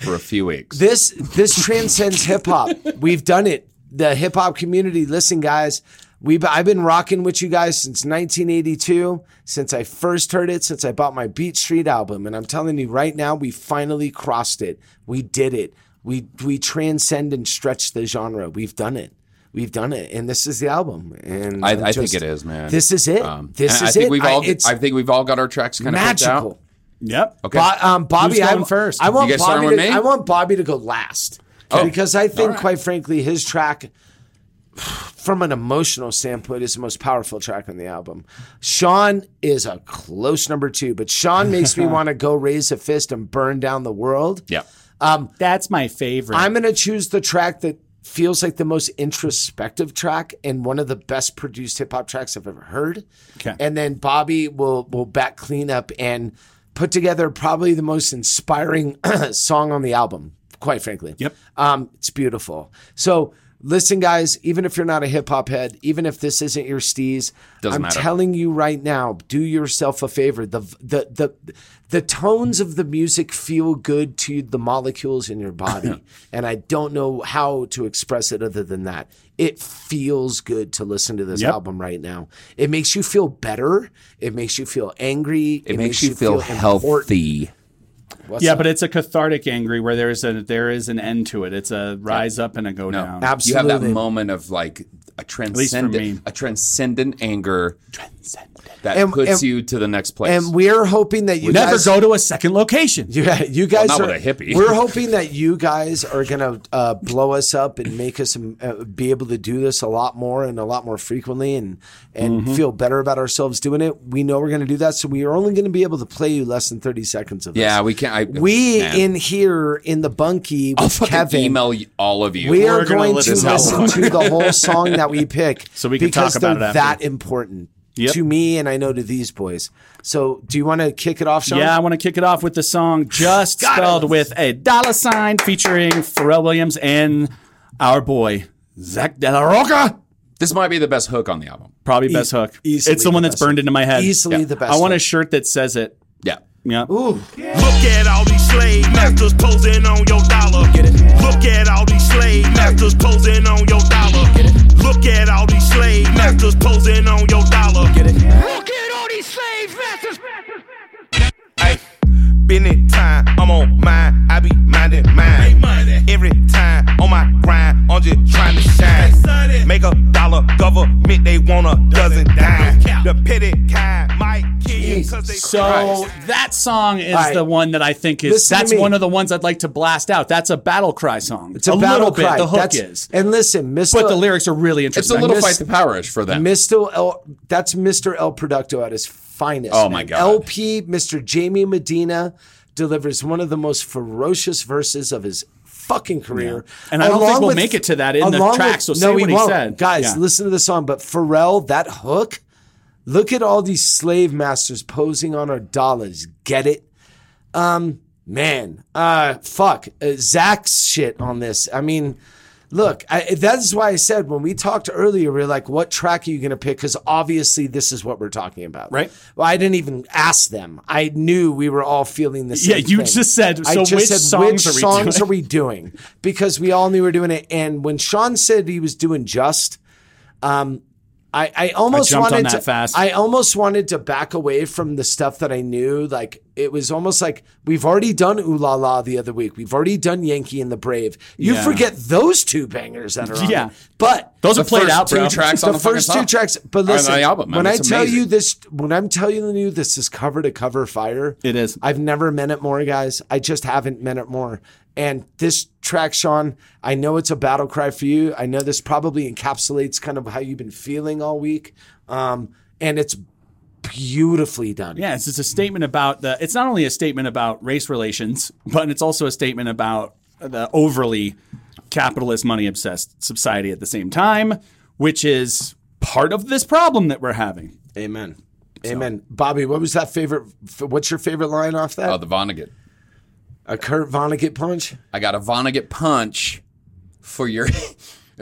for a few weeks.
This this transcends hip hop. We've done it. The hip hop community. Listen, guys, we have I've been rocking with you guys since 1982, since I first heard it, since I bought my Beat Street album, and I'm telling you right now, we finally crossed it. We did it. We we transcend and stretch the genre. We've done it. We've done it, and this is the album. And
I,
I'm
I think
just-
it is, man.
This is it.
Um,
this
and
is
I think
it.
We've
I-
all, I,
it's
think we've all got our tracks kind of picked out.
magical.
Yep.
Okay.
Bo- um, Bobby,
Who's
I,
going first?
I want
You guys
Bobby.
starting
To,
with me?
I want Bobby to go last
Oh.
because I think, quite frankly, his track, from an emotional standpoint, is the most powerful track on the album. Sean is a close number two, but Sean
[LAUGHS]
makes me want to go raise a fist and burn down the world.
Yeah.
That's my favorite.
I'm going to choose the track that feels like the most introspective track and one of the best produced hip hop tracks I've ever heard.
Okay.
And then Bobby will will back clean up and put together probably the most inspiring [CLEARS THROAT] song on the album, quite frankly.
Yep.
Um, it's beautiful. So listen, guys, even if you're not a hip hop head, even if this isn't your steez,
Doesn't
I'm
matter.
telling you right now, do yourself a favor. The the the the tones of the music feel good to the molecules in your body. and I don't know how to express it other than that. It feels good to listen to this
Yep.
album right now. It makes you feel better. It makes you feel angry.
It, makes, you feel, healthy.
yeah, but it's a cathartic angry where there's a there is an end to it. It's a rise up and a go
No,
down.
Absolutely.
You have that moment of like a
least for
transcendent,
me.
a transcendent anger that
And-
puts
and-
you to the next place.
And we're hoping that you
Never
guys-
go to a second location.
[LAUGHS] Yeah, you guys
not
are
with a hippie.
We're hoping that you guys are gonna uh, blow us up and make us um, uh, be able to do this a lot more and a lot more frequently, and and
Mm-hmm.
feel better about ourselves doing it. We know we're gonna do that, so we are only gonna be able to play you less than thirty seconds of this.
yeah, we can't. I,
we
man.
in here in the bunkie with
I'll fucking
Kevin.
email you- all of you.
we
We're
are
gonna
going to
listen
listen
to this album.
to
[LAUGHS]
the whole song that we pick,
So we can
because
talk about
they're
it
that
after.
important
Yep.
to me, and I know to these boys. So, do you want to kick it off, Sean?
Yeah, I want to kick it off with the song Just Spelled with a Dollar Sign featuring Pharrell Williams and our boy, Zach De La Roca.
This might be the best hook on the album.
Probably best hook.
E- easily
it's the one
the
that's
best
burned into my head.
Easily the best
I want a
hook.
shirt that says it.
Yeah.
Yeah.
Look at all these slave masters posing on your dollar. Look at all these slave masters posing on your dollar. Look at all these slave masters posing on your dollar. Look at all these slave masters. Ay, been it time, I'm on mine, I be minding mine. Every time on my grind, I'm just trying to shine. Make a dollar, government, they want a dozen dime. The petty kind might kill you cause they
So that song is
All right.
the one that I think is
Listen to
that's
me.
one of the ones I'd like to blast out. That's a battle cry song.
It's a, battle
little
cry.
bit. The hook
That's-
is,
And listen, Mr.
but the lyrics are really
It's a
interesting.
little
miss-
fight the powerish for them.
Mr. El, that's Mr. El Producto at his finest.
Oh, my
man.
God.
LP, Mr. Jamie Medina delivers one of the most ferocious verses of his fucking career.
And I don't think
Along
we'll make it to that in the
along
track, so say
we
what he said.
Guys,
Yeah.
listen to the song, but Pharrell, that hook, look at all these slave masters posing on our dollars. Get it? Man, uh, fuck uh, Zach's shit on this. I mean, look, I, that is why I said when we talked earlier, we are like, "What track are you going to pick?" Because obviously, this is what we're talking about,
Right.
Well, I didn't even ask them. I knew we were all feeling the same.
Yeah, you
thing.
just said,
I
so
just
which
said,
songs
which
are we
songs
doing?
are we doing? Because we all knew we were doing it. And when Sean said he was doing just, um, I, I almost
jumped on
wanted
that
to.
fast.
I almost wanted to back away from the stuff that I knew. Like it was almost like we've already done Ooh La La the other week. We've already done Yankee and the Brave. You
Yeah.
forget those two bangers that are on.
Yeah.
it. but
Those
The
are played
first
out,
two
bro.
tracks on
the
the fucking
first two
song.
tracks. But
Or on
listen,
the album, man,
when I
it's
tell you
amazing.
this, when I'm telling you this is cover to cover fire.
It is.
I've never meant it more, guys. I just haven't meant it more. And this track, Sean, I know it's a battle cry for you. I know this probably encapsulates kind of how you've been feeling all week. Um, and it's beautifully done.
Yeah, it's, it's a statement about the. It's not only a statement about race relations, but it's also a statement about the overly capitalist, money obsessed society at the same time, which is part of this problem that we're having.
Amen. Amen. Bobby, what was that favorite? f- What's your favorite line off that?
Oh, the Vonnegut.
a Kurt Vonnegut punch?
I got a Vonnegut punch for your. [LAUGHS]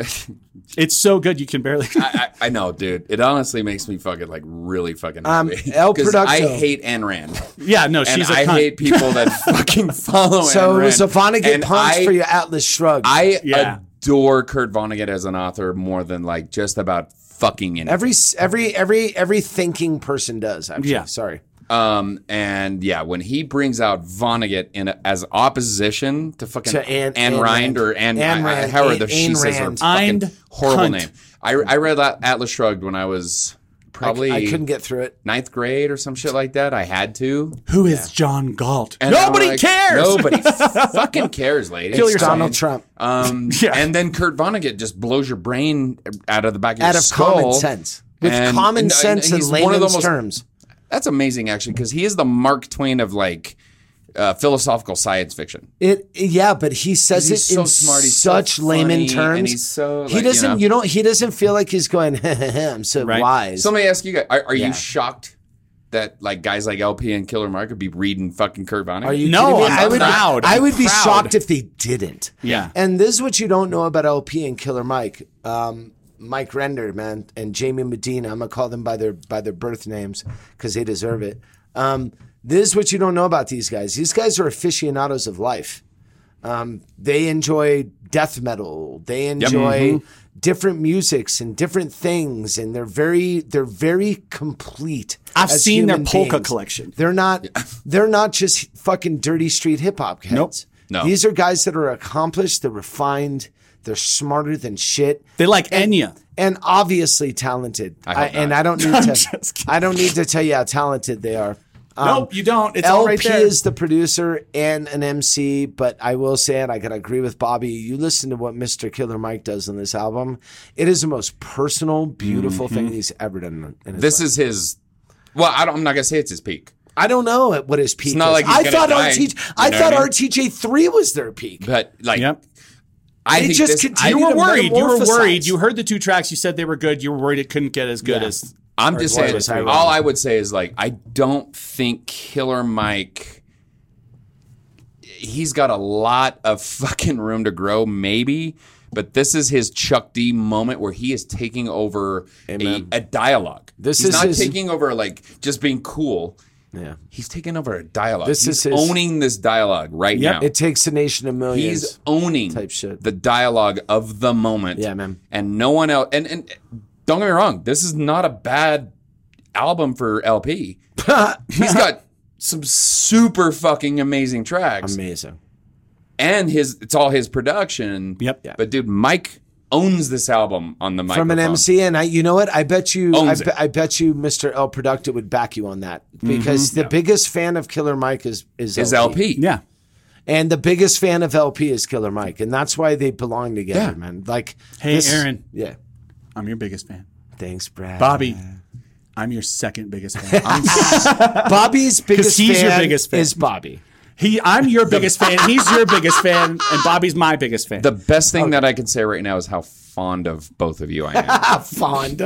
It's so good you can barely.
I, I know, dude. It honestly makes me fucking like really fucking
Um,
happy.
El
[LAUGHS] 'Cause I
Producto.
hate Ayn Rand.
[LAUGHS] yeah, no,
and
she's a
I
cunt.
hate people
[LAUGHS]
that fucking follow.
So
Ayn
it was a
Rand.
Vonnegut
And
punch
I-
for your Atlas shrug.
I
Yeah.
adore Kurt Vonnegut as an author more than like just about fucking anything.
every s- every every every thinking person does. Actually.
Yeah.
Sorry.
Um, and yeah, when he brings out Vonnegut in a, as opposition to fucking
To Anne-
Anne,
Ayn
Rand
Rand.
or Anne,
Ayn
I- I-
Rand.
however
Ayn-
the she
Ayn
says her
Rand.
fucking
Ayn
horrible
cunt.
name. I, I read that Atlas Shrugged when I was probably
I couldn't get through it.
ninth grade or some shit like that. I had to.
Who is John Galt?
And I'm
Nobody
like,
[LAUGHS]
cares. [LAUGHS]
Nobody fucking cares, lady.
Kill
It's
yourself.
Donald Trump. [LAUGHS]
Um,
Yeah.
And then Kurt Vonnegut just blows your brain out of the back of
Out
your
of
skull.
common sense. With
And- and-
common
and
sense and,
he's one of the
layman's
most-
terms.
That's amazing, actually, because he is the Mark Twain of like uh, philosophical science fiction.
It yeah, but he says
He's
it
so
in
smart, he's so
such layman
funny,
terms.
and he's so, like,
he
you
doesn't
know.
you don't he doesn't feel like he's going. [LAUGHS] I'm so
Right.
wise.
So let me ask you guys: Are, are
Yeah.
you shocked that like guys like LP and Killer Mark would be reading fucking Kurt Vonnegut?
Are you
No,
kidding me?
I'm
I would,
proud.
I
I'm
would be
proud.
shocked if they didn't.
Yeah.
And this is what you don't know about LP and Killer Mike. Um, Mike Render, man, and Jamie Medina. I'm gonna call them by their by their birth names because they deserve it. Um, this is what you don't know about these guys. These guys are aficionados of life. Um, they enjoy death metal. They enjoy
Mm-hmm.
different musics and different things, and they're very they're very complete.
I've
as
seen their
human
polka
beings.
collection.
They're not
[LAUGHS]
they're not just fucking dirty street hip hop heads.
No.
These are guys that are accomplished, they're refined, they're smarter than shit.
They like Enya.
And obviously talented. I
hope
and
not.
[LAUGHS]
I don't need to I don't need to tell you how talented they are. Um,
nope, you don't. It's all
LP
right there.
is the producer and an MC, but I will say, and I can agree with Bobby, you listen to what Mr. Killer Mike does on this album. It is the most personal, beautiful
Mm-hmm.
thing he's ever done. In his
This
life.
is his. Well, I don't, I'm not gonna say it's his peak,
I don't know at what his peak
not
is.
like he's
I
gonna
thought
die,
RTJ,
you
I
know
thought
what I mean?
RTJ three was their peak.
but like
Yep.
I
It
think
just
this-
continues
I-
You
need
were
to
worried. You were
metamorphosize.
worried. You heard the two tracks. You said they were good. You were worried it couldn't get as good
Yeah.
as.
I'm just saying.
Gorgeous, I love
all
it.
I would say is like I don't think Killer Mike. [LAUGHS] He's got a lot of fucking room to grow, maybe, But this is his Chuck D moment where he is taking over a,
Amen.
a dialogue.
This
He's
is
not
his-
taking over like just being cool.
Yeah.
He's taking over a dialogue.
This
He's
is his-
owning this dialogue right now.
It takes a nation of millions.
He's owning
type shit.
the dialogue of the moment.
Yeah, man.
And no one else. And and don't get me wrong, this is not a bad album for
[LAUGHS]
LP. He's got some super fucking amazing tracks,
Amazing.
and his it's all his production.
Yep.
Yeah.
But dude, Mike owns this album on the microphone.
From an MC, and I, you know what? I bet you, I,
Owns
be-
it. Mm-hmm.
I bet you, Mr. El Producta would back you on that because the biggest fan of Killer Mike is is,
His LP.
Yeah.
and the biggest fan of LP is Killer Mike, and that's why they belong together,
Yeah.
man. Like,
Hey, Aaron.
yeah,
I'm your biggest fan.
thanks, Brad.
Bobby, I'm your second biggest fan. I'm,
[LAUGHS]
[LAUGHS]
Bobby's biggest
he's your
fan
biggest fan.
is Bobby.
he, I'm your biggest fan. He's your biggest fan, and Bobby's my biggest fan.
The best thing that I can say right now is how fond of both of you I am. [LAUGHS]
Ah, fond.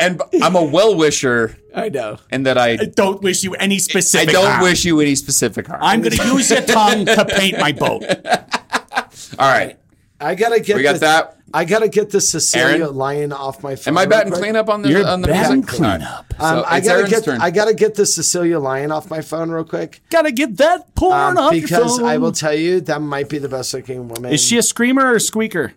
and b- I'm a well wisher
I know.
in that
[LAUGHS]
I,
don't wish you any
I
specific.
don't
harm.
wish you any specific harm.
I'm going to use your tongue to paint my boat.
All right.
I gotta get.
We got
the-
that.
I gotta get the Cecilia
Aaron?
lion off my phone.
Am I
real
batting
quick.
cleanup on the
You're
on the
batting
music? All right.
cleanup.
So
Um, I
Oh, it's
gotta
Aaron's
get.
turn.
I gotta get the Cecilia lion off my phone real quick.
Gotta get that
Um,
porn off your
because
phone.
I will tell you that might be the best looking woman.
Is she a screamer or a squeaker?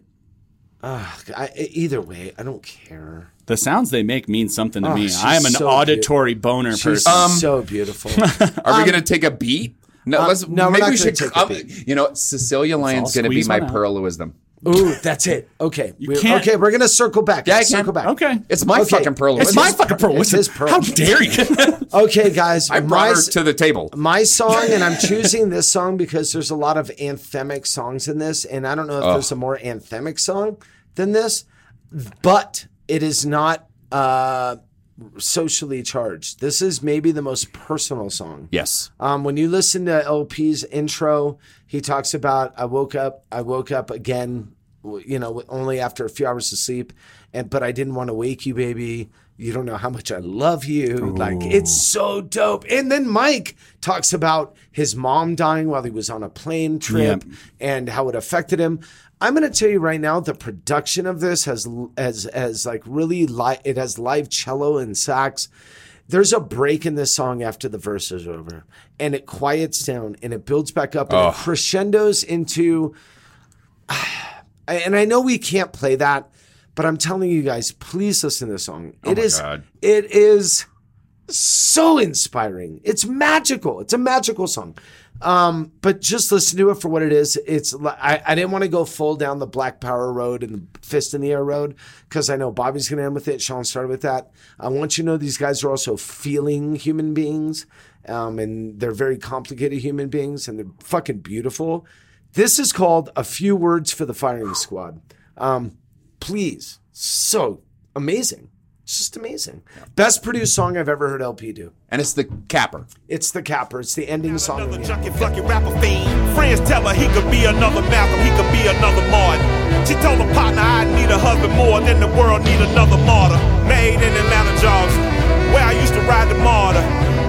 I, either way, I don't care.
The sounds they make mean something to
Oh,
me.
she's
I am an
so
auditory boner
She's
person.
Um, [LAUGHS]
so beautiful.
Are we going to take a beat? No,
um,
let's.
no, we're
maybe
not
we should.
gonna take a
um,
beat.
You know, what? Cecilia Lyon's going to be
squeeze
my
one out.
pearl of wisdom.
Ooh, that's it. Okay, we're,
can't-
okay, we're gonna circle back.
Yeah, I
Let's
can.
circle back.
okay.
It's my
Okay.
fucking pearl of
It's
It's
wisdom.
my fucking pearl.
It's his pearl. [LAUGHS]
How dare you?
Okay, guys.
I brought
my,
her to the table.
my song, and I'm choosing this song because there's a lot of anthemic songs in this, and I don't know if there's a more anthemic song than this, but it is not uh, socially charged. This is maybe the most personal song.
Yes.
Um, when you listen to LP's intro, he talks about I woke up, I woke up again, w- you know, only after a few hours of sleep, and but I didn't want to wake you, baby. You don't know how much I love you. Like it's so dope. And then Mike talks about his mom dying while he was on a plane trip and how it affected him. I'm going to tell you right now, the production of this has l- has has like really li- it has live cello and sax there's a break in this song after the verse is over and it quiets down and it builds back up and it crescendos into [SIGHS] and i know we can't play that but i'm telling you guys please listen to this song It is.
God.
it is so inspiring it's magical it's a magical song um, but just listen to it for what it is. It's li- I, I didn't want to go full down the Black Power road and the fist in the air road because I know Bobby's going to end with it. Sean started with that. I want you to know these guys are also feeling human beings, um, and they're very complicated human beings, and they're fucking beautiful. This is called a few words for the firing squad. Um, please, so amazing, it's just amazing. Best produced song I've ever heard LP do.
And it's the capper.
It's the capper. It's the ending song.
Another junkie fucking rapper fiend. Friends tell her he could be another Malcolm, he could be another Martin. She told her partner I need a husband more than the world need another martyr. Made in Atlanta jobs, where I used to ride the martyr.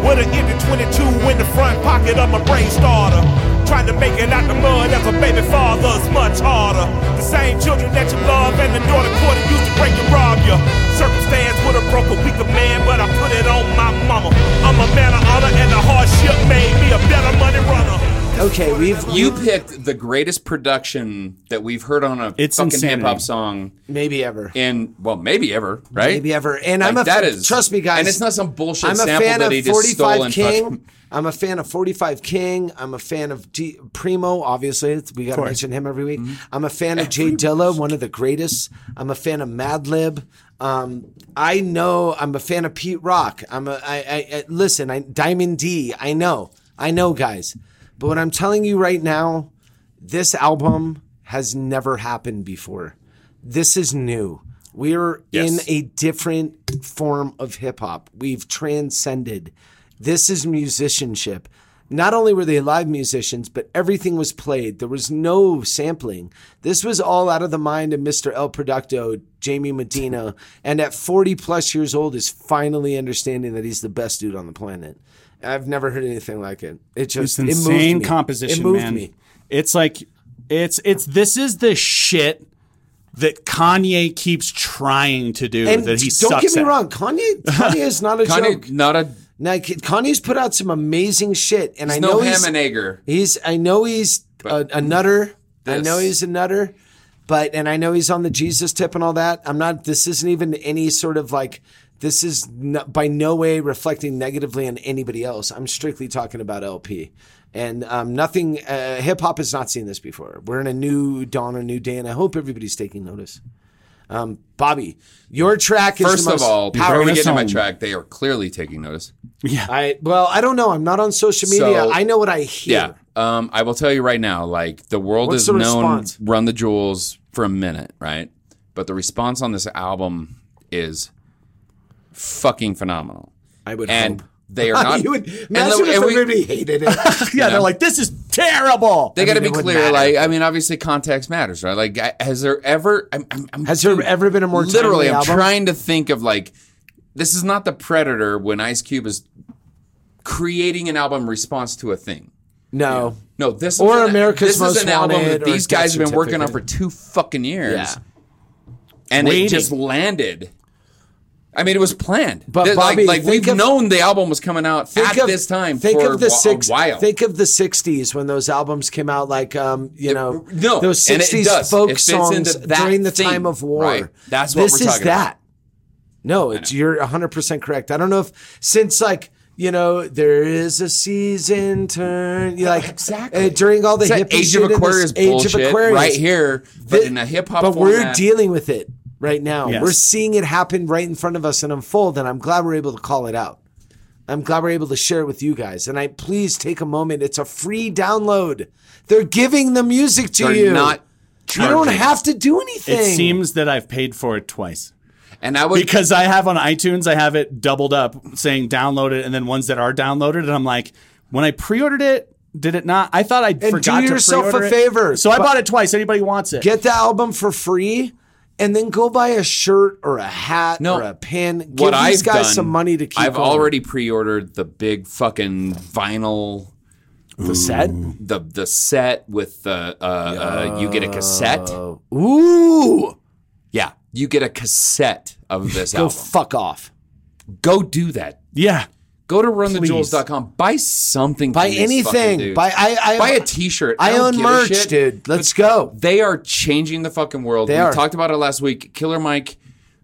With an empty 22 in the front pocket of my brain starter. Trying to make it out the mud as a baby father's much harder. The same children that you love and the daughter court used to break and rob you. Circumstance would have broke a weaker man, but I put it on my mama. I'm a man of honor and the hardship made me a better money runner.
Okay, we've
You picked the greatest production that we've heard on a
It's
fucking hip
insanity.
hop song
maybe ever.
in well maybe ever right
maybe ever. And I'm a
Like, that
fan-
is-
trust me, guys.
and it's not some bullshit
I'm a
sample
fan
that
of
he just
45
stole and
King.
fucking-
I'm a fan of 45 King. I'm a fan of G- Primo. Obviously, we got to mention him every week.
Mm-hmm.
I'm a fan of Jay Dilla, one of the greatest. I'm a fan of Madlib. Um, I know. I'm a fan of Pete Rock. I'm a. I, I, I listen. I Diamond D. I know. I know, guys. But what I'm telling you right now, this album has never happened before. This is new. We're in
Yes.
a different form of hip hop. We've transcended. This is musicianship. Not only were they live musicians, but everything was played. There was no sampling. This was all out of the mind of Mr. El Producto, Jamie
[LAUGHS]
Medina, and at 40 plus years old is finally understanding that he's the best dude on the planet. I've never heard anything like it. It just
It's
it moved
insane
me.
composition,
It moved
man.
me.
It's like It's it's this is the shit that Kanye keeps trying to do
And
that he
don't
sucks
get me
at.
wrong, Kanye Kanye is not
[LAUGHS]
a
Kanye-
joke.
not a.
Like Kanye's put out some amazing shit, and
He's
I
no
know
ham
he's
and egger.
he's I know he's a, a nutter. I
This.
know he's a nutter, but and I know he's on the Jesus tip and all that. I'm not. This isn't even any sort of like. This is no, by no way reflecting negatively on anybody else. I'm strictly talking about LP. And um, nothing, uh, hip hop has not seen this before. We're in a new dawn, a new day, and I hope everybody's taking notice. Um, Bobby, your track is the
First of
most
all,
powerful-
before we get to my track, they are clearly taking notice.
I well, I don't know. I'm not on social media.
So-
I know what I hear.
Yeah. Um, I will tell you right now, like the world has
What's the
known
response?
Run the Jewels for a minute, right? But the response on this album is fucking phenomenal.
[LAUGHS] I would
and
hope.
they are [LAUGHS] not
you would
and
imagine
the-
if
and we-
everybody [LAUGHS] hated it.
Yeah, they're like, this is terrible.
they got to
mean,
be
it wouldn't
clear.
matter.
Like, I mean, obviously, context matters, right? Like, I- has there ever? I'm, I'm, I'm
Has there ever been a more
literally?
timely
I'm
album?
trying to think of like, this is not the Predator when Ice Cube is creating an album in response to a thing.
No,
No, this
Or
is an,
America's
this
Most
is an album
Wanted
that
or
these
Death
guys have been working on for
Certificate.
two fucking years,
Yeah.
and
Waiting.
it just landed. I mean, it was planned.
But,
Th-
Bobby,
like, like
think
we've
of-
known the album was coming out at this time
Think
for
of the
wa-
six.
a while.
Think of the '60s when those albums came out. Like, um, you know,
no,
those
and it
'60s
does.
folk
It fits into
songs
that
during the
theme,
time of war.
right. That's what
this
we're
is.
talking about.
that. No, it's, you're 100 percent correct. I don't know if since like. You know, there is a season turn. You like
Exactly.
uh, during all the
It's that
hippie
Age
shit
of
and this
Aquarius
Age
bullshit
of Aquarius
right here, but
Thi-
in a hip hop.
But we're
format.
dealing with it right now.
Yes.
We're seeing it happen right in front of us and unfold, and I'm glad we're able to call it out. I'm glad we're able to share it with you guys. And I please take a moment. It's a free download. They're giving the music to
They're
you.
not
you don't
charging.
have to do anything.
It seems that I've paid for it twice.
And I would
Because I have on iTunes, I have it doubled up saying download it and then ones that are downloaded. And I'm like, when I pre ordered it, did it not? I thought I forgot
do
to
yourself a
pre-order it.
favor.
So I
Bu-
bought it twice. Anybody wants it.
Get the album for free and then go buy a shirt or a hat or a pin. Give
what
these
I've
guys
done,
some money to keep
I've
going.
already pre-ordered the big fucking vinyl
the set.
the the set with the uh, uh, you get a cassette.
Ooh.
Yeah, you get a cassette of this
[LAUGHS] Go
album.
fuck off.
Go do that.
yeah.
Go to runthejewels.com. Buy something.
Buy
from these fucking
anything.
dudes.
Buy I, I
Buy a T-shirt.
I
don't
own
give a
merch,
shit.
dude. Let's go.
They are changing the fucking world.
They
we
are.
talked about it last week. Killer Mike,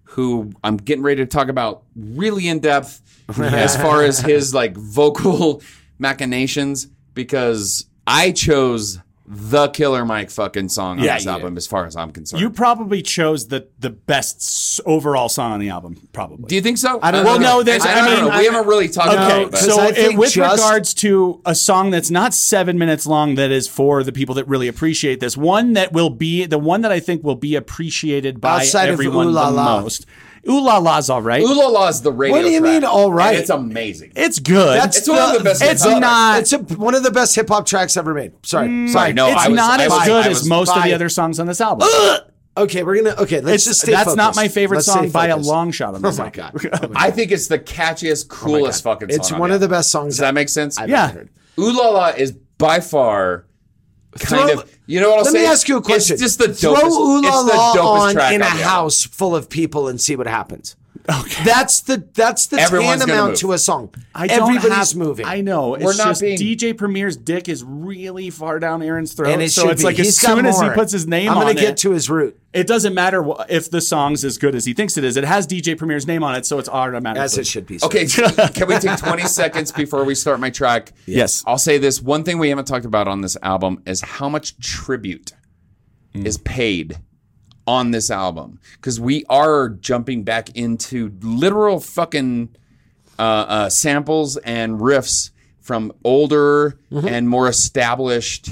who I'm getting ready to talk about really in
[LAUGHS]
depth as far as his like vocal [LAUGHS] machinations, because I chose the Killer Mike fucking song on
Yeah,
this
you
album, as far as I'm concerned.
You probably chose the, the best s- overall song on the album, probably.
Do you think so?
I don't
well,
know.
no, there's.
I,
I,
don't
mean,
know. we haven't really talked about
Okay,
it. but-
so
I
it-
think
with
just-
regards to a song that's not seven minutes long, that is for the people that really appreciate this. One that will be the one that I think will be appreciated by
Outside of
everyone
Ooh La
the
La.
most. Ooh la la's all right.
Ooh La La is the radio.
What do you
track,
mean, all
and
right?
it's amazing.
it's good.
That's
It's one of the best
It's
hip hop-
not.
It's a, one of the best hip hop tracks ever made. Sorry.
Sorry, no,
it's
I was,
not
I
as
was-
good
I
as
was-
most of
fine.
the other songs on this album.
Okay, we're gonna. Okay, let's
It's-
just. Stay
that's not
focused.
my favorite
Let's
song
stay
by a
focused.
long shot on this
Oh my
album.
[LAUGHS]
god. Oh my
I think it's the catchiest, coolest
God.
fucking. song
It's
on
one of the best
Does
songs.
that make sense?
I've
Yeah.
ever heard.
Ooh La La is by far kind
Throw-
of. You know what I'll
Let
say?
me ask you a question.
It's just the
Throw
dopest.
Ooh La
it's the
La
dopest
on
track
in a
on the album.
house full of people and see what happens. Okay. That's the that's the
Everyone's gonna
tantamount
move.
to a song.
I don't
Everybody's
have-
moving.
I know. It's
We're not
just
being-
DJ Premier's dick is really far down Aaron's throat.
And it
so
should
it's
be.
like as
He's got
soon as he
more.
puts his name
I'm
on
gonna
it,
get to his root.
it doesn't matter wh- if the song's as good as he thinks it is. It has DJ Premier's name on it, so it's automatic.
As it should be. sir. [LAUGHS]
Okay, can we take 20 seconds before we start my track?
Yes.
I'll say this one thing we haven't talked about on this album is how much tribute is paid on this album because we are jumping back into literal fucking uh, uh, samples and riffs from older and more established.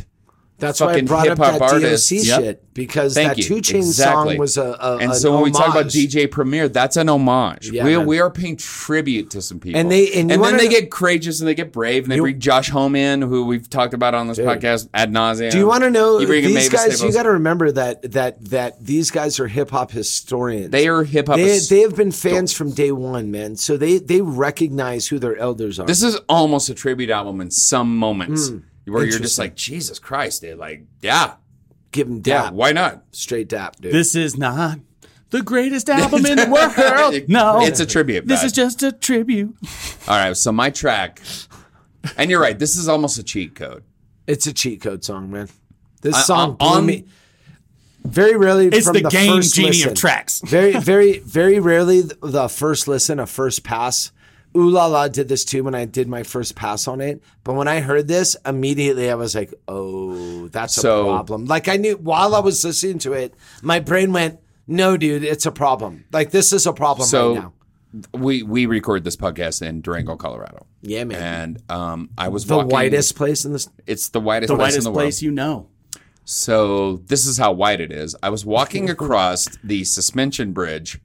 That's why I
fucking
brought up
hip-hop
that
artists.
DOC
Yep.
shit because
Thank
that
you.
Two Chain
Exactly.
song was a, a
and
an
so when we talk about
homage.
DJ Premier, that's an homage.
Yeah,
we,
man.
we are paying tribute to some people,
And they- and you
then
wanna-
they get courageous and they get brave and they bring Josh Home in, who we've talked about on this podcast ad nauseum.
Do you want to know
Um, You bring in
these
Mavis
guys? You
Staples.
got to remember that that that these guys are hip hop historians.
They are hip hop.
They,
his-
they have been fans from day one, man. So they they recognize who their elders are.
This is almost a
Hmm.
tribute album in some moments where you're just like, Jesus Christ, dude. Like, yeah,
give him
Yeah,
dap.
why not?
Straight dap, dude.
This is not the greatest album in the world. No,
It's a tribute,
This
Brad.
is just a tribute.
All right, so my track, and you're right. This is almost a cheat code.
it's a cheat code song, man. This
I-
song
I-
blew
on-
me. Very rarely,
It's
from
the game
first
genie of
listen.
tracks.
[LAUGHS] very, very, very rarely th- the first listen, a first pass. Ooh la la did this too when I did my first pass on it. But when I heard this, immediately I was like, "Oh, that's
So-
a problem." Like I knew while I was listening to it, my brain went, "No, dude, it's a problem. Like this is a problem
So
right now."
we we record this podcast in Durango, Colorado.
Yeah, man.
And um, I was
The
walking-
whitest place in this.
It's the whitest
The
place in
whitest
the world.
place you know.
So this is how wide it is. I was walking across the suspension bridge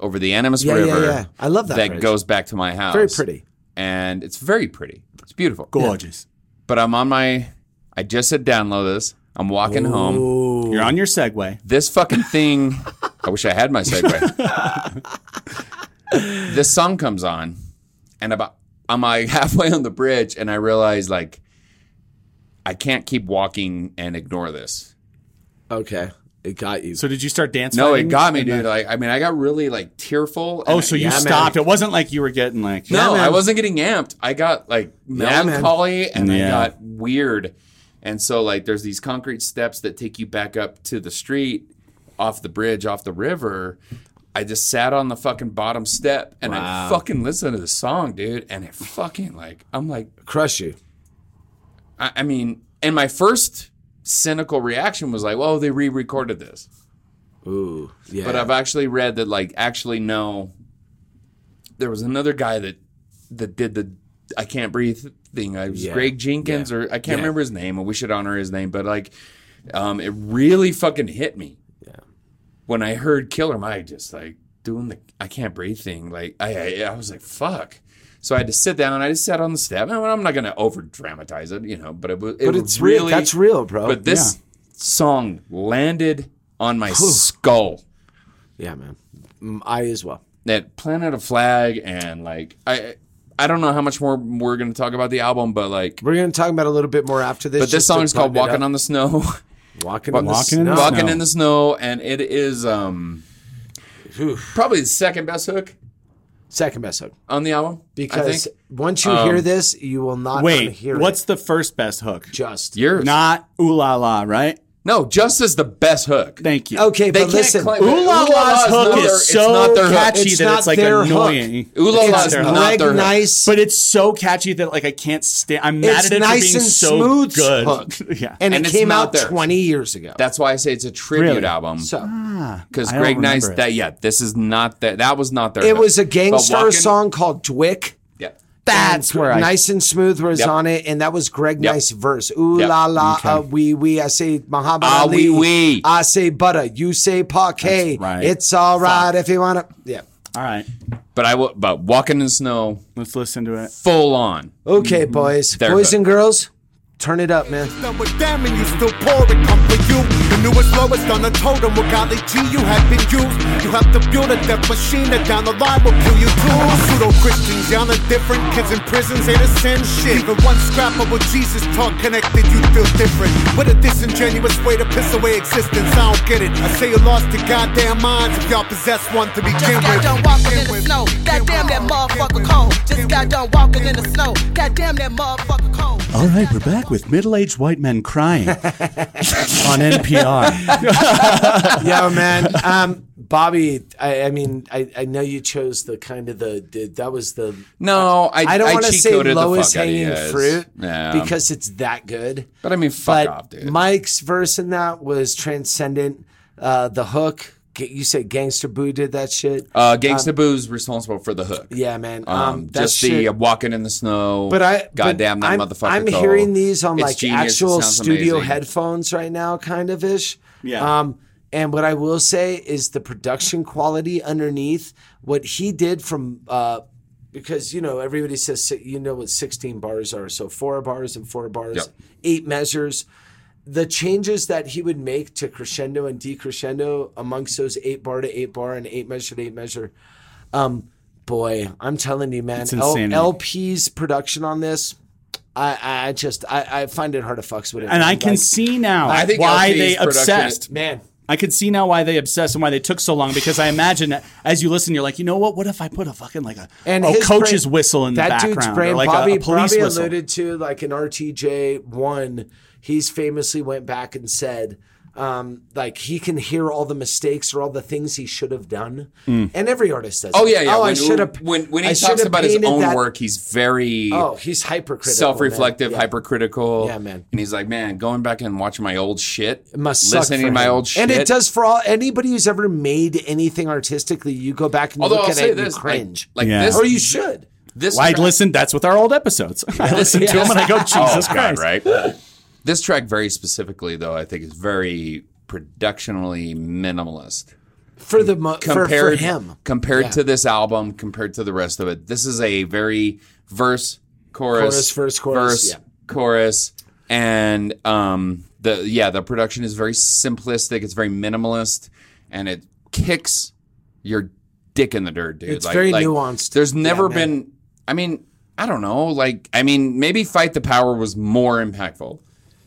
over the Animas
Yeah, yeah,
River.
yeah. I love that bridge.
goes back to my house.
Very pretty.
And it's very pretty. It's beautiful.
Gorgeous.
But I'm on my I just hit download this. I'm walking home.
You're on your Segway.
This fucking thing I wish I had my segue. this song comes on and about I'm like [LAUGHS] halfway on the bridge and I realize like I can't keep walking and ignore this.
Okay, it got you.
So did you start dancing?
No, it got me, dude. Like, I mean, I got really like tearful.
Oh,
and-
so you
Yeah, man.
stopped. It wasn't like you were getting like
no,
man.
I wasn't getting amped. I got like
man.
melancholy and I
Yeah.
got weird. And so like, there's these concrete steps that take you back up to the street, off the bridge, off the river. I just sat on the fucking bottom step and I fucking listened to the song, dude. And it fucking like, I'm like,
Crush you.
I, I mean, and my first cynical reaction was like, well, they re-recorded this.
Ooh, yeah.
But um, I've actually read that, like, actually, no. There was another guy that that did the "I Can't Breathe" thing. I was
Yeah.
Greg Jenkins, or I can't remember his name, and we should honor his name. But like, um, it really fucking hit me. Yeah. When I heard Killer Mike just like doing the "I Can't Breathe" thing, like I I, I was like, fuck. So I had to sit down. I just sat on the step. And I'm not going to over dramatize it, you know. But it was. It
but
was
it's real.
really
That's real, bro.
But this song landed on my skull.
yeah, man. Mm, I as well.
that Planet of Flag and like I I don't know how much more we're gonna talk about the album, but like
We're gonna talk about it a little bit more after this.
but this
just to
song is called
button it
Walking
up.
on the Snow.
[LAUGHS]
[LAUGHS]
Walking on
Walking in the
Snow.
Snow.
Walking in the Snow, and it is um probably the second best hook
Second best hook
on the album. I
because
think um,
once you hear this, you will not
Wait,
hear
what's the first best hook?
just
yours.
Not ooh la la, right?
no, just is the best hook.
Thank you.
okay.
They
But
can't
listen,
claim
Ooh
Ooh La
la
La's
la's hook
not
is
their- it's
so
not their hook.
catchy
It's
that
not
it's like
their hook.
annoying.
Ooh La
It's
La's
their
not
hook.
Greg
their hook.
Nice.
But it's so catchy that like I can't stand. I'm
it's
mad at it
nice
for being
and
so
smooth
good.
[LAUGHS]
hook.
[LAUGHS] yeah,
and,
And
it
it's
came
not
out
theirs.
twenty years ago.
That's why I say it's a tribute
Really?
album.
so
Because
Ah, I don't
Greg Nice,
remember it.
that yeah, this is not that. That was not their.
it
hook.
was a
But
gangster
Walking-
song called Dwick.
Yeah,
that's where I.
nice and smooth was
Yep.
on it, and that was Greg
Yep.
Nice verse. Ooh
Yep.
la la, ah wee wee. I say Muhammad
Ah, wee,
Ali.
wee.
I say butter. You say parquet.
That's right.
It's all right if you wanna. Yeah.
All right,
but I will. But Walking in the Snow,
let's listen to it.
full on.
Okay,
Mm-hmm.
boys,
There
boys
it
and girls, turn it
[LAUGHS]
up, man.
Done with them and you still pour it up for you. The newest lowest on the totem. Well, golly gee, you have been used. You have to build a death machine that down the line will kill you too. Pseudo Christians, y'all are different. Kids in prisons ain't the same shit. Even one scrap of what Jesus taught connected, you feel different. What a disingenuous way to piss away existence. I don't get it. I say you lost your goddamn minds if y'all possess one to begin
Just got
with.
done walking in the
Begin
snow.
with.
Goddamn that motherfucker cold. Just got done walking in the snow. Goddamn that motherfucker cold.
All right, we're back with middle-aged white men crying on NPR.
Yo, man, um, Bobby. I, I mean, I, I know you chose the kind of the, the that was the
No, I,
I don't want to
cheat
say
coded the
lowest
fuck outta
hanging
yours.
fruit
Yeah.
because it's that good.
But I mean, fuck
but
off, dude.
Mike's verse in that was transcendent. Uh, the hook, g- you said Gangster Boo did that shit.
uh, Gangsta Boo's responsible for the hook.
um, yeah, man. Um,
Um,
that
just
shit,
the uh, walking in the snow.
But I,
goddamn
but
that
I'm,
motherfucker.
I'm
Cole.
hearing these on
It's
like
genius. It
actual
sounds
studio
amazing.
headphones right now, kind of ish.
Yeah.
Um, and what I will say is the production quality underneath what he did from, uh, because you know everybody says si- you know what 16 bars are, so four bars and four bars,
Yep.
eight measures. The changes that he would make to crescendo and decrescendo amongst those eight bar to eight bar and eight measure to eight measure, um, boy, I'm telling you, man,
It's
L-
insanity.
LP's production on this, I, I just I, I find it hard to fuck with it.
And I can
Like,
see now
I think
why
LP's
they
production-
obsessed.
Man.
I could see now why they obsessed and why they took so long because I imagine that as you listen, you're like, you know what? What if I put a fucking like a,
and
a
his
coach's
brain-
Oh, whistle in the
that
background
dude's brain,
or like a-
Bobby,
a, police
Bobby
whistle?
alluded to like an RTJ one. He's famously went back and said, um, like he can hear all the mistakes or all the things he should have done,
Hmm.
Mm.
and every artist does.
Oh
it.
yeah, yeah.
Oh,
when,
I should have.
when when he
I should
talks
have
about his
painted
own
that-
work, he's very
Oh, he's hypercritical.
self-reflective,
man. Yeah.
hypercritical.
Yeah, man.
And he's like, man, going back and watching my old shit,
It must suck
listening
for
to my
him.
old shit,
and it does for all anybody who's ever made anything artistically. You go back and you
Although
look
I'll
at
say
it, and you
this, like-
cringe,
like Yeah. this-
or you should.
This
Well, I
track-
listened. That's with our
[LAUGHS]
old episodes. [LAUGHS] I listened to them and I go, Jesus
[LAUGHS] Oh,
Christ.
God, right? This track, very specifically, though, I think is very productionally minimalist.
for the mo- for, for him.
Compared
Yeah.
to this album, compared to the rest of it, this is a very verse, chorus,
Chorus, verse, chorus, yeah.
chorus, and um, the yeah, the production is very simplistic. It's very minimalist, and it kicks your dick in the dirt, dude.
It's very nuanced.
There's
Yeah,
never
man.
been. I mean, I don't know. Like, I mean, maybe Fight the Power was more impactful.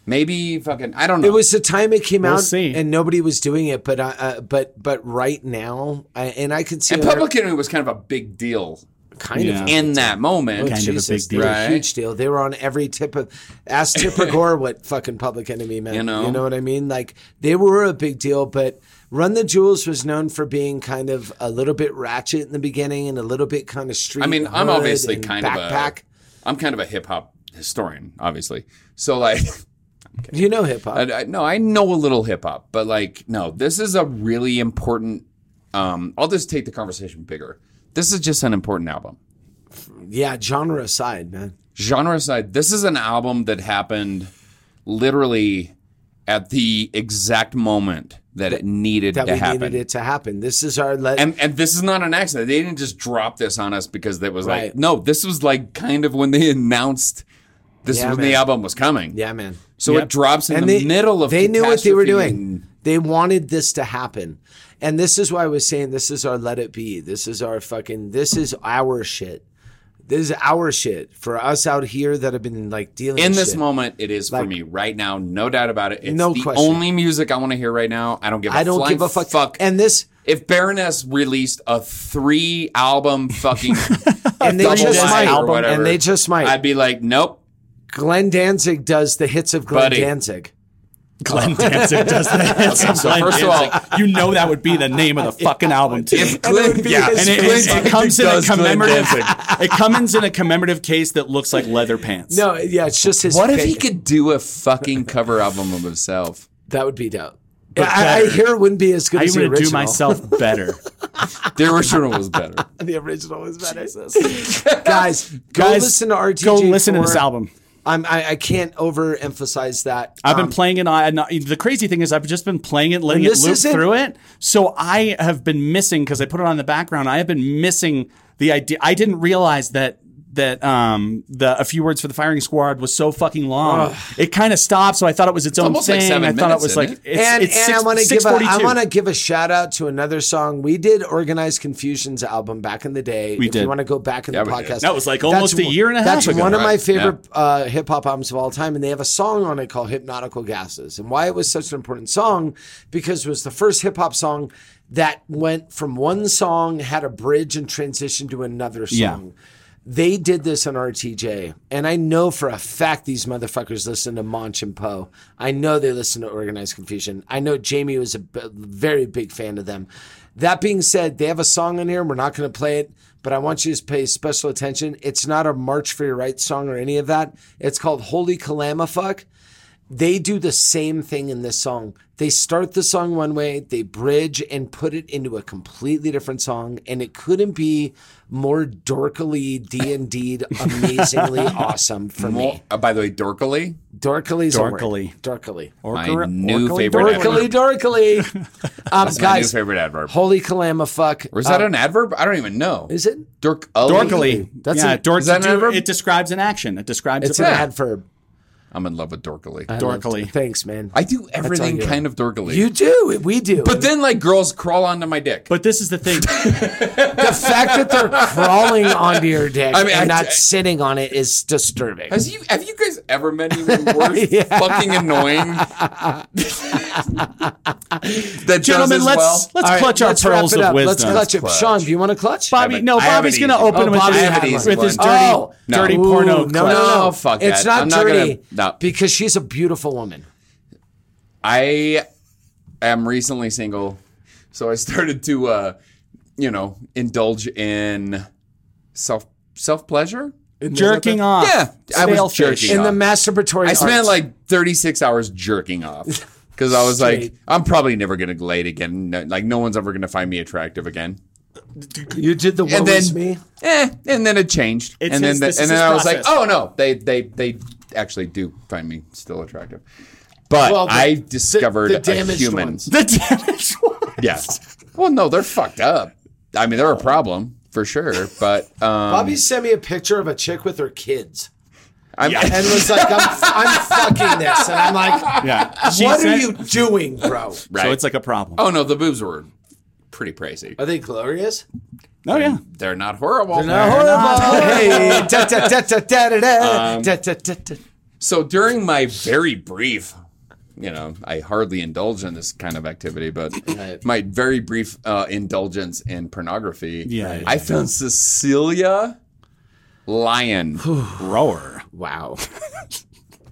Maybe fucking. I don't know.
It was the time it came
We'll
out,
see.
and nobody was doing it. But uh, uh, but but right now, I, and I could see.
and
other-
Public Enemy was kind of a big deal.
Kind of Yeah.
in that moment.
Oh, Jesus, they were a huge deal. They were on every tip of. Ask
[LAUGHS]
Tipper Gore what fucking Public Enemy meant.
You know?
what I mean? Like they were a big deal, but Run the Jewels was known for being kind of a little bit ratchet in the beginning and a little bit kind of street.
I mean, I'm
hood
obviously
and
kind
backpack.
of a I'm kind of a hip hop historian, obviously. So like [LAUGHS]
You know hip hop.
I, I- no, I know a little hip hop, but like no, this is a really important um I'll just take the conversation bigger. This is just an important album.
yeah, genre aside, man.
Genre aside, this is an album that happened literally at the exact moment that it needed
That
to
we
happen.
needed it to happen. This is our let.
and and this is not an accident. They didn't just drop this on us because that was like
Right.
no. This was like kind of when they announced this
Yeah,
was when
man.
the album was coming.
Yeah, man.
So it drops in the
they,
middle of
They knew what they were
catastrophe
doing. They wanted this to happen. And this is why I was saying this is our let it be. This is our fucking this is our shit. This is our shit for us out here that have been like
and-
dealing
In
with
this
shit.
moment, it is for me right now, no doubt about it. It's
No
the
question.
only music I want to hear right now. I don't give. a
I don't
flying
give a fuck. And this
If Baroness released a three album fucking
[LAUGHS] and they
double
just
wide
might
or whatever,
and they just might.
I'd be like,
[LAUGHS]
nope,
Glenn Danzig does the hits of Glenn
Buddy.
Danzig. [LAUGHS]
Glenn Danzig does that. It's
Okay, so
Glenn
first of all-
Danzig. you know that would be the name
[LAUGHS]
of the fucking album too.
Glenn-
yeah,
his
and it,
Glenn
it-
Danzig
it comes in a
does Glenn
commemorative.
Danzig.
[LAUGHS] It comes in a commemorative case that looks like leather pants.
No, yeah, it's just his
What if
fa-
he could do a fucking cover album of himself?
That would be dope.
But
I, I
better.
hear it wouldn't be as good
I'm
as the
gonna do
original.
myself
[LAUGHS]
better. The original was better.
the original is better. guys, go
Guys,
listen to RTJ.
go listen to this
4.
album.
I'm, I, I can't overemphasize that.
I've been
Um,
playing it. On, and the crazy thing is, I've just been playing it, letting
And
it
this
loop
isn't-
through it. So I have been missing because I put it on the background. I have been missing the idea. I didn't realize that that um the a few words for the firing squad was so fucking long.
Ugh.
It kind of stopped, so I thought it was its, own
almost
thing.
like seven
I thought
minutes,
it was
isn't
like
it?
it's,
and
it's
and I want to give a I
6:42.
want to give a shout out to another song we did. Organized Confusion's album back in the day.
We
if
did.
You want to go back in
Yeah,
the
we did.
podcast?
That was like
That's
almost a
one-
year and a half
That's
ago.
one of my
Right,
favorite uh, hip hop albums of all time, and they have a song on it called "Hypnotical Gases." And why it was such an important song because it was the first hip hop song that went from one song had a bridge and transitioned to another song.
Yeah.
Um, They did this on RTJ, and I know for a fact these motherfuckers listen to Monch and Poe. I know they listen to Organized Confusion. I know Jamie was a b- very big fan of them. That being said, they have a song in here. We're not going to play it, but I want you to pay special attention. It's not a March for Your Rights song or any of that. It's called Holy Kalama Fuck they do the same thing in this song. They start the song one way, they bridge and put it into a completely different song, and it couldn't be more dorkily D and D
[LAUGHS]
amazingly awesome for
Mo-
me.
uh, by the way, Dorkily.
Dorkily,
Dorkily.
dorkily,
My new favorite
dorkily,
adverb. [LAUGHS]
dorkily. Um,
That's my new
guys,
favorite adverb.
holy kalama fuck!
Or is that
Uh,
an adverb? I don't even know.
Is it
Dork
Dorkily.
That's
yeah,
a-
dork-
is that an
do-
adverb?
It describes an action. It describes
It's
a
an
verb.
adverb.
I'm in love with Dorkily.
I loved- Thanks, man.
I do
That's all
everything
you.
kind of dorkily.
You do. We do.
But then, like, girls crawl onto my dick.
But this is
[LAUGHS]
the thing.
the
[LAUGHS]
fact that they're crawling onto your dick
I mean,
and
I-
not sitting on it is disturbing.
Has you have you guys ever met anyone worse
[LAUGHS]
fucking annoying? that
Gentlemen,
does as
let's-
well?
let's All right, clutch our let's wrap pearls it of up. Let's wisdom.
clutch it. Sean, do you want to clutch?
Bobby, no,
I have
Bobby's
an
gonna
easy
open
one.
with
I
his,
have an easy
with his
one.
dirty,
Oh.
dirty
Ooh,
porno.
No,
clutch.
no,
No, fuck
It's
that.
not
I'm not
dirty
gonna- no.
because she's a beautiful woman.
I am recently single, so I started to, uh, you know, indulge in self self pleasure.
Jerking off.
Yeah, I was
Stalefish.
jerking
In
off.
the masturbatory
I spent
arts.
like 36 hours jerking
[LAUGHS]
off because I was like,
Straight.
I'm probably never gonna glade again. No- like no one's ever gonna find me attractive again.
You did the what
and then
was me?
eh, and then it changed.
It's
and
his-
then
this
and
is
then
his
I was
process.
like, oh no, they they they actually do find me still attractive. But
Well, the-
I discovered
the damaged
a human. [LAUGHS]
ones.
The [LAUGHS] damage one.
Yeah. Well, no, they're fucked up. I mean, they're a problem for sure. But um,
[LAUGHS] Bobby sent me a picture of a chick with her kids
I'm, [LAUGHS]
and was like, [LAUGHS] I'm, I'm fucking this. And I'm like,
Yeah. She
what are
said-
you doing, bro?
right.
So it's like a problem.
oh no, the boobs were pretty pricey.
Are they glorious?
Oh, yeah.
They're not horrible.
[LAUGHS] Hey, da, da, da, da, da, da, da,
Um,
da, da, da, da.
So during my very brief, you know, I hardly indulge in this kind of activity, but
Right.
my very brief uh, indulgence in pornography,
Yeah. Right.
I found Cecilia Lyon,
Rower.
Wow. [LAUGHS]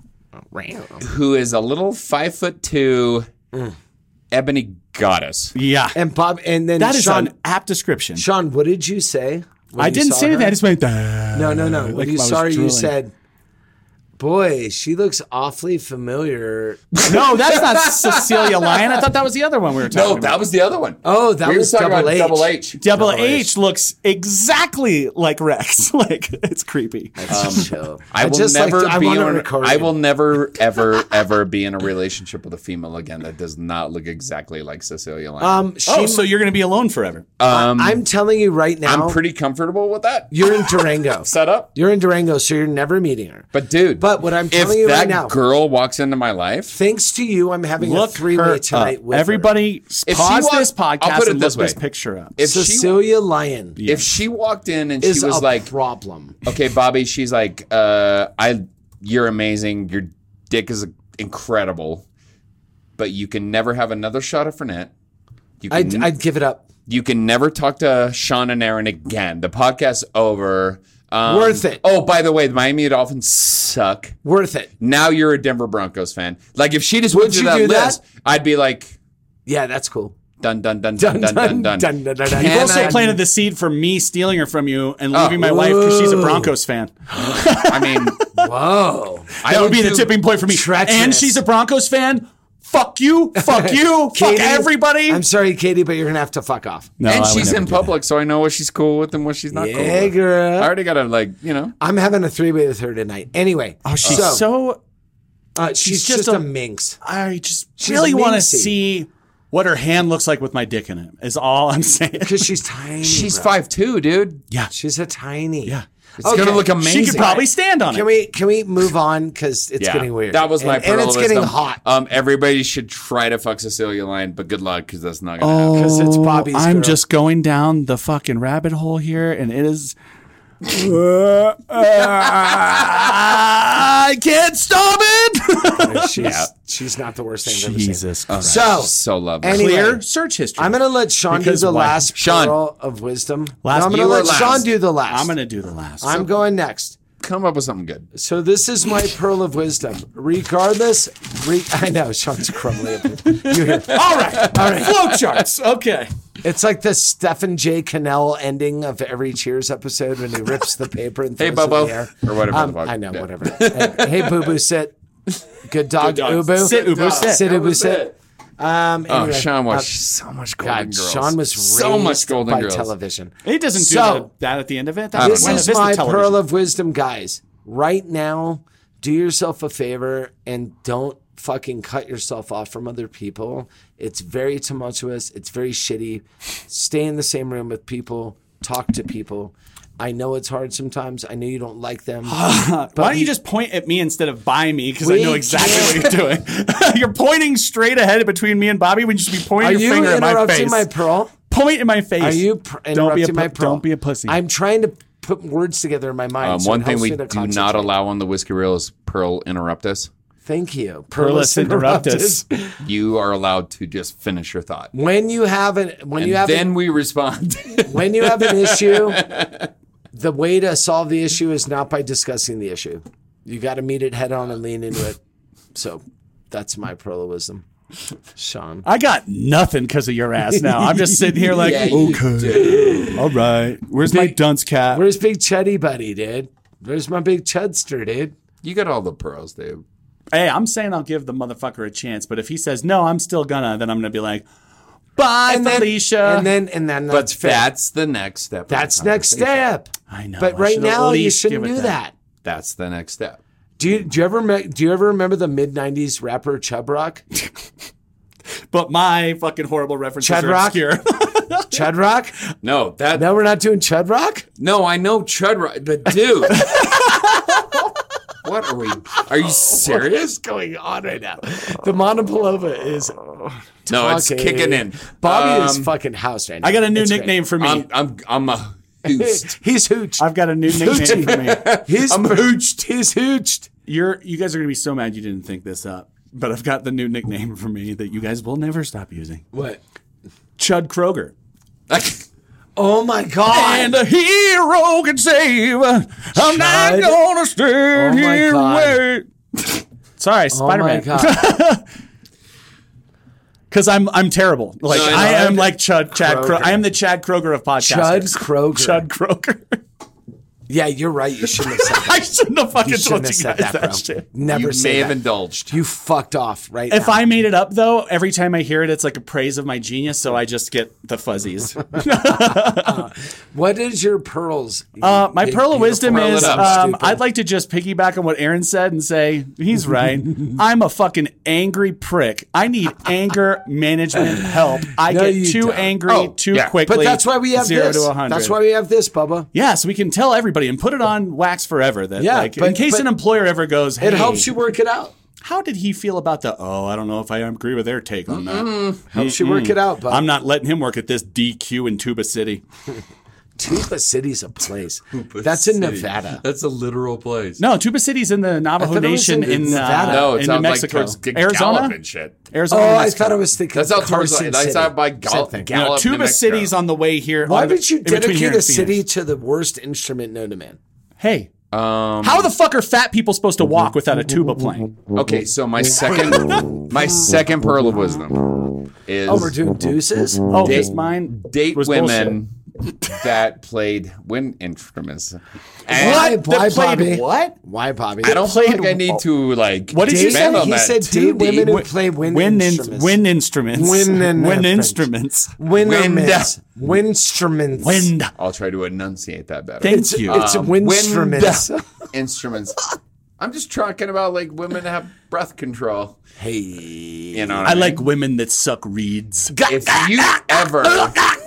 who is a little five foot two
Mm.
ebony goddess.
Yeah.
And Bob, and then
That is
Sean.
an apt description.
Sean, what did you say? when
I
you
didn't
saw
say anything.
her?
I just went, "Ah."
No, no, no.
Like
When
I
you
was
saw her, you
drooling.
said, "Boy, she looks awfully familiar."
[LAUGHS] No, that's not
[LAUGHS]
Cecilia Lyon. I thought that was the other one we were talking
No,
about.
that was the other one.
Oh, that
we
was
were talking
Double
about
H.
Double H.
Double H looks exactly like Rex. [LAUGHS] like it's creepy.
um,
[LAUGHS]
Chill.
I will
like
never
to- I
be
wanna
in-
record
I
it.
will never ever ever be in a relationship with a female again that does not look exactly like Cecilia Lyon.
Um, she,
Oh, so you're gonna be alone forever.
I'm telling you right now,
Um, I'm pretty comfortable with that
you're in
[LAUGHS]
Durango.
setup.
you're in Durango, so you're never meeting her.
But dude,
But what I'm
if
telling you
that
right now,
girl walks into my life,
thanks to you, I'm having
Look
a
her
three-way tonight
up.
with her.
Everybody, s-
If she
pause
wa-
this
I'll
podcast
put it
and
this
look this
way.
picture up.
if she
Cecilia Lyon
if she walked in and
is
she was
a
like,
problem.
[LAUGHS] "Okay, Bobby," she's like, uh, "I, you're amazing. Your dick is incredible, but you can never have another shot of Fernet. You
I'd,
can,
I'd give it up.
you can never talk to Sean and Aaron again. The podcast's over." Um,
Worth it.
Oh, by the way, the Miami Dolphins suck.
Worth it.
Now you're a Denver Broncos fan. Like if she just went to
you
that
do that?
list, I'd be like,
Yeah, that's cool.
dun dun dun dun dun dun dun.
dun, dun, dun, dun.
Can
You've also
I-
planted the seed for me stealing her from you and leaving
Oh.
my wife because she's a Broncos fan.
I
[LAUGHS]
mean, [LAUGHS]
Whoa.
I
That would be the
do-
tipping point for me.
Treacherous.
And she's a Broncos fan. Fuck you.
[LAUGHS]
Fuck you. fuck
Katie,
everybody.
I'm sorry, Katie, but you're gonna have to fuck off.
No, I
and
would
she's
never
in
do that.
public, so I know what she's cool with and what she's not cool
Yeah,
with.
girl.
I already got to like, you know.
I'm having a three way with her tonight. Anyway,
Oh, she's so.
uh, she's,
she's
just, a,
just a- [LAUGHS]
minx.
I just
She's
really want to
minxy.
see what her hand looks like with my dick in it. Is all I'm saying. [LAUGHS]
Because she's tiny.
She's
bro.
five two, dude.
She's a tiny.
Yeah.
It's gonna look amazing.
She could probably stand on
Can
it.
we can we move on? Because it's
Yeah.
getting weird.
That was my
and, and
pearl
it's
wisdom.
getting hot.
[LAUGHS] Um, everybody should try to fuck Cecilia Lyon, but good luck because that's not gonna happen.
Because it's
Oh,
Bobby's.
I'm
girl.
just going down the fucking rabbit hole here, and it
[LAUGHS]
is. [LAUGHS] I can't stop
Oh,
it.
Oh,
She's, she's not the worst thing I've ever seen. Oh,
Jesus Christ.
So
So lovely.
Any-
Clear
Anyway,
search history.
I'm gonna let Sean
Because
do the
why?
last
Sean.
pearl of wisdom.
Last-
no, I'm
you
gonna
were
let
last.
Sean do the last.
I'm gonna do the last.
I'm going next.
Come up with something good.
So this is my pearl of wisdom. Regardless, re- I know Sean's crumbly. up here. You
[LAUGHS]
hear? All right, all right.
[LAUGHS] flowcharts. Okay.
It's like the Stephen J. Cannell ending of every Cheers episode when he rips the paper and
Hey,
throws it in
Bobo.
the air.
Or whatever
Um,
the fuck.
I know,
Yeah.
whatever. hey, hey, Boo Boo, sit. Good dog,
dog.
Ubu.
Sit, Ubu, sit.
Sit,
That
Ubu,
was
sit.
it.
Um,
Oh,
anyway,
Sean
uh,
watched so much Golden
God,
Girls.
Sean was
so much
raised
Golden
by
Girls.
television.
He doesn't do
So-
that, that at the end of it.
I don't
This
know.
is my pearl of wisdom, guys. Right now, do yourself a favor and don't fucking cut yourself off from other people. It's very tumultuous. It's very shitty. Stay in the same room with people. Talk to people. I know it's hard sometimes. I know you don't like
[LAUGHS]
them.
Why don't you just point at me instead of by me? Because I
We
know exactly what you're doing. [LAUGHS] you're pointing straight ahead between me and Bobby when you should be pointing
Are
your
you
finger at my
interrupting
face.
my pearl?
Point in my face.
Are you pr-
Don't be a
interrupting
pu-
my pearl?
don't be a pussy.
I'm trying to put words together in my mind.
Um,
so
one
it
thing
helps
we
me to
do not
concentrate.
allow on the whiskey reel is Pearl interrupt us.
Thank you.
Pearlus
Pearlus interruptus.
You are allowed to just finish your thought.
When you have an when
And
you have an-
then we respond.
when you have an issue, the way to solve the issue is not by discussing the issue. You got to meet it head on and lean into it. So that's my proloism. Sean.
I got nothing because of your ass now. I'm just sitting
[LAUGHS]
here like,
[LAUGHS] Yeah, you
okay. All right. Where's my dunce cap?
Where's Big Chuddy Buddy, dude? Where's my big Chudster, dude?
You got all the pearls, dude.
Hey, I'm saying I'll give the motherfucker a chance, but if he says no, I'm still gonna, then I'm gonna be like, bye,
And then-
Felicia.
and then and then
But
that's fair.
that's the next step. of the
That's next
conversation.
step.
I know.
But
I
right
should at
now you
least
shouldn't
give it
do that.
That's the next step.
Do you do you ever me- do you ever remember the mid '90s rapper Chub
[LAUGHS]
Rock?
But my fucking horrible references
Chud
are
Rock?
obscure. [LAUGHS]
Chud Rock?
No, that
No, we're not doing Chud Rock.
no, I know Chud Rock, but dude. what are we are you serious?
going on right now? The Monopolova is
No, it's
talking.
kicking in.
Bobby is
Um,
fucking house right now.
I got a new
It's great. Um,
nickname for me.
I'm I'm I'm a hoosed.
He's hooched.
I've got
[LAUGHS]
a new nickname for me.
He's hooched. He's hooched.
You're you guys are gonna be so mad you didn't think this up. But I've got the new nickname for me that you guys will never stop using.
What?
Chud Kroger.
Oh my god!
And a hero can save. I'm not
Chud.
gonna stand
Oh my
here and
God.
wait. Sorry,
oh
Spider
my
Man. [LAUGHS]
god!
Because I'm I'm terrible. Like
No, I know.
I am like Chud Chad. Kro-
Kroger.
I am the Chad Kroger of
Chud
[LAUGHS] podcasters.
Kroger.
Chud Kroger.
Yeah, you're right. You shouldn't have
[LAUGHS]
said that.
I shouldn't have fucking
You
told
shouldn't
you
have
guys
said
that,
that, bro. [LAUGHS]
shit.
Never
you may
say
have
that.
indulged.
You fucked off right
If
now.
I made it up though, every time I hear it, it's like a praise of my genius. So I just get
[LAUGHS]
the fuzzies.
what is your pearls?
Uh, my
Big,
pearl of
beautiful-
wisdom
Pearl it
is
up,
um,
stupid.
I'd like to just piggyback on what Aaron said and say
[LAUGHS]
he's right. I'm a fucking angry prick.
[LAUGHS]
I need anger management help. I
No,
get
you
too
don't.
angry
Oh,
too
yeah. But
quickly.
But that's why we have
zero
this.
to a hundred.
That's why we have this, Bubba.
Yeah, so we can tell everybody and put it on wax forever. That
Yeah,
like in
but-
case
but-
an employer ever goes, hey,
It helps you work it out.
How did he feel about the? Oh, I don't know if I agree with their take on that.
Mm-hmm. Helps you work it out, Bubba.
I'm not letting him work at this DQ in Tuba City.
Tuba City's a
[LAUGHS]
place. That's in Nevada.
That's a literal place.
No, Tuba City's in the Navajo
thought it was
Nation
in
in,
Nevada.
uh,
No, it
in New
sounds like
Mexico,
towards G- Gallup
Arizona,
and shit.
Arizona.
Oh,
New
I
Mexico.
thought I was thinking.
That's out towards
Carson
that's
City.
out by
Same
Gallup.
thing.
You know,
Gallup New
Tuba
Mexico.
City's on the way here.
Why
on the-
would you
in between here
dedicate
and
a city
Phoenix.
to the worst instrument known to man?
Hey,
Um,
how the fuck are fat people supposed to walk without a tuba playing?
okay, so my second, my second pearl of wisdom is
Oh, we're doing deuces.
Oh,
Date-
just mine.
date
was
women [LAUGHS] that played wind instruments. And
Why,
What? They
why,
played
Bobby?
what?
Why, Bobby?
I don't think I need to like.
What did you
Date-
say?
expand on
He
that.
said
Two
date women
D-
who play wind,
Wind, in,
instruments.
wind instruments.
Wind in-
wind
in-
instruments.
Wind,
Wind.
instruments. Wind instruments.
Wind.
I'll try to enunciate that better.
Thank
It's,
you.
it's
Um,
wind
wind-
instruments.
instruments. I'm just talking about like women that have breath control.
Hey.
You know, what
I
mean?
like women that suck reeds.
if you ever,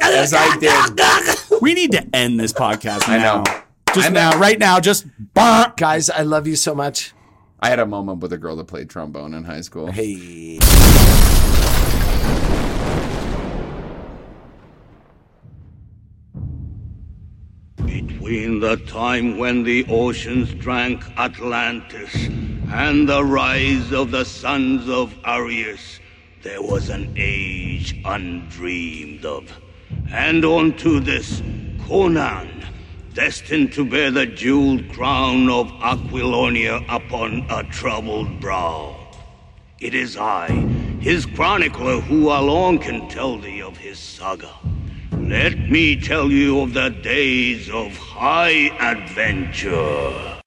as I did,
we need to end this podcast
I
now.
know.
Just
I know.
now, right now, just bark.
Guys, I love you so much.
I had a moment with a girl that played trombone in high school.
Hey.
Between the time when the oceans drank Atlantis and the rise of the sons of Arius, there was an age undreamed of. And onto this, Conan, destined to bear the jeweled crown of Aquilonia upon a troubled brow. It is I, his chronicler, who alone can tell thee of his saga. Let me tell you of the days of high adventure.